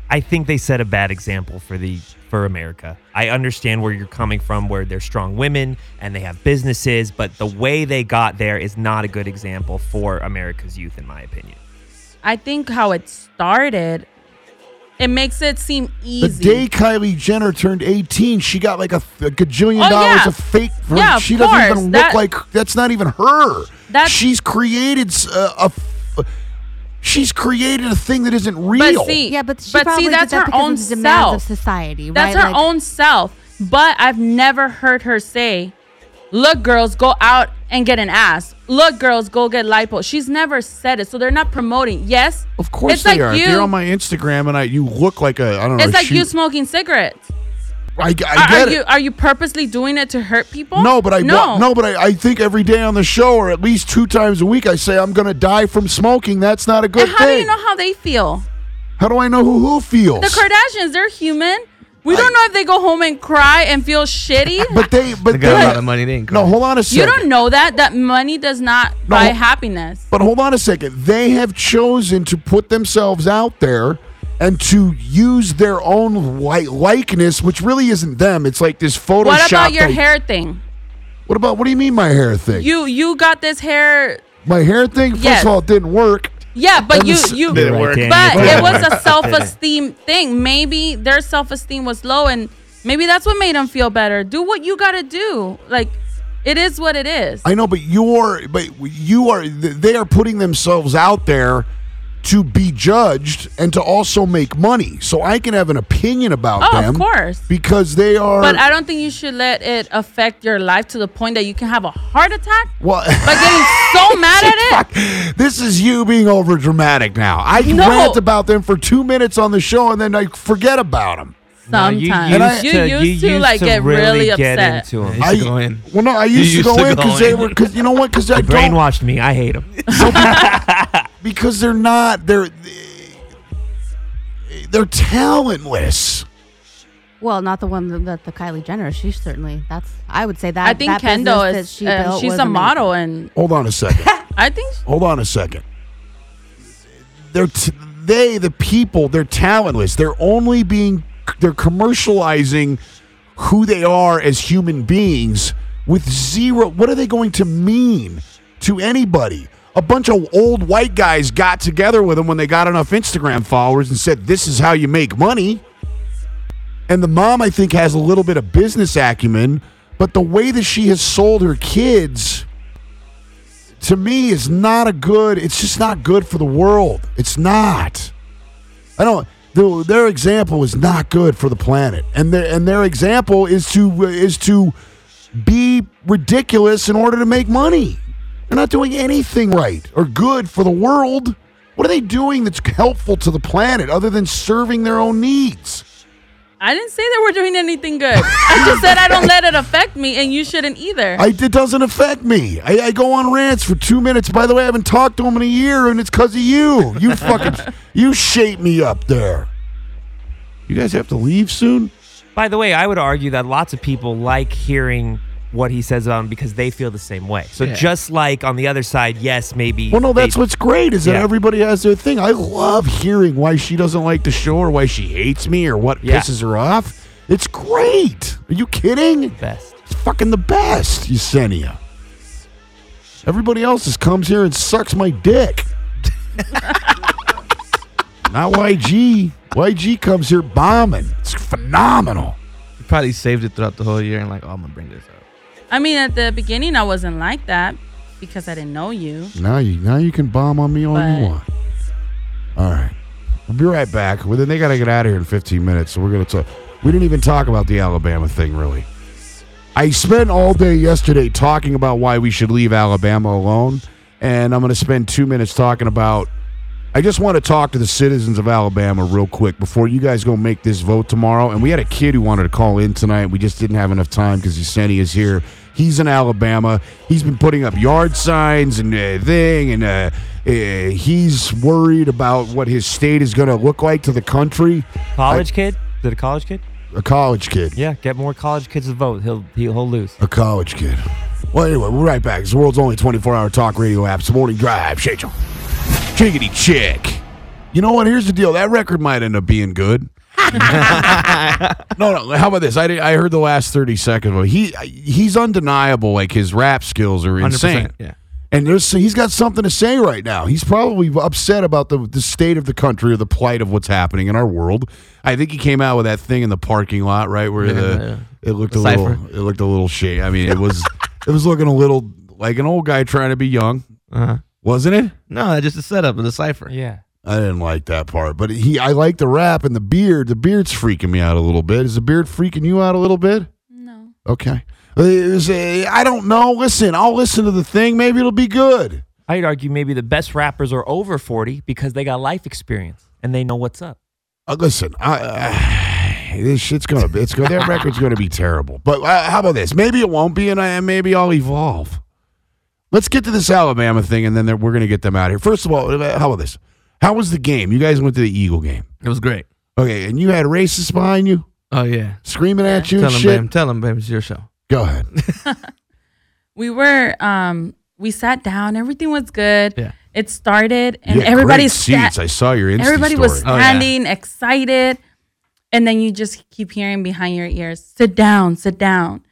S6: I think they set a bad example for the for America. I understand where you're coming from, where they're strong women and they have businesses, but the way they got there is not a good example for America's youth, in my opinion.
S8: I think how it started, it makes it seem
S4: The
S8: easy.
S4: day Kylie Jenner turned 18, she got like a, a gajillion
S8: Oh,
S4: dollars
S8: yeah.
S4: of fake. Her,
S8: Yeah, of
S4: she doesn't
S8: course.
S4: even look
S8: That-
S4: like that's not even her.
S8: That's-
S4: she's created s- uh, a, a f- she's created a thing that isn't
S8: but
S4: real.
S8: see,
S7: Yeah, but she
S8: but
S7: probably
S8: see,
S7: did
S8: that's
S7: that
S8: her
S7: because
S8: own
S7: of the demands
S8: self.
S7: of society.
S8: That's
S7: right?
S8: her own self. But I've never heard her say, "Look, girls, go out and get an ass. Look, girls, go get lipo." She's never said it, so they're not promoting. Yes,
S4: of course
S8: it's
S4: they
S8: like
S4: are.
S8: You,
S4: They're on my Instagram, and I you look like a I don't know.
S8: it's like
S4: Oh, she-
S8: you smoking cigarettes.
S4: I, I get
S8: Are, are
S4: it.
S8: you are you purposely doing it to hurt people?
S4: No, but I
S8: no
S4: no, but I, I think every day on the show, or at least two times a week, I say I'm gonna die from smoking. That's not a good
S8: And how
S4: thing.
S8: do you know how they feel?
S4: How do I know who who feels?
S8: The Kardashians, they're human. We don't know if they go home and cry and feel shitty.
S4: but they but
S5: They got
S4: they-
S5: a lot of money. They ain't
S4: No,
S5: crying.
S4: hold on a second.
S8: you don't know that. That money does not
S4: No.
S8: buy happiness.
S4: But hold on a second. They have chosen to put themselves out there and to use their own li- likeness, which really isn't them. It's like this Photoshop.
S8: What about your
S4: thing.
S8: hair thing?
S4: What about what do you mean my hair thing?
S8: You you got this hair.
S4: my hair thing. First
S8: Yes.
S4: of all, it didn't work.
S8: Yeah, but
S4: And
S8: you
S4: this-
S8: you.
S4: Did
S6: You're right,
S5: work?
S6: Daniel.
S8: But
S6: You're
S8: it was
S6: right.
S8: a self esteem thing. Maybe their self esteem was low, and maybe that's what made them feel better. Do what you gotta do. Like, it is what it is.
S4: I know, but you're but you are th- they are putting themselves out there to be judged and to also make money. So I can have an opinion about
S8: Oh, of
S4: them.
S8: course.
S4: Because they are
S8: but I don't think you should let it affect your life to the point that you can have a heart attack
S4: well,
S8: by getting so mad at it.
S4: this is you being over dramatic now. I can
S8: No.
S4: rant about them for two minutes on the show and then I forget about them.
S6: No,
S8: Sometimes
S4: And I-
S8: you, used to like get really upset.
S6: into 'em.
S5: I
S4: I
S5: used to go in.
S4: Well, no, I used,
S5: used
S4: to go
S5: to
S4: in
S5: go
S4: because they
S5: in.
S4: were because you know what? Because I
S6: They
S4: don't
S6: brainwashed me. I hate them.
S4: because they're not they're they're talentless.
S7: Well, not the one that- that the Kylie Jenner. She certainly. That's. I would say that.
S8: I think
S7: that
S8: Kendall
S7: business
S8: is
S7: that she
S8: uh,
S7: built
S8: she's
S7: was
S8: a
S7: amazing.
S8: model, and
S4: Hold on a second.
S8: I think
S4: Hold on a second. They're t- they the people. They're talentless. They're only being they're commercializing who they are as human beings with zero. What are they going to mean to anybody? A bunch of old white guys got together with them when they got enough Instagram followers and said, "This is how you make money." And the mom, I think, has a little bit of business acumen, but the way that she has sold her kids to me is not a good it's just not good for the world it's not i don't their, their example is not good for the planet and their and their example is to is to be ridiculous in order to make money they're not doing anything right or good for the world what are they doing that's helpful to the planet other than serving their own needs
S8: I didn't say that we're doing anything good. I just said I don't let it affect me, and you shouldn't either.
S4: I, it doesn't affect me. I, I go on rants for two minutes. By the way, I haven't talked to him in a year, and it's because of you. You fucking, you shape me up there. You guys have to leave soon.
S6: By the way, I would argue that lots of people like hearing what he says about him because they feel the same way. So
S5: Yeah.
S6: just like on the other side, yes, maybe.
S4: Well, no,
S6: they-
S4: that's what's great is that
S6: Yeah.
S4: everybody has their thing. I love hearing why she doesn't like the show or why she hates me or what
S6: Yeah.
S4: pisses her off. It's great. Are you kidding?
S6: best.
S4: It's fucking the best, Yesenia. Everybody else just comes here and sucks my dick. Not YG. YG comes here bombing. It's phenomenal.
S5: You probably saved it throughout the whole year and like, oh, I'm gonna bring this up.
S8: I mean, at the beginning, I wasn't like that because I didn't know you.
S4: Now you now you can bomb on me all you
S8: But-
S4: want. All right. We'll be right back. Well, then they got to get out of here in 15 minutes. So we're going to talk. We didn't even talk about the Alabama thing, really. I spent all day yesterday talking about why we should leave Alabama alone. And I'm going to spend two minutes talking about. I just want to talk to the citizens of Alabama real quick before you guys go make this vote tomorrow. And we had a kid who wanted to call in tonight. We just didn't have enough time because Yesenia is here. He's in Alabama. He's been putting up yard signs and uh, thing, and uh, uh, he's worried about what his state is going to look like to the country.
S6: College kid? Is it a college kid?
S4: A college kid.
S6: Yeah, get more college kids to vote. He'll he'll, he'll lose.
S4: A college kid. Well, anyway, we're right back. It's the world's only 24 hour talk radio app. It's Morning Drive. Shake y'all. Chickity chick. You know what? Here's the deal. That record might end up being good. no, no. How about this? I, did- I heard the last 30 seconds of it. He, he's undeniable. Like, his rap skills are
S5: 100%,
S4: insane.
S5: yeah.
S4: And there's, he's got something to say right now. He's probably upset about the, the state of the country or the plight of what's happening in our world. I think he came out with that thing in the parking lot, right? Where the it looked a
S5: cipher.
S4: little it looked a little shady. I mean, it was it was looking a little like an old guy trying to be young,
S5: Uh-huh.
S4: wasn't it?
S5: No, that's just a setup of the cipher.
S6: Yeah.
S4: I didn't like that part, but he I like the rap and the beard. The beard's freaking me out a little bit. Is the beard freaking you out a little bit?
S8: No.
S4: Okay. Uh, is, uh, I don't know. Listen, I'll listen to the thing. Maybe it'll be good.
S6: I'd argue maybe the best rappers are over 40 because they got life experience and they know what's up.
S4: Uh, listen, I, uh, this shit's gonna be. It's gonna. That record's gonna be terrible. But uh, how about this? Maybe it won't be, and I, maybe I'll evolve. Let's get to this Alabama thing, and then they're- we're gonna get them out of here. First of all, uh, how about this? How was the game? You guys went to the Eagle game,
S5: It was great.
S4: okay? And you had racists behind you,
S5: Oh yeah.
S4: screaming at you
S5: Tell
S4: and
S5: him,
S4: shit.
S5: babe. Tell him, babe. It's your show.
S4: Go ahead.
S8: we were um we sat down everything was good
S5: Yeah.
S8: it started and
S4: You had
S8: everybody
S4: great
S8: sta-
S4: seats. I saw your Insta
S8: everybody
S4: story.
S8: was
S5: Oh, yeah.
S8: standing excited and then you just keep hearing behind your ears sit down sit down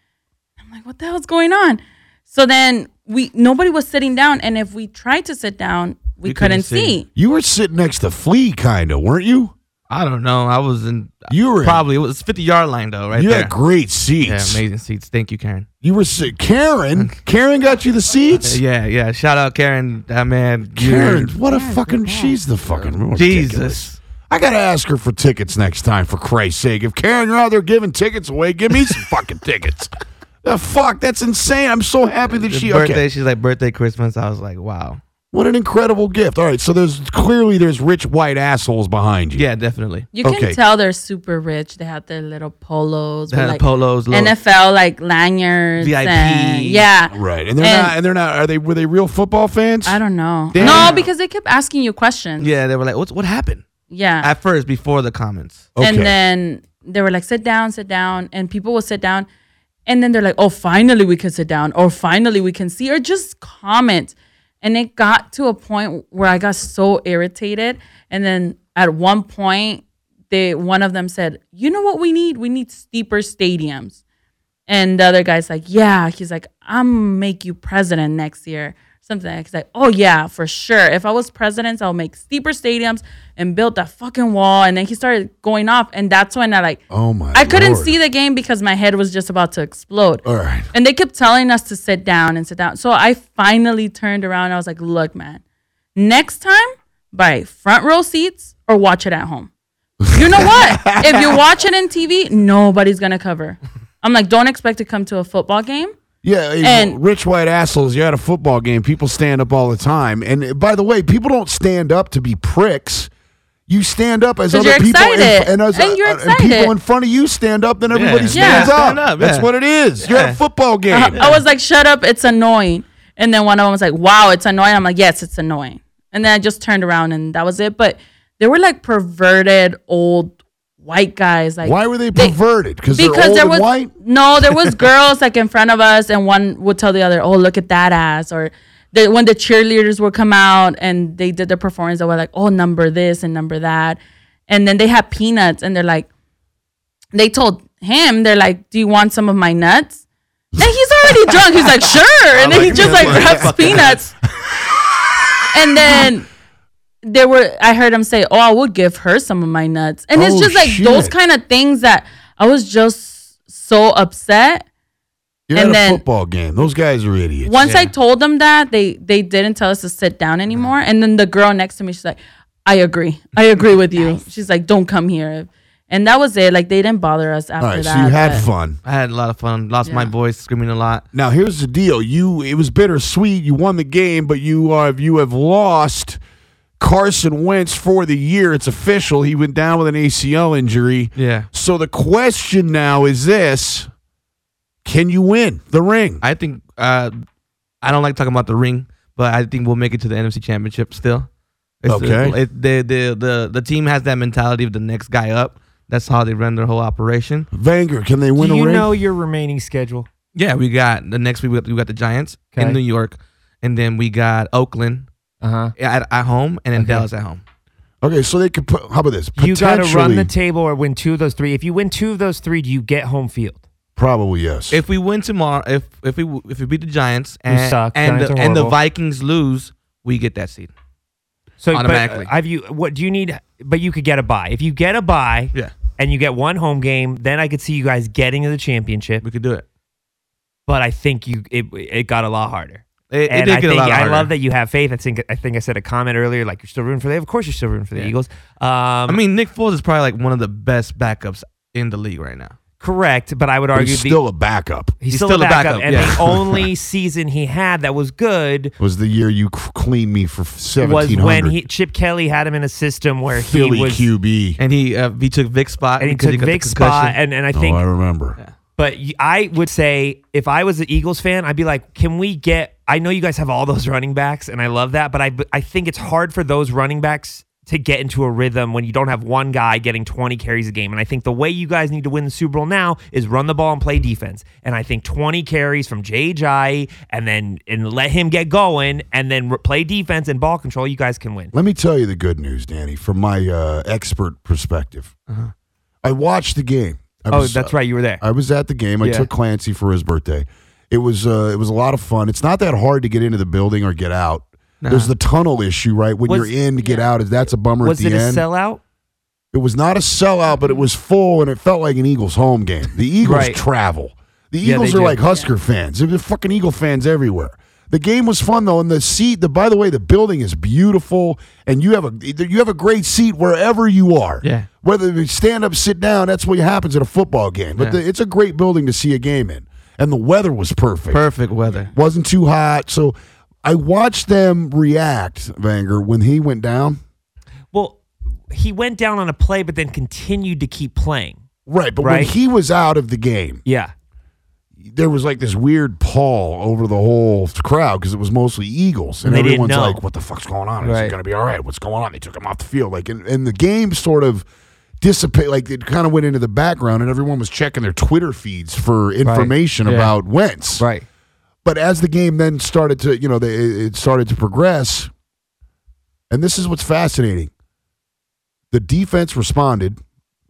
S8: i'm like what the hell's going on so then we nobody was sitting down and if we tried to sit down we
S5: You
S8: couldn't
S5: couldn't
S8: see.
S4: you were sitting next to Flea, kind of, weren't you?
S5: I don't know. I was in.
S4: You were in-
S5: probably it was fifty yard line though, right
S4: you
S5: there.
S4: had great seats.
S5: yeah, amazing seats. Thank you, Karen.
S4: You were sit- Karen. Karen got you the seats.
S5: Yeah, yeah. Shout out Karen. That man. you-
S4: Karen, what a
S7: Yeah,
S4: fucking.
S7: yeah.
S4: She's the fucking. ridiculous.
S5: Jesus.
S4: I gotta ask her for tickets next time. For Christ's sake, if Karen, you're out there giving tickets away, give me some fucking tickets. The fuck, that's insane. I'm so happy that
S5: The
S4: she.
S5: birthday.
S4: Okay,
S5: She's like birthday, Christmas. I was like, wow.
S4: what an incredible gift. All right, so there's clearly there's rich white assholes behind you.
S5: Yeah, definitely.
S8: You can
S4: Okay.
S8: tell they're super rich. They have their little polos,
S5: They
S8: with,
S5: had
S8: like
S5: polos, little-
S8: NFL like lanyards,
S5: VIP.
S8: and- yeah,
S4: Right, and they're
S8: And-
S4: not. And they're not. Are they? Were they real football fans?
S8: I don't know.
S4: Damn.
S8: No, because they kept asking you questions.
S5: Yeah, they were like, what's what happened
S8: Yeah.
S5: at first before the comments.
S4: Okay.
S8: And then they were like, sit down, sit down. And people will sit down. And then they're like, oh, finally we can sit down. Or finally we can see. Or just comment. And it got to a point where I got so irritated. And then at one point, they one of them said, you know what we need? We need steeper stadiums. And the other guy's like, yeah. He's like, I'm make you president next year. Something like He's like, oh yeah, for sure. If I was president, I'll make steeper stadiums and build that fucking wall. And then he started going off. And that's when I like
S4: Oh my.
S8: I couldn't
S4: Lord.
S8: see the game because my head was just about to explode.
S4: All right.
S8: And they kept telling us to sit down and sit down. So I finally turned around. I was like, look, man, next time buy front row seats or watch it at home. You know what? if you watch it in TV, nobody's going to cover. I'm like, don't expect to come to a football game.
S4: Yeah, hey,
S8: And-
S4: rich white assholes. You're at a football game. People stand up all the time. And uh, by the way, people don't stand up to be pricks. You stand up as
S8: 'Cause
S4: other
S8: you're
S4: people, in-
S8: excited.
S4: and as
S8: And you're
S4: people
S8: excited.
S4: in front of you stand up. Then everybody
S5: Yeah.
S4: stands
S5: Yeah,
S4: up.
S5: stand up,
S4: That's
S5: yeah.
S4: what it is. You're at a
S5: Yeah. Uh-huh.
S4: football game.
S8: Uh, I was like, shut up. It's annoying. And then one of them was like, wow, it's annoying. I'm like, yes, it's annoying. And then I just turned around and that was it. But they were like perverted old white guys. Like,
S4: Why were they perverted? Because they're
S8: because
S4: old
S8: there
S4: and
S8: was
S4: white.
S8: no there was girls like in front of us and one would tell the other oh look at that ass or the, when the cheerleaders would come out and they did their performance they were like oh number this and number that and then they had peanuts and they're like they told him they're like do you want some of my nuts and he's already drunk he's like sure and then he just like grabs peanuts and then there were I heard him say, "Oh, I would give her some of my nuts," and it's
S4: Oh,
S8: just like those
S4: shit.
S8: kind of things that I was just so upset.
S4: You're
S8: And
S4: at a
S8: then-
S4: football game. Those guys are idiots.
S8: Once I told them that, they they didn't tell us to sit down anymore. And then the girl next to me, she's like, "I agree, I agree with you." She's like, "Don't come here," and that was it. Like they didn't bother us after
S4: All right, so
S8: that.
S4: you had
S8: but-
S4: fun.
S5: I had a lot of fun. Lost my
S8: Yeah.
S5: voice, screaming a lot.
S4: Now here's the deal. You it was bittersweet. You won the game, but you are you have lost Carson Wentz for the year. It's official. He went down with an ACL injury.
S5: Yeah.
S4: So the question now is this can you win the ring?
S5: I think uh, I don't like talking about the ring, but I think we'll make it to the NFC Championship still. It's the-
S4: Okay.
S5: it- the, the the the team has that mentality of the next guy up. That's how they run their whole operation.
S4: Vanger, can they win
S6: Do
S4: a
S6: you
S4: ring?
S6: know your remaining schedule?
S5: Yeah, we got the next week we got, we got the Giants
S6: Okay.
S5: in New York, and then we got Oakland
S6: Uh huh.
S5: at, at home, and then Dallas at home.
S4: okay, so they could put, how about this?
S6: You got to run
S4: Potentially-
S6: the table or win two of those three. If you win two of those three, do you get home field?
S4: Probably yes.
S5: If we win tomorrow, if if we if we beat the Giants
S6: Who
S5: and
S6: suck.
S5: and
S6: Giants
S5: the,
S6: are
S5: and the
S6: horrible.
S5: Vikings lose, we get that seed.
S6: So but,
S5: Automatically.
S6: uh, have you? What do you need? But you could get a buy. If you get a buy,
S5: Yeah,
S6: and you get one home game, then I could see you guys getting to the championship.
S5: we could do it.
S6: But I think you it it got a lot harder.
S5: It, it
S6: and
S5: did
S6: I
S5: get
S6: think
S5: a lot.
S6: I
S5: harder.
S6: love that you have faith. I think I think I said a comment earlier like you're still rooting for the. Of course you're still rooting for the
S5: Yeah.
S6: Eagles. Um,
S5: I mean, Nick Foles is probably like one of the best backups in the league right now.
S6: correct, but I would
S4: But
S6: argue
S4: he's
S6: the,
S4: still a backup.
S6: he's, still, a backup, and
S5: yeah.
S6: the only season he had that was good
S4: Was the year you c- cleaned me for
S6: was
S4: seventeen
S6: when
S4: hundred?
S6: he Chip Kelly had him in a system where
S4: Philly
S6: he was
S4: QB.
S5: And he uh, he took Vic's spot
S6: and he
S5: because
S6: took
S5: got the
S6: Vic's spot, and
S5: concussion.
S6: and I
S4: Oh,
S6: think
S4: I remember.
S6: But y- I would say if I was an Eagles fan, I'd be like, can we get? I know you guys have all those running backs, and I love that, but I but I think it's hard for those running backs to get into a rhythm when you don't have one guy getting 20 carries a game. And I think the way you guys need to win the Super Bowl now is run the ball and play defense. And I think 20 carries from J.J. and then and let him get going and then re- play defense and ball control, you guys can win.
S4: Let me tell you the good news, Danny, from my uh, expert perspective. I watched the game. I
S6: Uh-huh. Oh,
S4: was- uh,
S6: that's right, you were there.
S4: I was at the game. I
S5: Yeah.
S4: took Clancy for his birthday. It was uh, it was a lot of fun. It's not that hard to get into the building or get out. There's the tunnel issue, right? When
S6: Was-
S4: you're in to get out, is that's a bummer
S6: Was
S4: at
S6: it
S4: the
S6: a
S4: end.
S6: sellout?
S4: It was not a sellout, but it was full, and it felt like an Eagles home game. The Eagles
S6: Right.
S4: travel. The
S5: Yeah,
S4: Eagles
S5: they
S4: are
S5: do.
S4: like Husker fans. They're fucking Eagle fans everywhere. The game was fun though, and the seat. The by the way, the building is beautiful, and you have a you have a great seat wherever you are.
S5: Yeah.
S4: Whether you stand up, sit down, that's what happens at a football game. But
S5: Yeah.
S4: the, it's a great building to see a game in, and the weather was perfect
S5: Perfect weather.
S4: wasn't too hot. So I watched them react, Vanger, when he went down.
S6: Well, he went down on a play, but then continued to keep playing.
S4: Right, but when
S6: Right.
S4: he was out of the game,
S6: Yeah.
S4: there was like this weird pall over the whole crowd because it was mostly Eagles, and
S6: They didn't
S4: everyone's
S6: know.
S4: like, "What the fuck's going on? Is it
S5: Right.
S4: going to be all right? What's going on?" They took him off the field, like, and, and the game sort of dissipate like it kind of went into the background and everyone was checking their twitter feeds for information
S5: Yeah.
S4: about wentz
S5: Right.
S4: but as the game then started to you know they, it it started to progress and this is what's fascinating the defense responded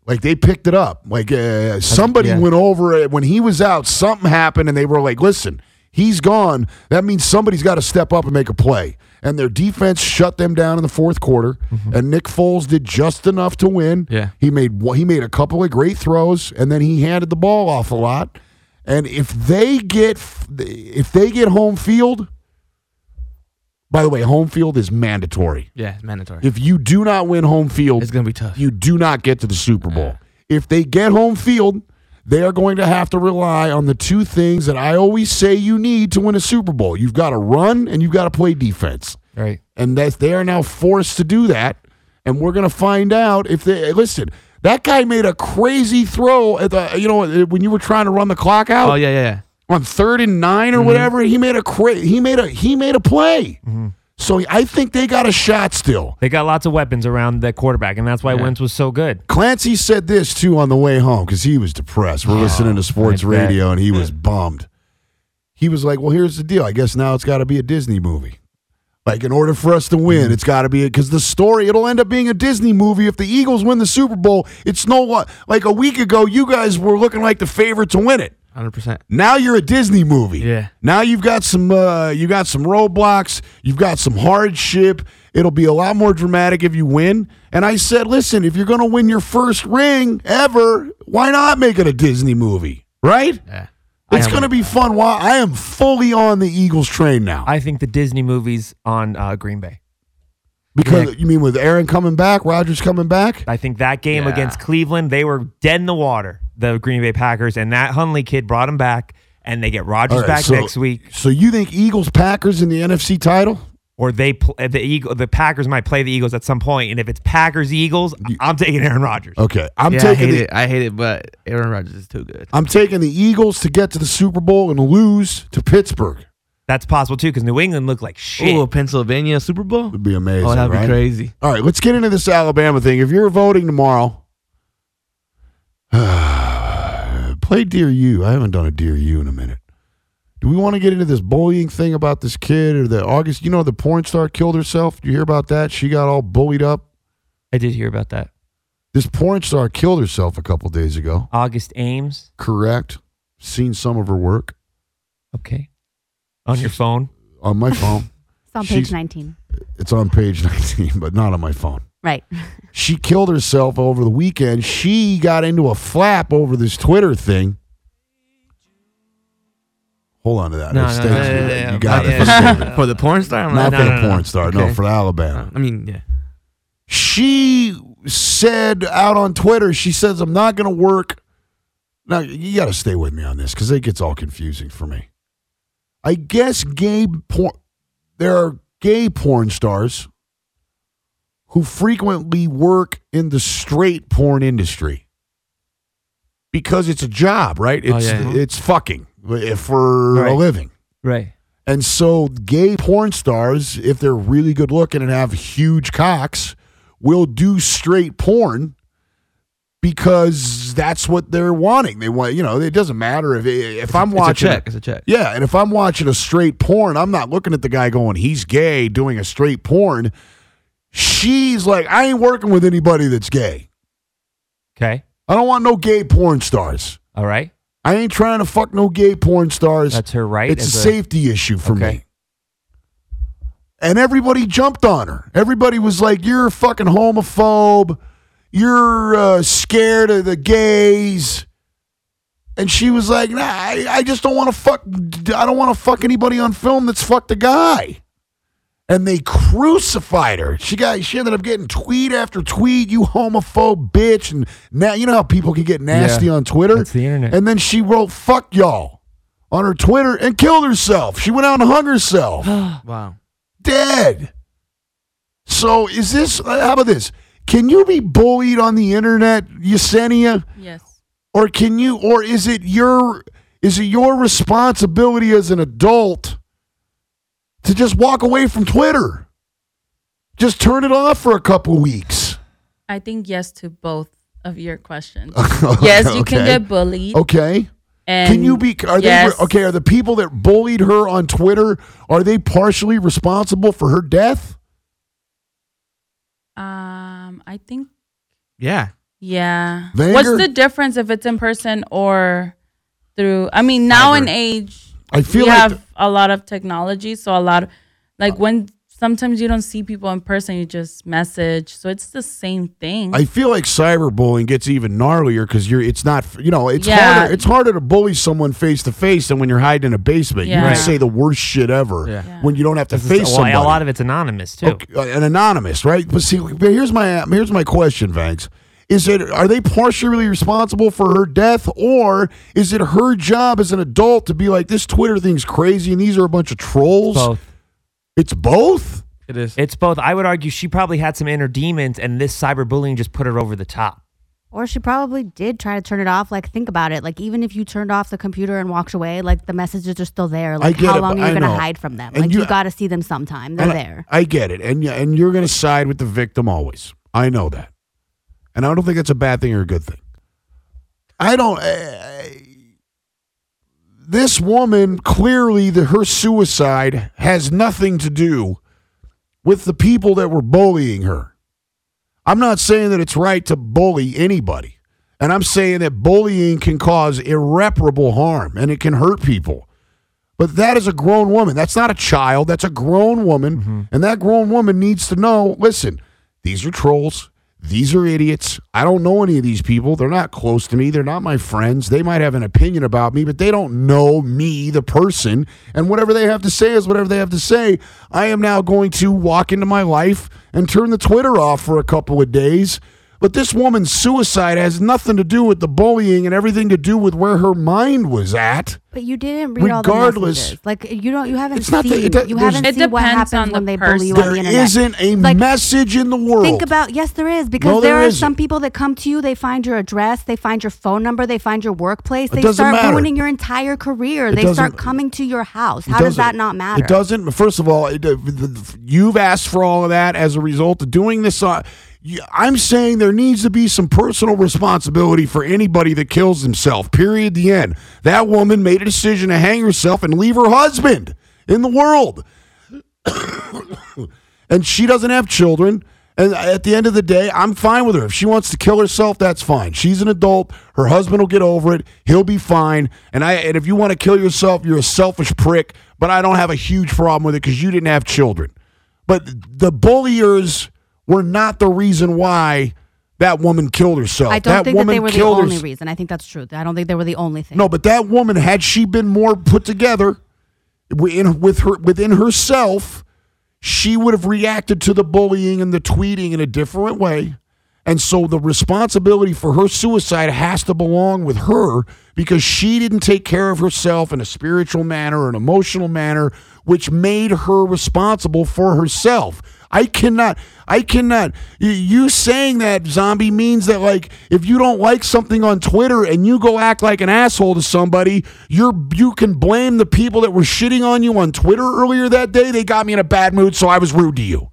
S4: like they picked it up like uh, somebody
S5: yeah.
S4: went over it when he was out something happened and they were like listen he's gone that means somebody's got to step up and make a play and their defense shut them down in the fourth quarter and Nick Foles did just enough to win
S5: Yeah.
S4: he made one- he made a couple of great throws, and then he handed the ball off a lot. And if they get f- if they get home field, by the way, home field is mandatory.
S5: Yeah, it's mandatory.
S4: If you do not win home field,
S5: It's gonna be tough.
S4: you do not get to the Super Bowl. If they get home field, they are going to have to rely on the two things that I always say you need to win a Super Bowl. You've got to run and you've got to play defense
S6: Right.
S4: and that they are now forced to do that. And we're going to find out if they listen. That guy made a crazy throw at the you know when you were trying to run the clock out
S5: oh yeah, Mm-hmm. yeah, yeah.
S4: on third and nine or whatever. He made a cra- he made a he made a play.
S5: Mm-hmm.
S4: So I think they got a shot still.
S6: They got lots of weapons around the quarterback, and that's why Wentz was so good.
S4: Clancy said this too on the way home because he was depressed. We're listening to sports
S6: I bet.
S4: radio and he was bummed. He was like, "Well, here's the deal. I guess now it's got to be a Disney movie. Like, in order for us to
S6: Mm-hmm.
S4: win, it's got to be because the story it'll end up being a Disney movie. If the Eagles win the Super Bowl, it's no lo- like a week ago you guys were looking like the favorite to win it.
S5: Hundred percent.
S4: Now you're a Disney movie.
S5: Yeah.
S4: Now you've got some uh, you got some roadblocks. You've got some hardship. It'll be a lot more dramatic if you win. And I said, listen, if you're going to win your first ring ever, why not make it a Disney movie? Right?
S5: Yeah.
S4: It's going to be fun. Why? I am fully on the Eagles train now
S6: I think the Disney movies on uh, Green Bay.
S4: because you mean with Aaron coming back, Rogers coming back.
S6: I think that game
S5: Yeah.
S6: against Cleveland, they were dead in the water, the Green Bay Packers, and that Hunley kid brought him back, and they get Rodgers
S4: All right,
S6: back
S4: so-
S6: next week.
S4: So you think Eagles Packers in the NFC title?
S6: or they pl- uh, the Eagle, the Packers might play the Eagles at some point, and if it's Packers Eagles, I- I'm taking Aaron Rodgers.
S4: Okay, I'm Oh,
S5: yeah, I
S4: taking
S5: hate
S4: the
S5: it. I hate it, but Aaron Rodgers is too good.
S4: I'm taking the Eagles to get to the Super Bowl and lose to Pittsburgh.
S6: That's possible too, because New England looked like shit.
S5: Ooh, Pennsylvania Super Bowl.
S4: Would be amazing.
S5: Oh, that'd
S4: right?
S5: be crazy.
S4: All right, let's get into this Alabama thing. If you're voting tomorrow, play Dear You. I haven't done a Dear You in a minute. Do we want to get into this bullying thing about this kid or the August? You know, the porn star killed herself. Did you hear about that? She got all bullied up.
S6: I did hear about that.
S4: This porn star killed herself a couple days ago.
S6: August Ames.
S4: Correct. Seen some of her work
S6: Okay. On your phone.
S4: on my phone.
S7: It's on page
S4: She's-
S7: 19.
S4: it's on page 19, but not on my phone.
S7: Right.
S4: she killed herself over the weekend. She got into a flap over this Twitter thing. Hold on to that.
S5: No,
S4: It's
S5: no,
S4: thank
S5: no,
S4: you.
S5: no, no,
S4: You
S5: no.
S4: got it.
S5: Yeah,
S4: for
S5: yeah,
S4: David.
S5: yeah. for the porn star. I'm
S4: Not for
S5: like,
S6: no,
S4: the
S6: no, no.
S4: porn star. No,
S5: Okay.
S4: for Alabama.
S5: I mean, yeah.
S4: She said out on Twitter, she says, I'm not going to work. Now, you got to stay with me on this because it gets all confusing for me. I guess gay porn, there are gay porn stars who frequently work in the straight porn industry because it's a job, right?
S5: Oh,
S4: It's,
S5: yeah.
S4: it's fucking uh, for
S5: Right.
S4: a living.
S5: Right.
S4: And so, gay porn stars, if they're really good looking and have huge cocks, will do straight porn because that's what they're wanting. They want, you know, it doesn't matter if if I'm watching.
S5: It's a check. It's a check.
S4: Yeah, and if I'm watching a straight porn, I'm not looking at the guy going, "He's gay," doing a straight porn. She's like, "I ain't working with anybody that's gay.
S6: Okay.
S4: I don't want no gay porn stars.
S6: All right.
S4: I ain't trying to fuck no gay porn stars."
S6: That's her right.
S4: It's a
S6: as
S4: safety issue for
S6: Okay.
S4: me. And everybody jumped on her. Everybody was like, "You're a fucking homophobe. You're uh, scared of the gays." And she was like, "Nah, I, I just don't want to fuck. I don't want to fuck anybody on film that's fucked a guy." And they crucified her. She got. She ended up getting tweet after tweet. You homophobe bitch. And now you know how people can get nasty on Twitter.
S6: That's the internet.
S4: And then she wrote "fuck y'all" on her Twitter and killed herself. She went out and hung herself,
S5: Wow.
S4: dead. So is this? uh, How about this? Can you be bullied on the internet, Yesenia,
S8: Yes.
S4: or can you? Or is it your? Is it your responsibility as an adult to just walk away from Twitter? Just turn it off for a couple weeks.
S8: I think yes to both of your questions. yes, you can
S4: Okay.
S8: get bullied.
S4: Okay.
S8: And
S4: Can you be? Are
S8: yes.
S4: they okay? Are the people that bullied her on Twitter are they partially responsible for her death?
S8: Um, I think
S5: Yeah.
S8: yeah.
S4: Vanger?
S8: What's the difference if it's in person or through? I mean, now in age,
S4: I feel
S8: we
S4: like
S8: have a lot of technology, so a lot of like when sometimes you don't see people in person, you just message. So it's the same thing.
S4: I feel like cyberbullying gets even gnarlier because you're. It's not. You know. It's
S8: Yeah.
S4: harder. It's harder to bully someone face to face than when you're hiding in a basement. You
S8: Yeah.
S4: can say the worst shit ever
S5: Yeah.
S8: Yeah.
S4: when you don't have to
S6: a,
S4: face
S6: well,
S4: somebody.
S6: a lot of it's anonymous too.
S4: Okay, uh, an anonymous, right? But see, but here's my here's my question, Vanks. Is it are they partially responsible for her death, or is it her job as an adult to be like this Twitter thing's crazy and these are a bunch of trolls?
S6: Both.
S4: It's both.
S5: It is.
S6: It's both. I would argue she probably had some inner demons, and this cyberbullying just put her over the top.
S7: Or she probably did try to turn it off. Like, think about it. Like, even if you turned off the computer and walked away, like the messages are still there. Like,
S4: get
S7: how
S4: it,
S7: long
S4: but
S7: are
S4: I
S7: you
S4: know.
S7: gonna hide from them?
S4: And
S7: like,
S4: you-
S7: you, got to see them sometime. They're
S4: And I-
S7: there.
S4: I, get it, and y- and you're gonna side with the victim always. I know that, and I don't think that's a bad thing or a good thing. I don't. Uh, this woman clearly, the, her suicide has nothing to do with the people that were bullying her. I'm not saying that it's right to bully anybody. And I'm saying that bullying can cause irreparable harm and it can hurt people. But that is a grown woman. That's not a child. That's a grown woman. And that grown woman needs to know listen, these are trolls. These are idiots. I don't know any of these people. They're not close to me. They're not my friends. They might have an opinion about me, but they don't know me, the person. And whatever they have to say is whatever they have to say. I am now going to walk into my life and turn the Twitter off for a couple of days. But this woman's suicide has nothing to do with the bullying and everything to do with where her mind was at.
S7: But you didn't read all the
S4: Regardless-
S7: messages. Like you don't. You haven't
S4: It's
S7: seen.
S4: not that- it do-
S7: you
S4: there's-
S7: haven't
S8: It
S7: seen what
S8: depends
S7: happens
S8: on
S7: when
S8: the
S7: they bully you on
S4: There
S7: the internet.
S4: isn't a
S7: Like,
S4: message in the world.
S7: Think about yes, there is because
S4: No,
S7: there,
S4: there
S7: are
S4: isn't.
S7: some people that come to you. They find your address, they find your phone number, they find your workplace.
S4: It
S7: They
S4: doesn't
S7: start
S4: matter.
S7: ruining your entire career.
S4: It
S7: they
S4: doesn't-
S7: start coming to your house.
S4: It
S7: How does
S4: doesn't-
S7: that not matter?
S4: It doesn't. First of all, it, the- the- you've asked for all of that as a result of doing this. On, you- I'm saying there needs to be some personal responsibility for anybody that kills himself. Period. The end. That woman made a decision to hang herself and leave her husband in the world, and she doesn't have children. And at the end of the day, I'm fine with her. If she wants to kill herself, that's fine. She's an adult. Her husband will get over it. He'll be fine. And I and if you want to kill yourself, you're a selfish prick. But I don't have a huge problem with it because you didn't have children. But the bulliers were not the reason why that woman killed herself.
S7: I don't
S4: Oh, that
S7: think that
S4: woman
S7: they were the
S4: killed
S7: only
S4: herself.
S7: reason. I think that's true. I don't think they were the only thing.
S4: No, but that woman, had she been more put together within, with her within herself, she would have reacted to the bullying and the tweeting in a different way. And so the responsibility for her suicide has to belong with her because she didn't take care of herself in a spiritual manner or an emotional manner, which made her responsible for herself. I cannot, I cannot. y- You saying that, zombie, means that, like, if you don't like something on Twitter and you go act like an asshole to somebody, you're, you can blame the people that were shitting on you on Twitter earlier that day. They got me in a bad mood, so I was rude to you.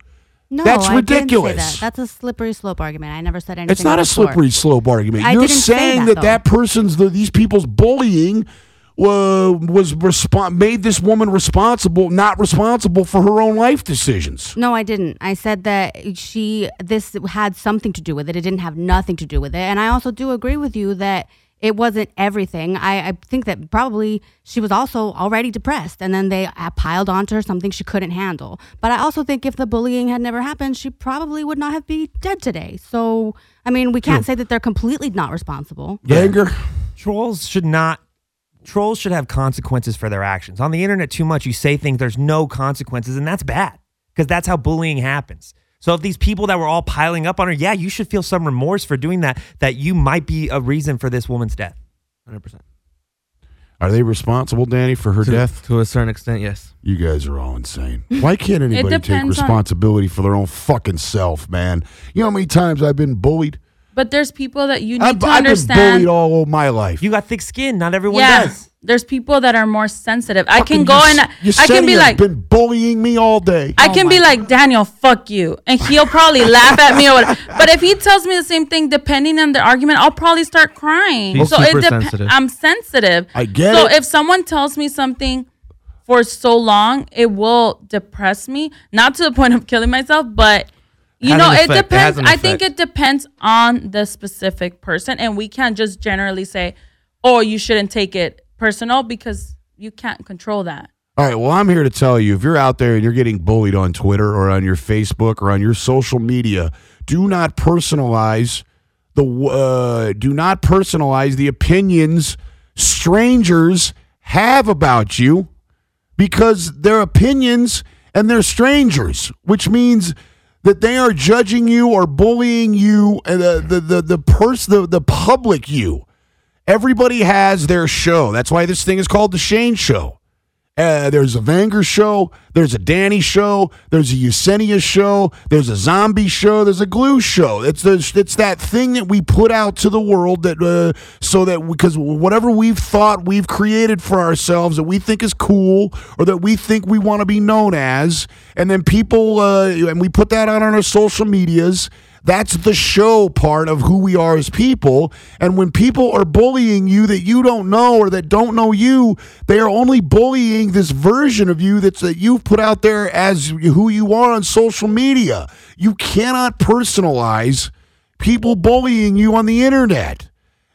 S7: No,
S4: That's
S7: I didn't say
S4: ridiculous.
S7: that. That's a slippery slope argument. I never said anything.
S4: It's not
S7: of
S4: a
S7: the sort.
S4: slippery slope argument.
S7: I
S4: You're
S7: didn't say
S4: saying
S7: that,
S4: that that, person's the, these people's bullying was was respon made this woman responsible, not responsible for her own life decisions.
S7: No, I didn't. I said that she this had something to do with it. It didn't have nothing to do with it. And I also do agree with you that it wasn't everything. I, I think that probably she was also already depressed, and then they uh, piled onto her something she couldn't handle. But I also think if the bullying had never happened, she probably would not have been dead today. So I mean, we can't say that they're completely not responsible.
S4: Anger.
S6: trolls should not trolls should have consequences for their actions on the internet too much you say things there's no consequences and that's bad because that's how bullying happens so if these people that were all piling up on her yeah you should feel some remorse for doing that that you might be a reason for this woman's death
S5: 100%.
S4: Are they responsible, Danny, for her
S5: To-
S4: death?
S5: To a certain extent, yes.
S4: You guys are all insane. Why can't anybody take
S8: depends on-
S4: responsibility for their own fucking self, man? You know how many times I've been bullied?
S8: But there's people that you need
S4: I've,
S8: to
S4: I've been bullied
S8: understand.
S4: all of my life.
S6: you got thick skin not everyone
S8: yeah,
S6: does
S8: there's people that are more sensitive. I
S4: Fucking
S8: can go
S4: Yes-
S8: and I can
S4: Yesenia
S8: be
S4: has
S8: like,
S4: been bullying me all day.
S5: Oh
S8: I can be like, Daniel, fuck you. And he'll probably laugh at me or whatever. But if he tells me the same thing, depending on the argument, I'll probably start crying.
S5: He's
S8: so
S5: super
S8: it depends.
S5: sensitive.
S8: I'm sensitive.
S4: I get
S8: so
S4: it.
S8: if someone tells me something for so long, it will depress me. Not to the point of killing myself, but you
S5: Has
S8: know,
S5: an
S8: it
S5: effect. It has
S8: depends.
S5: an
S8: I think
S5: effect.
S8: it depends on the specific person. And we can't just generally say, oh, you shouldn't take it personal because you can't control that.
S4: All right, well, I'm here to tell you if you're out there and you're getting bullied on Twitter or on your Facebook or on your social media, do not personalize the uh, do not personalize the opinions strangers have about you because their opinions and they're strangers, which means that they are judging you or bullying you, uh, the the the the, pers- the the public you. Everybody has their show. That's why this thing is called the Shane Show. Uh, there's a Vanger show. There's a Danny show. There's a Yesenia show. There's a zombie show. There's a glue show. It's there's, it's that thing that we put out to the world that uh, so that because whatever we've thought we've created for ourselves that we think is cool or that we think we want to be known as, and then people uh, and we put that out on our social medias. That's the show part of who we are as people. And when people are bullying you that you don't know or that don't know you, they are only bullying this version of you that's, that you've put out there as who you are on social media. You cannot personalize people bullying you on the internet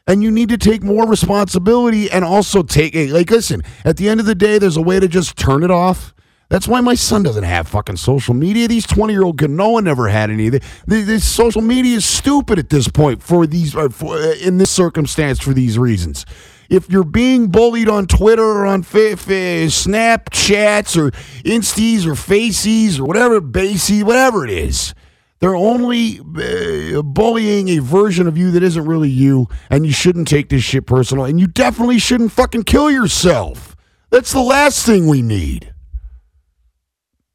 S4: and you need to take more responsibility and also take like listen at the end of the day there's a way to just turn it off that's why my son doesn't have fucking social media these 20 year old kids no one ever had any of it. Th- this social media is stupid at this point for these uh, for, uh, in this circumstance for these reasons if you're being bullied on Twitter or on fa- fa- Snapchats or Insties or Faces or whatever, Basie, whatever it is, They're only uh, bullying a version of you that isn't really you, and you shouldn't take this shit personal, and you definitely shouldn't fucking kill yourself. That's the last thing we need.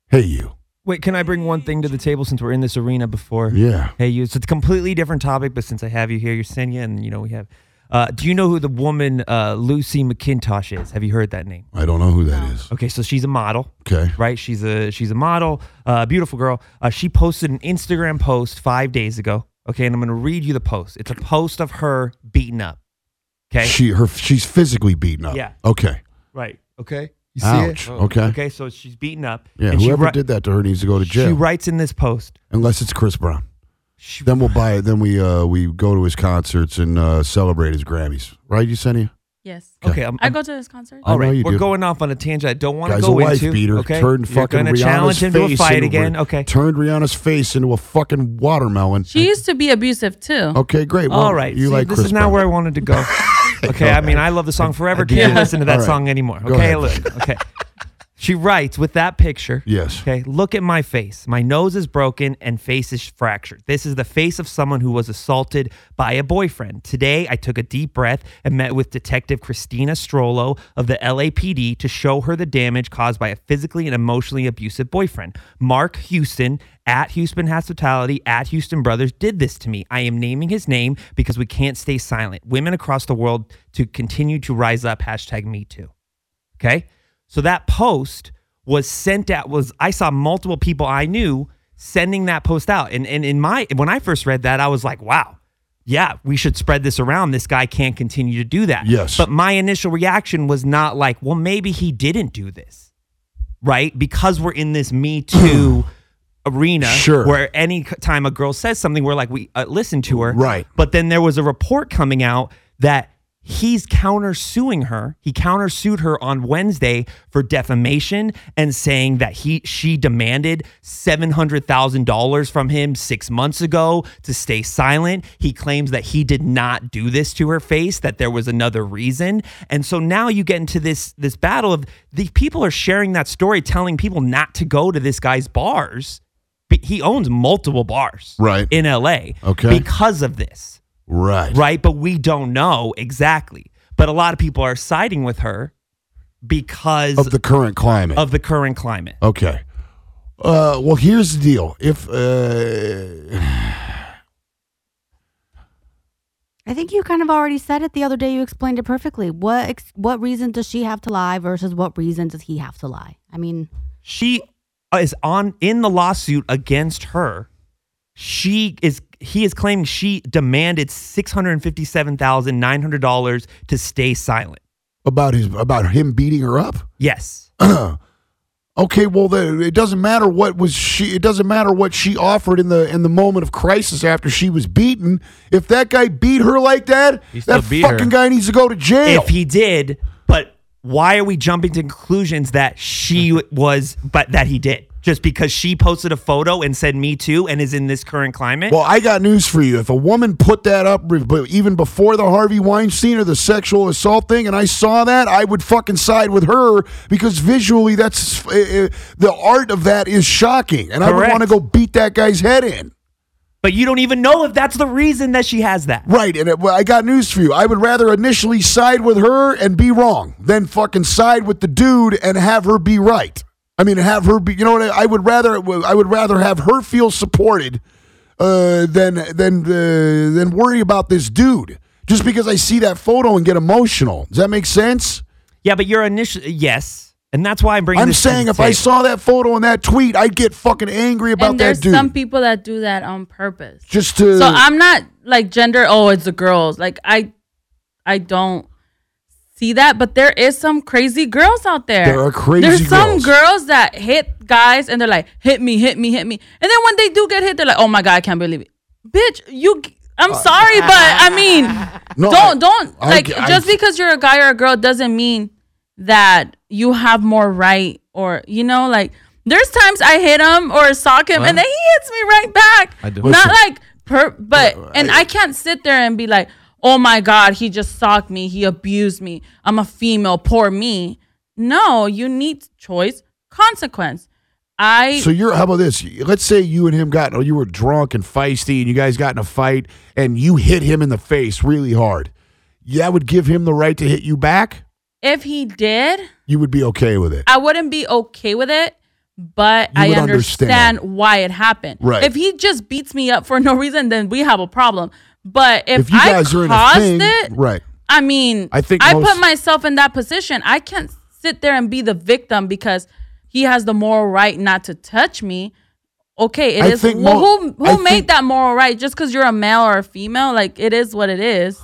S4: Hey, you.
S6: Wait, can I bring one thing to the table since we're in this arena before?
S4: Yeah.
S6: Hey, you. It's a completely different topic, but since I have you here, you're Senya, and you know we have. Uh, do you know who the woman uh, Lucy McIntosh is? Have you heard that name?
S4: I don't know who that is.
S6: Okay, so she's a model.
S4: Okay.
S6: right? She's a she's a model, uh, beautiful girl. Uh, she posted an Instagram post five days ago. Okay, and I'm gonna read you the post. It's a post of her beaten up. Okay,
S4: She her she's physically beaten up.
S6: Yeah.
S4: Okay.
S6: right. Okay, you see
S4: Ouch.
S6: it?
S4: Okay.
S6: Okay, so she's beaten up.
S4: Yeah.
S6: and she
S4: Whoever
S6: wri-
S4: did that to her needs to go to
S6: She
S4: jail.
S6: writes in this post.
S4: Unless it's Chris Brown.
S6: She,
S4: Then we'll buy it. Then we uh we go to his concerts and uh celebrate his Grammys. Right, Yesenia?
S8: Yes.
S6: okay, I'm,
S8: I go to this concert.
S4: I
S6: all
S4: know
S6: right.
S4: you
S6: We're
S4: do.
S6: going off on a tangent. I don't want to
S4: Guy's
S6: go
S4: a wife
S6: into.
S4: beater.
S6: okay,
S4: Turned fucking
S6: You're gonna
S4: Rihanna's
S6: challenge him to a
S4: face
S6: fight
S4: into-
S6: again. Okay.
S4: Turned Rihanna's face into a fucking watermelon.
S8: She used to be abusive too.
S4: okay, great. Well,
S6: All right.
S4: You
S6: See,
S4: like
S6: this
S4: Chris
S6: is not
S4: Brown.
S6: where I wanted to go. okay. I mean, I love the song forever.
S4: did.
S6: Can't listen to that
S4: All right.
S6: song anymore.
S4: Go
S6: Okay.
S4: ahead.
S6: Look. Okay. She writes with that picture.
S4: Yes.
S6: Okay. Look at my face. My nose is broken and face is fractured. This is the face of someone who was assaulted by a boyfriend. Today, I took a deep breath and met with Detective Christina Strollo of the LAPD to show her the damage caused by a physically and emotionally abusive boyfriend. Mark Houston at Houston Hospitality at Houston Brothers did this to me. I am naming his name because we can't stay silent. Women across the world to continue to rise up. Hashtag me too. Okay. So that post was sent out was I saw multiple people I knew sending that post out. And and in my when I first read that, I was like, wow, yeah, we should spread this around. This guy can't continue to do that.
S4: Yes.
S6: But my initial reaction was not like, well, maybe he didn't do this. Right? Because we're in this Me Too arena
S4: Sure.
S6: where any c- time a girl says something we're like we uh, listen to her
S4: Right.
S6: but then there was a report coming out that he's countersuing her. He countersued her on Wednesday for defamation and saying that he she demanded $700,000 from him 6 months ago to stay silent. He claims that he did not do this to her face, that there was another reason. And so now you get into this this battle of the people are sharing that story telling people not to go to this guy's bars. But He owns multiple bars
S4: Right.
S6: in LA
S4: Okay.
S6: because of this,
S4: Right.
S6: right? But we don't know exactly. But a lot of people are siding with her because
S4: Of the current climate.
S6: of the current climate.
S4: Okay. Uh, well, here's the deal. If uh,
S7: I think you kind of already said it the other day. You explained it perfectly. What ex- what reason does she have to lie versus what reason does he have to lie? I mean,
S6: She is on in the lawsuit against her. She is he is claiming she demanded $657,900 to stay silent.
S4: about his about him beating her up,
S6: Yes.
S4: okay. Well, the, it doesn't matter what was she. It doesn't matter what she offered in the in the moment of crisis after she was beaten. If that guy beat her like that,
S5: He still
S4: that
S5: beat her.
S4: fucking guy needs to go to jail.
S6: If he did, but why are we jumping to conclusions that she was, but that he did? Just because she posted a photo and said me too and is in this current climate?
S4: Well, I got news for you. If a woman put that up re- but even before the Harvey Weinstein or the sexual assault thing, and I saw that, I would fucking side with her because visually, that's uh, uh, the art of that is shocking, and I would
S6: Correct.
S4: want to go beat that guy's head in.
S6: but you don't even know if that's the reason that she has that.
S4: Right, and it, well, I got news for you. I would rather initially side with her and be wrong than fucking side with the dude and have her be right. I mean, have her be. You know what? I, I would rather. I would rather have her feel supported uh, than than uh, than worry about this dude just because I see that photo and get emotional. Does that make sense?
S6: Yeah, but your initial, yes. And that's why I'm bringing
S4: I'm
S6: this to
S4: saying
S6: the
S4: if I
S6: table.
S4: saw that photo and that tweet, I'd get fucking angry about
S8: and there's
S4: that dude.
S8: some people that do that on purpose.
S4: just to
S8: so I'm not like gender. Oh, it's the girls. Like I, I don't see that. But there is some crazy girls out there.
S4: There are crazy
S8: There's some
S4: girls.
S8: girls that hit guys and they're like, hit me, hit me, hit me. And then when they do get hit, they're like, oh my god, I can't believe it, bitch. You,
S4: Uh,
S8: I'm sorry, but I mean,
S4: No,
S8: don't
S4: I-
S8: don't
S4: I-
S8: like
S4: I-
S8: just because you're a guy or a girl doesn't mean that you have more right or you know like there's times I hit him or sock him and then he hits me right back.
S5: I do.
S8: Not
S5: Listen.
S8: like per but and I can't sit there and be like, "Oh my god, he just socked me. He abused me. I'm a female, poor me." No, you need choice, consequence. I
S4: So you're how about this? Let's say you and him got or you were drunk and feisty and you guys got in a fight and you hit him in the face really hard. That would give him the right to hit you back.
S8: if he did,
S4: You would be okay with it.
S8: I wouldn't be okay with it, but
S4: You
S8: I
S4: would
S8: understand,
S4: understand.
S8: why it happened.
S4: Right.
S8: If he just beats me up for no reason, then we have a problem. But if,
S4: If you
S8: I
S4: guys are in a
S8: caused
S4: thing,
S8: it,
S4: right?
S8: I mean,
S4: I
S8: I
S4: think
S8: think I
S4: most-
S8: put myself in that position. I can't sit there and be the victim because he has the moral right not to touch me. Okay, it
S4: I
S8: is.
S4: think
S8: well,
S4: mo-
S8: who
S4: I
S8: who made
S4: think-
S8: that moral right? Just because you're a male or a female, like it is what it is.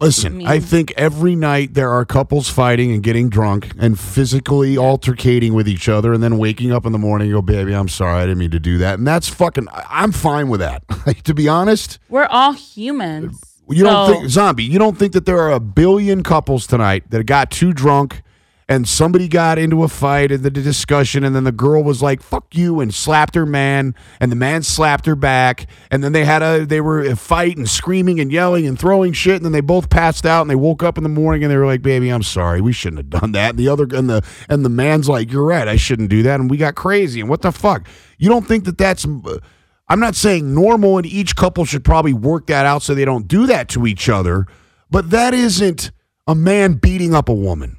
S4: Listen,
S8: mean-
S4: I think every night there are couples fighting and getting drunk and physically altercating with each other and then waking up in the morning and go, baby, I'm sorry, I didn't mean to do that. And that's fucking, I- I'm fine with that. Like, to be honest,
S8: We're all humans.
S4: you don't
S8: So-
S4: think, zombie, you don't think that there are a billion couples tonight that got too drunk and somebody got into a fight and the the discussion and then the girl was like, fuck you and slapped her man and the man slapped her back. And then they had a, they were a fight and screaming and yelling and throwing shit. And then they both passed out and they woke up in the morning and they were like, baby, I'm sorry. We shouldn't have done that. And the other, and the, and the man's like, you're right. I shouldn't do that. And we got crazy. And what the fuck? You don't think that that's, I'm not saying normal and each couple should probably work that out so they don't do that to each other, but that isn't a man beating up a woman.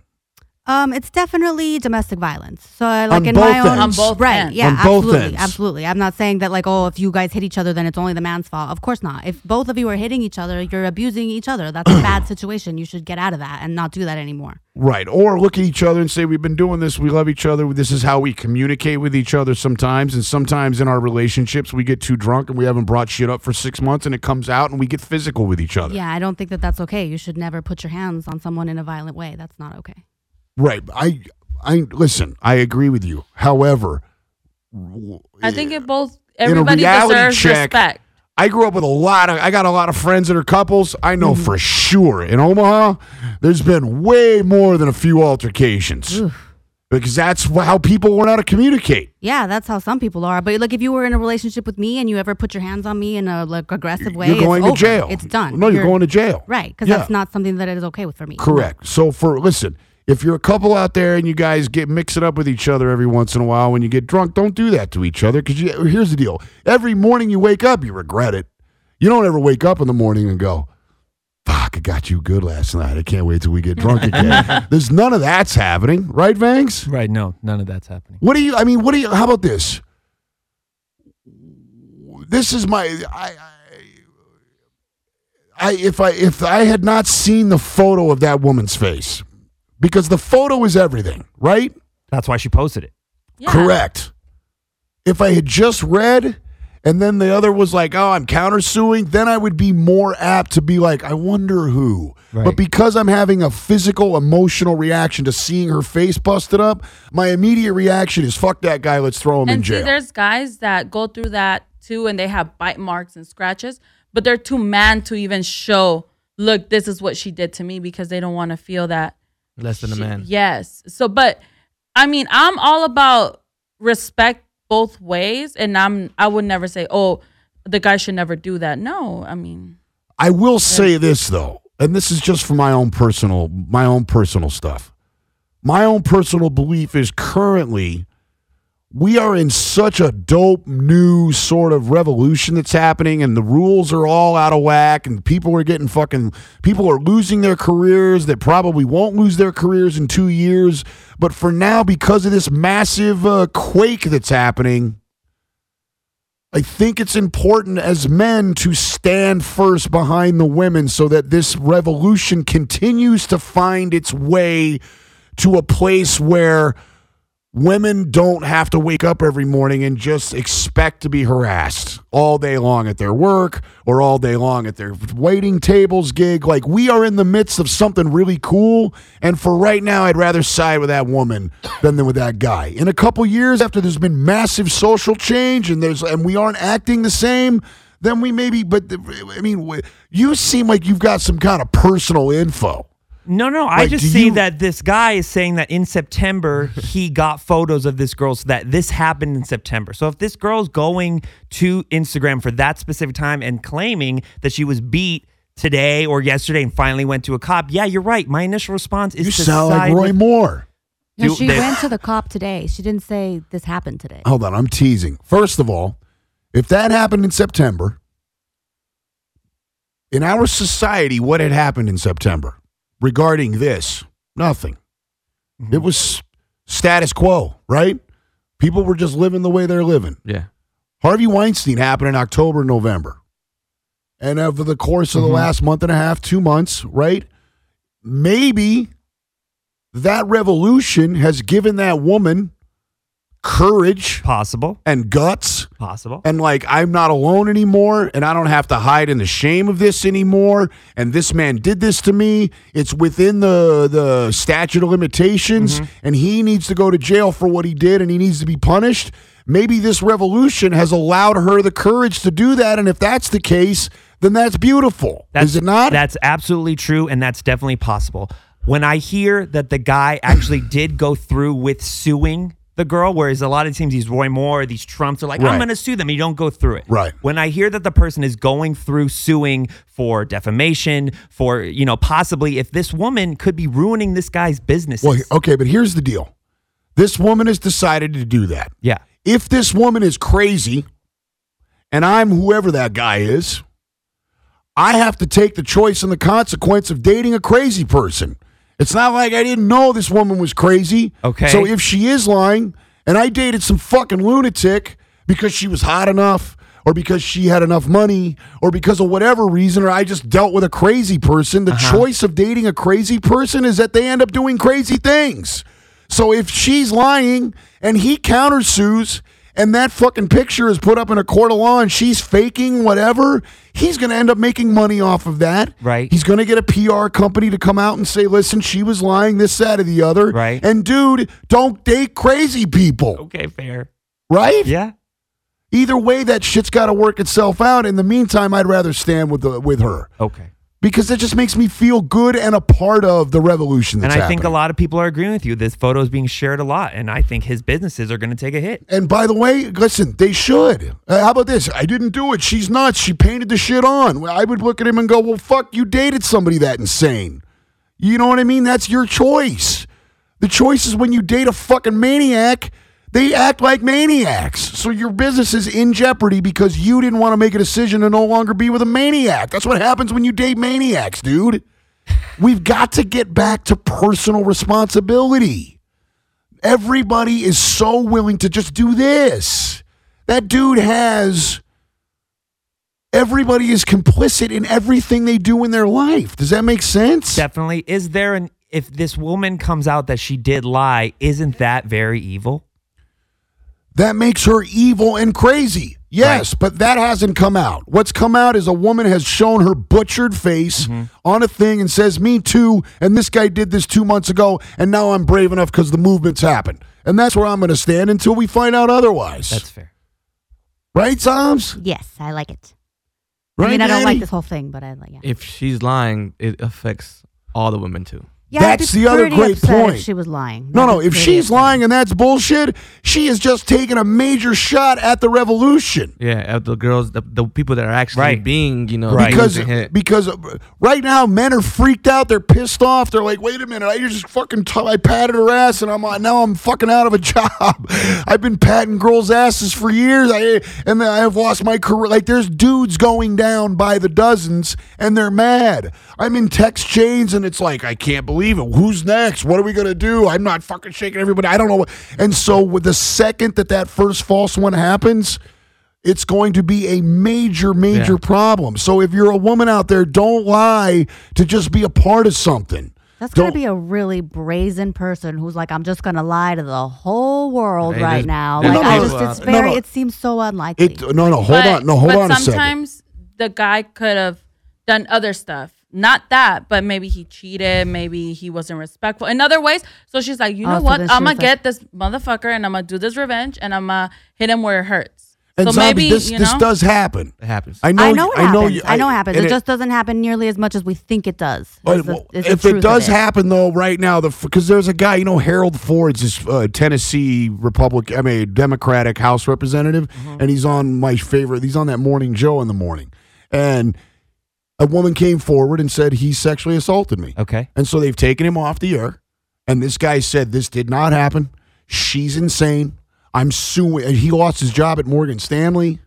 S7: Um, it's definitely domestic violence. So, uh, like
S4: On
S7: in
S4: both
S7: my own,
S4: ends. On
S8: both
S7: right?
S8: ends.
S7: Yeah,
S4: On both
S7: absolutely,
S4: ends.
S7: absolutely. I'm not saying that like, oh, if you guys hit each other, then it's only the man's fault. Of course not. If both of you are hitting each other, you're abusing each other. That's a bad situation. You should get out of that and not do that anymore.
S4: Right. Or look at each other and say, We've been doing this. We love each other. This is how we communicate with each other sometimes. And sometimes in our relationships, we get too drunk and we haven't brought shit up for six months and it comes out and we get physical with each other.
S7: Yeah, I don't think that that's okay. You should never put your hands on someone in a violent way. That's not okay.
S4: Right. I, I, listen, I agree with you. However,
S8: I think it both.
S4: a
S8: Everybody
S4: reality
S8: deserves
S4: check-
S8: respect.
S4: I grew up with a lot of I got a lot of friends that are couples. I
S7: Mm-hmm.
S4: know for sure in Omaha, there's been way more than a few altercations. Because that's wh- how people learn how to communicate.
S7: Yeah, that's how some people are. But like, if you were in a relationship with me and you ever put your hands on me in a like aggressive way,
S4: you're going
S7: it's
S4: to
S7: over.
S4: jail.
S7: It's done.
S4: No, you're, going to jail.
S7: right because
S4: Yeah.
S7: that's not something that is okay with for me.
S4: Correct. So for listen, if you're a couple out there and you guys get mix it up with each other every once in a while when you get drunk, don't do that to each other because here's the deal: every morning you wake up, you regret it. You don't ever wake up in the morning and go, "Fuck, I got you good last night. I can't wait till we get drunk again." There's none of that's happening, right, Vangs?
S6: Right. No, none of that's happening.
S4: What do you? I mean, what do you? How about this? This is my. I, I, I if I if I had not seen the photo of that woman's face, because the photo is everything, right?
S6: That's why she posted it.
S8: Yeah.
S4: Correct. If I had just read and then the other was like, oh, I'm countersuing, then I would be more apt to be like, I wonder who. But
S5: Right.
S4: because I'm having a physical, emotional reaction to seeing her face busted up, my immediate reaction is, fuck that guy, let's throw him in
S8: And see,
S4: jail.
S8: there's guys that go through that too, and they have bite marks and scratches, but they're too man to even show. Look, this is what she did to me because they don't want to feel that.
S5: Less than a
S8: she-
S5: man.
S8: Yes. So, but I mean, I'm all about respect both ways, and I'm I would never say, oh, the guy should never do that. No, I mean,
S4: I will say this though, and this is just for my own personal my own personal stuff. My own personal belief is currently we are in such a dope new sort of revolution that's happening and the rules are all out of whack and people are getting fucking people are losing their careers that probably won't lose their careers in 2 years, but for now because of this massive uh, quake that's happening, I think it's important as men to stand first behind the women so that this revolution continues to find its way to a place where women don't have to wake up every morning and just expect to be harassed all day long at their work or all day long at their waiting tables gig. Like, we are in the midst of something really cool. And for right now, I'd rather side with that woman than with that guy. In a couple years, after there's been massive social change and there's, and we aren't acting the same. Then we maybe, but the- I mean, wh- you seem like you've got some kind of personal info.
S6: No, no. I
S4: Like, do
S6: just see
S4: you-
S6: that this guy is saying that in September he got photos of this girl, so that this happened in September. So if this girl's going to Instagram for that specific time and claiming that she was beat today or yesterday and finally went to a cop, yeah, you're right. My initial response is
S4: You
S6: to
S4: sound like
S6: side
S4: Roy
S6: with-
S4: Moore.
S7: No,
S6: Do
S7: she
S6: they-
S7: went to the cop today. She didn't say this happened today.
S4: Hold on, I'm teasing. First of all, if that happened in September, in our society, what had happened in September regarding this? Nothing. It was status quo, right? People were just living the way they're living.
S5: Yeah.
S4: Harvey Weinstein happened in October, November. And over the course of the last month and a half, two months, right? Maybe that revolution has given that woman courage
S6: Possible.
S4: and guts
S6: Possible.
S4: and like I'm not alone anymore and I don't have to hide in the shame of this anymore and this man did this to me it's within the the statute of limitations and he needs to go to jail for what he did and he needs to be punished maybe this revolution has allowed her the courage to do that and if that's the case then that's beautiful is it not
S6: That's absolutely true, and that's definitely possible. When I hear that the guy actually did go through with suing the girl, whereas a lot of times these Roy Moore, these Trumps are like,
S4: Right.
S6: I'm going to sue them. and You don't go through it.
S4: Right.
S6: When I hear that the person is going through suing for defamation, for, you know, possibly if this woman could be ruining this guy's business.
S4: well he- oh. okay but here's the deal this woman has decided to do that
S6: yeah.
S4: if this woman is crazy and I'm whoever that guy is, I have to take the choice and the consequence of dating a crazy person. It's not like I didn't know this woman was crazy.
S6: Okay.
S4: So if she is lying and I dated some fucking lunatic because she was hot enough or because she had enough money or because of whatever reason or I just dealt with a crazy person, the choice of dating a crazy person is that they end up doing crazy things. So if she's lying and he countersues and that fucking picture is put up in a court of law and she's faking whatever, he's going to end up making money off of that.
S6: Right.
S4: He's going to get a PR company to come out and say, listen, she was lying, this, that, or the other.
S6: Right.
S4: And dude, don't date crazy people.
S6: Okay, fair.
S4: Right?
S6: Yeah.
S4: Either way, that shit's got to work itself out. In the meantime, I'd rather stand with, the, with her
S6: Okay.
S4: because it just makes me feel good and a part of the revolution
S6: And I
S4: that's
S6: think a
S4: happening.
S6: lot of people are agreeing with you. This photo is being shared a lot, and I think his businesses are going to take a hit.
S4: And by the way, listen, they should. Uh, how about this? I didn't do it. She's nuts. She painted the shit on. Well, I would look at him and go, well, fuck, you dated somebody that insane. You know what I mean? That's your choice. The choice is when you date a fucking maniac, they act like maniacs. So your business is in jeopardy because you didn't want to make a decision to no longer be with a maniac. That's what happens when you date maniacs, dude. We've got to get back to personal responsibility. Everybody is so willing to just do this. That dude has. Everybody is complicit in everything they do in their life. Does that make sense?
S6: Definitely. Is there an if this woman comes out that she did lie, isn't that very evil?
S4: That makes her evil and crazy. Yes, but that hasn't come out. What's come out is a woman has shown her butchered face
S7: Mm-hmm.
S4: on a thing and says, Me too. And this guy did this two months ago. And now I'm brave enough because the movement's happened. And that's where I'm going to stand until we find out otherwise.
S6: That's fair.
S4: right, Soms?
S7: Yes, I like it.
S4: Right,
S7: I mean, I don't
S4: Danny?
S7: like this whole thing, but I like yeah.
S5: If she's lying, it affects all the women too.
S7: yeah
S4: That's
S7: I'd be
S4: the other
S7: pretty
S4: great
S7: upset if
S4: point.
S7: she was lying.
S4: No,
S7: I'd
S4: no.
S7: be
S4: If
S7: pretty
S4: she's
S7: upset.
S4: lying and that's bullshit, she is just taking a major shot at the revolution.
S5: Yeah, at the girls, the, the people that are actually
S6: Right.
S5: being, you know,
S6: Right.
S4: Because
S5: losing it.
S4: because right now men are freaked out. They're pissed off. They're like, wait a minute, I just fucking t- I patted her ass and I'm on- now I'm fucking out of a job. I've been patting girls' asses for years. I and I have lost my career. Like there's dudes going down by the dozens and they're mad. I'm in text chains and it's like I can't believe it. Who's next? What are we gonna do? I'm not fucking shaking everybody. I don't know. What, and so with the second that that first false one happens it's going to be a major, major
S5: Yeah.
S4: problem. So if you're a woman out there, don't lie to just be a part of something.
S7: That's gonna
S4: Don't-
S7: be a really brazen person who's like, I'm just gonna lie to the whole world
S5: Hey,
S7: right
S5: there's-
S7: now.
S5: there's
S7: Like,
S4: no
S7: I
S4: people
S7: just, it's
S4: out there. No,
S7: very,
S4: no.
S7: it seems so unlikely.
S4: It no no hold
S8: but,
S4: on no hold
S8: but
S4: on a second.
S8: sometimes the guy could have done other stuff. Not that, but maybe he cheated. Maybe he wasn't respectful in other ways. So she's like, you
S7: Oh,
S8: know
S7: so
S8: what?
S7: then she
S8: I'm
S7: was
S8: gonna get
S7: like-
S8: this motherfucker, and I'm gonna do this revenge, and I'm gonna hit him where it hurts.
S4: And
S8: so
S4: zombie,
S8: maybe
S4: this
S8: you know.
S4: this does happen.
S5: it happens.
S4: I know
S7: I know it
S4: I
S7: happens.
S4: know you-
S7: I, know it happens. It,
S4: and
S7: just doesn't happen nearly as much as we think it does. is
S4: But
S7: the-
S4: well,
S7: is the
S4: if
S7: truth
S4: it
S7: of
S4: does happen though, right now, the because there's a guy, you know, Harold Ford's this uh, Tennessee Republican, I mean, Democratic House representative,
S5: Mm-hmm.
S4: and he's on my favorite. He's on that morning Joe in the morning, and a woman came forward and said he sexually assaulted me.
S6: Okay.
S4: And so they've taken him off the air And this guy said this did not happen. She's insane. I'm suing. and He lost his job at Morgan Stanley.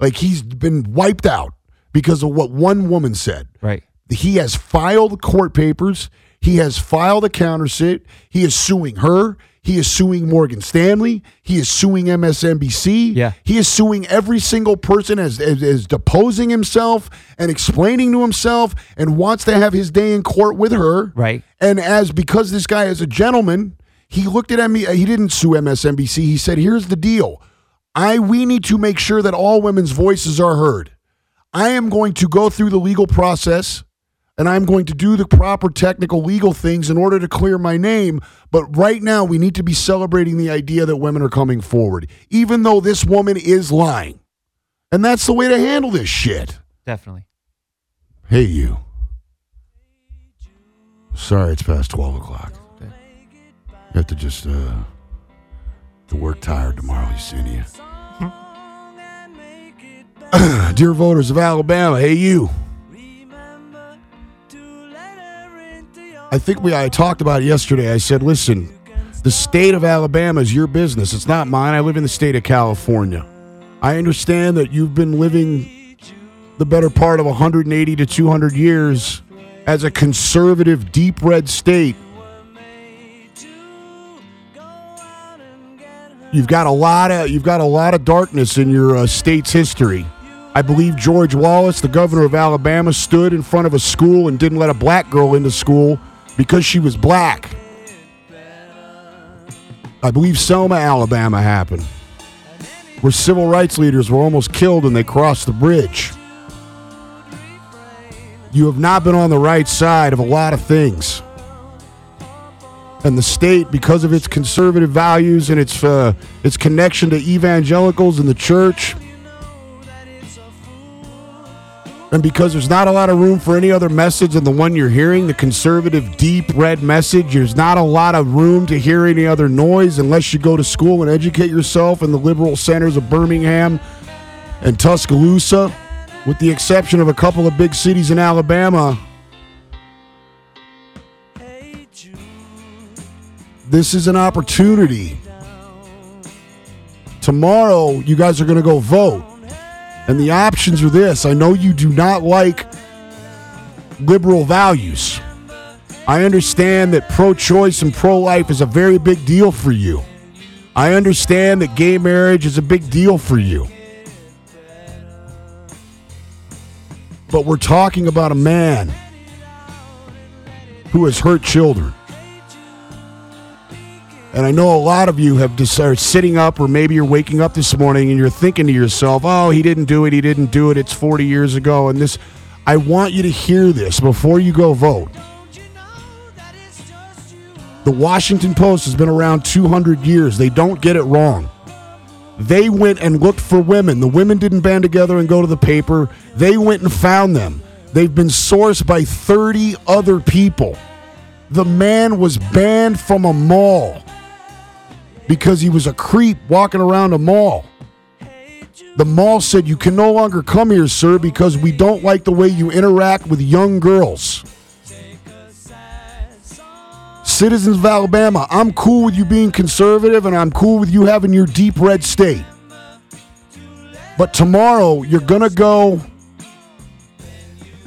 S4: Like he's been wiped out because of what one woman said.
S6: Right.
S4: He has filed court papers. He has filed a countersuit. He is suing her. He is suing Morgan Stanley. He is suing MSNBC.
S6: Yeah.
S4: He is suing every single person as, as, as deposing himself and explaining to himself and wants to have his day in court with her.
S6: Right.
S4: And as because this guy is a gentleman, he looked at me. He didn't sue MSNBC. He said, "Here's the deal. I we need to make sure that all women's voices are heard. I am going to go through the legal process." And I'm going to do the proper technical legal things in order to clear my name. But right now, we need to be celebrating the idea that women are coming forward, even though this woman is lying. And that's the way to handle this shit.
S6: Definitely.
S4: Hey, you. Sorry, it's past 12 o'clock. You have to just, uh, to work tired tomorrow, you send you. Dear voters of Alabama, hey, you. I think we, I talked about it yesterday. I said, listen, the state of Alabama is your business. It's not mine. I live in the state of California. I understand that you've been living the better part of 180 to 200 years as a conservative, deep red state. You've got a lot of you've got a lot of darkness in your uh, state's history. I believe George Wallace, the governor of Alabama, stood in front of a school and didn't let a black girl into school because she was black. I believe Selma, Alabama, happened where civil rights leaders were almost killed when they crossed the bridge. You have not been on the right side of a lot of things. And the state, because of its conservative values and its, uh, its connection to evangelicals and the church, and because there's not a lot of room for any other message than the one you're hearing, the conservative, deep red message, there's not a lot of room to hear any other noise unless you go to school and educate yourself in the liberal centers of Birmingham and Tuscaloosa. With the exception of a couple of big cities in Alabama, this is an opportunity. Tomorrow, you guys are going to go vote. And the options are this I know you do not like liberal values. I understand that pro choice and pro life is a very big deal for you. I understand that gay marriage is a big deal for you. But we're talking about a man who has hurt children. And I know a lot of you have just are sitting up, or maybe you're waking up this morning and you're thinking to yourself, "Oh, he didn't do it. He didn't do it. It's 40 years ago." And this, I want you to hear this before you go vote. The Washington Post has been around 200 years. They don't get it wrong. They went and looked for women. The women didn't band together and go to the paper. They went and found them. They've been sourced by 30 other people. The man was banned from a mall because he was a creep walking around a mall. The mall said, You can no longer come here, sir, because we don't like the way you interact with young girls. Citizens of Alabama, I'm cool with you being conservative and I'm cool with you having your deep red state. But tomorrow, you're going to go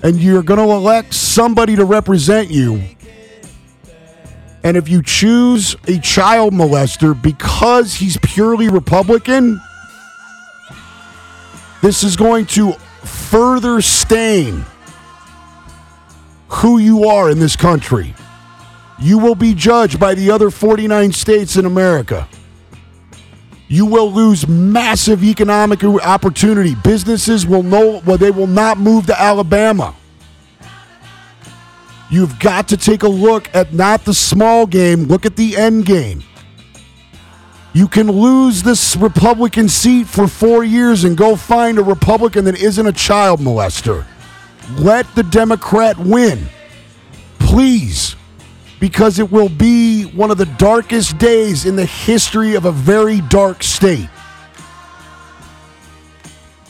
S4: and you're going to elect somebody to represent you. And if you choose a child molester because he's purely Republican, this is going to further stain who you are in this country. You will be judged by the other 49 states in America. You will lose massive economic opportunity. Businesses will know well, they will not move to Alabama. You've got to take a look at not the small game, look at the end game. You can lose this Republican seat for four years and go find a Republican that isn't a child molester. Let the Democrat win, please, because it will be one of the darkest days in the history of a very dark state.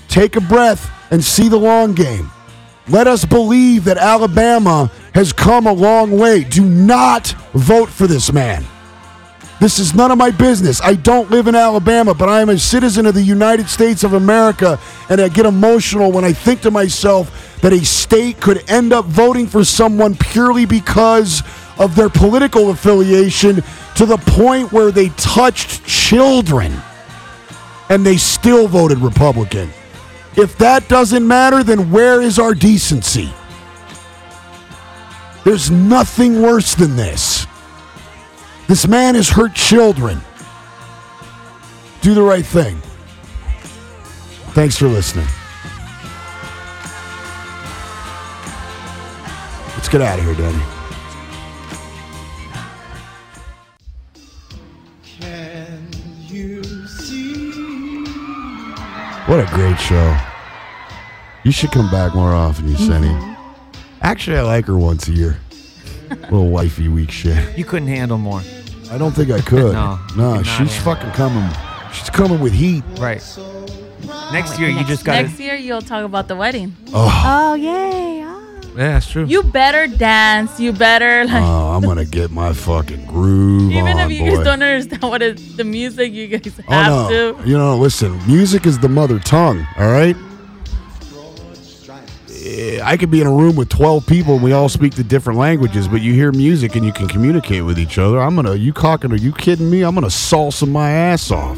S4: Take a breath and see the long game. Let us believe that Alabama has come a long way. Do not vote for this man. This is none of my business. I don't live in Alabama, but I am a citizen of the United States of America, and I get emotional when I think to myself that a state could end up voting for someone purely because of their political affiliation to the point where they touched children and they still voted Republican. If that doesn't matter, then where is our decency? There's nothing worse than this. This man has hurt children. Do the right thing. Thanks for listening. Let's get out of here, Danny. What a great show. You should come back more often, you Senny. Actually, I like her once a year. Little wifey weak shit.
S6: You couldn't handle more.
S4: I don't think I could.
S6: No,
S4: Nah,
S6: you could not
S4: she's
S6: handle
S4: fucking coming. She's coming with heat.
S6: Right. Next year, you
S7: next-
S6: just got
S8: Next
S6: to.
S8: year, you'll talk about the wedding.
S7: Oh, yay. Ah.
S5: Yeah, that's true.
S8: You better dance. You better, like,
S4: Oh, I'm gonna get my fucking groove
S8: even
S4: on,
S8: if you
S4: Oh, boy.
S8: guys don't understand what is the music, you guys have
S4: oh no,
S8: to.
S4: you know, listen, music is the mother tongue. All right. Eh, I could be in a room with 12 people and we all speak the different languages, but you hear music and you can communicate with each other. I'm gonna, you cocking? Are you kidding me? I'm gonna salsa my ass off.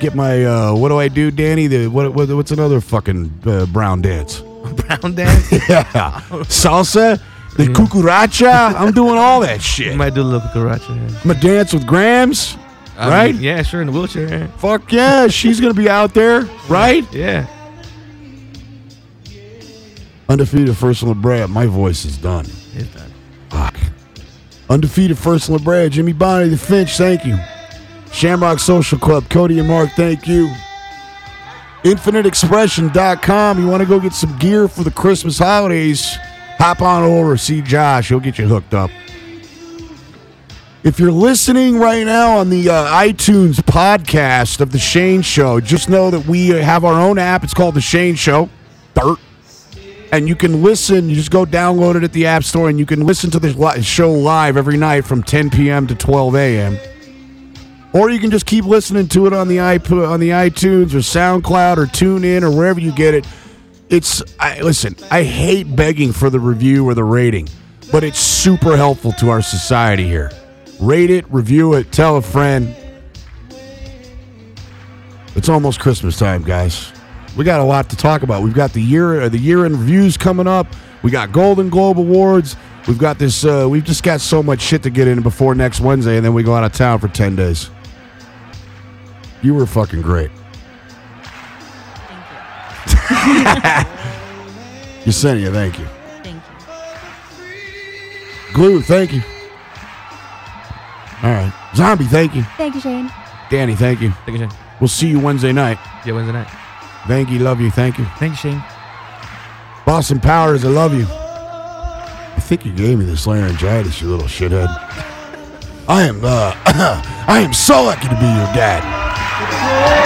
S4: Get my, uh, what do I do, Danny? The what, what what's another fucking uh, brown dance?
S5: Brown dance.
S4: Yeah. Salsa, the cucaracha. I'm doing all that shit.
S5: You might do a little cucaracha. yeah.
S4: I'm gonna dance with Grams,
S5: I mean,
S4: right?
S5: yeah, sure. In the wheelchair. yeah.
S4: Fuck yeah, she's gonna be out there, right?
S5: Yeah.
S4: Undefeated first La Brea, my voice is done.
S5: It's done.
S4: Fuck. Undefeated first La Brea, Jimmy Bonnie, the Finch, thank you. Shamrock Social Club, Cody and Mark, thank you. InfiniteExpression.com. You want to go get some gear for the Christmas holidays? Hop on over, see Josh. He'll get you hooked up. If you're listening right now on the uh, iTunes podcast of The Shane Show, just know that we have our own app. It's called The Shane Show. Dirt. And you can listen. You just go download it at the App Store, and you can listen to this li- show live every night from 10 p.m. to 12 a.m. Or you can just keep listening to it on the iP- on the iTunes or SoundCloud or TuneIn or wherever you get it. It's I listen. I hate begging for the review or the rating, but it's super helpful to our society here. Rate it, review it, tell a friend. It's almost Christmas time, guys. We got a lot to talk about. We've got the year, uh, the year in reviews coming up. We got Golden Globe awards. We've got this. Uh, we've just got so much shit to get in before next Wednesday, and then we go out of town for ten days. You were fucking great. Yesenia, thank you.
S8: Thank you.
S4: Glue, thank you. All right. Zombie, thank you.
S7: Thank you, Shane.
S4: Danny, thank you.
S5: Thank you, Shane.
S4: We'll see you Wednesday night.
S5: Yeah, Wednesday night.
S4: Thank you. Love you. Thank you.
S6: Thanks, Shane.
S4: Boston Powers, I love you. I think you gave me this laryngitis, you little shithead. I am, uh, I am so lucky to be your dad.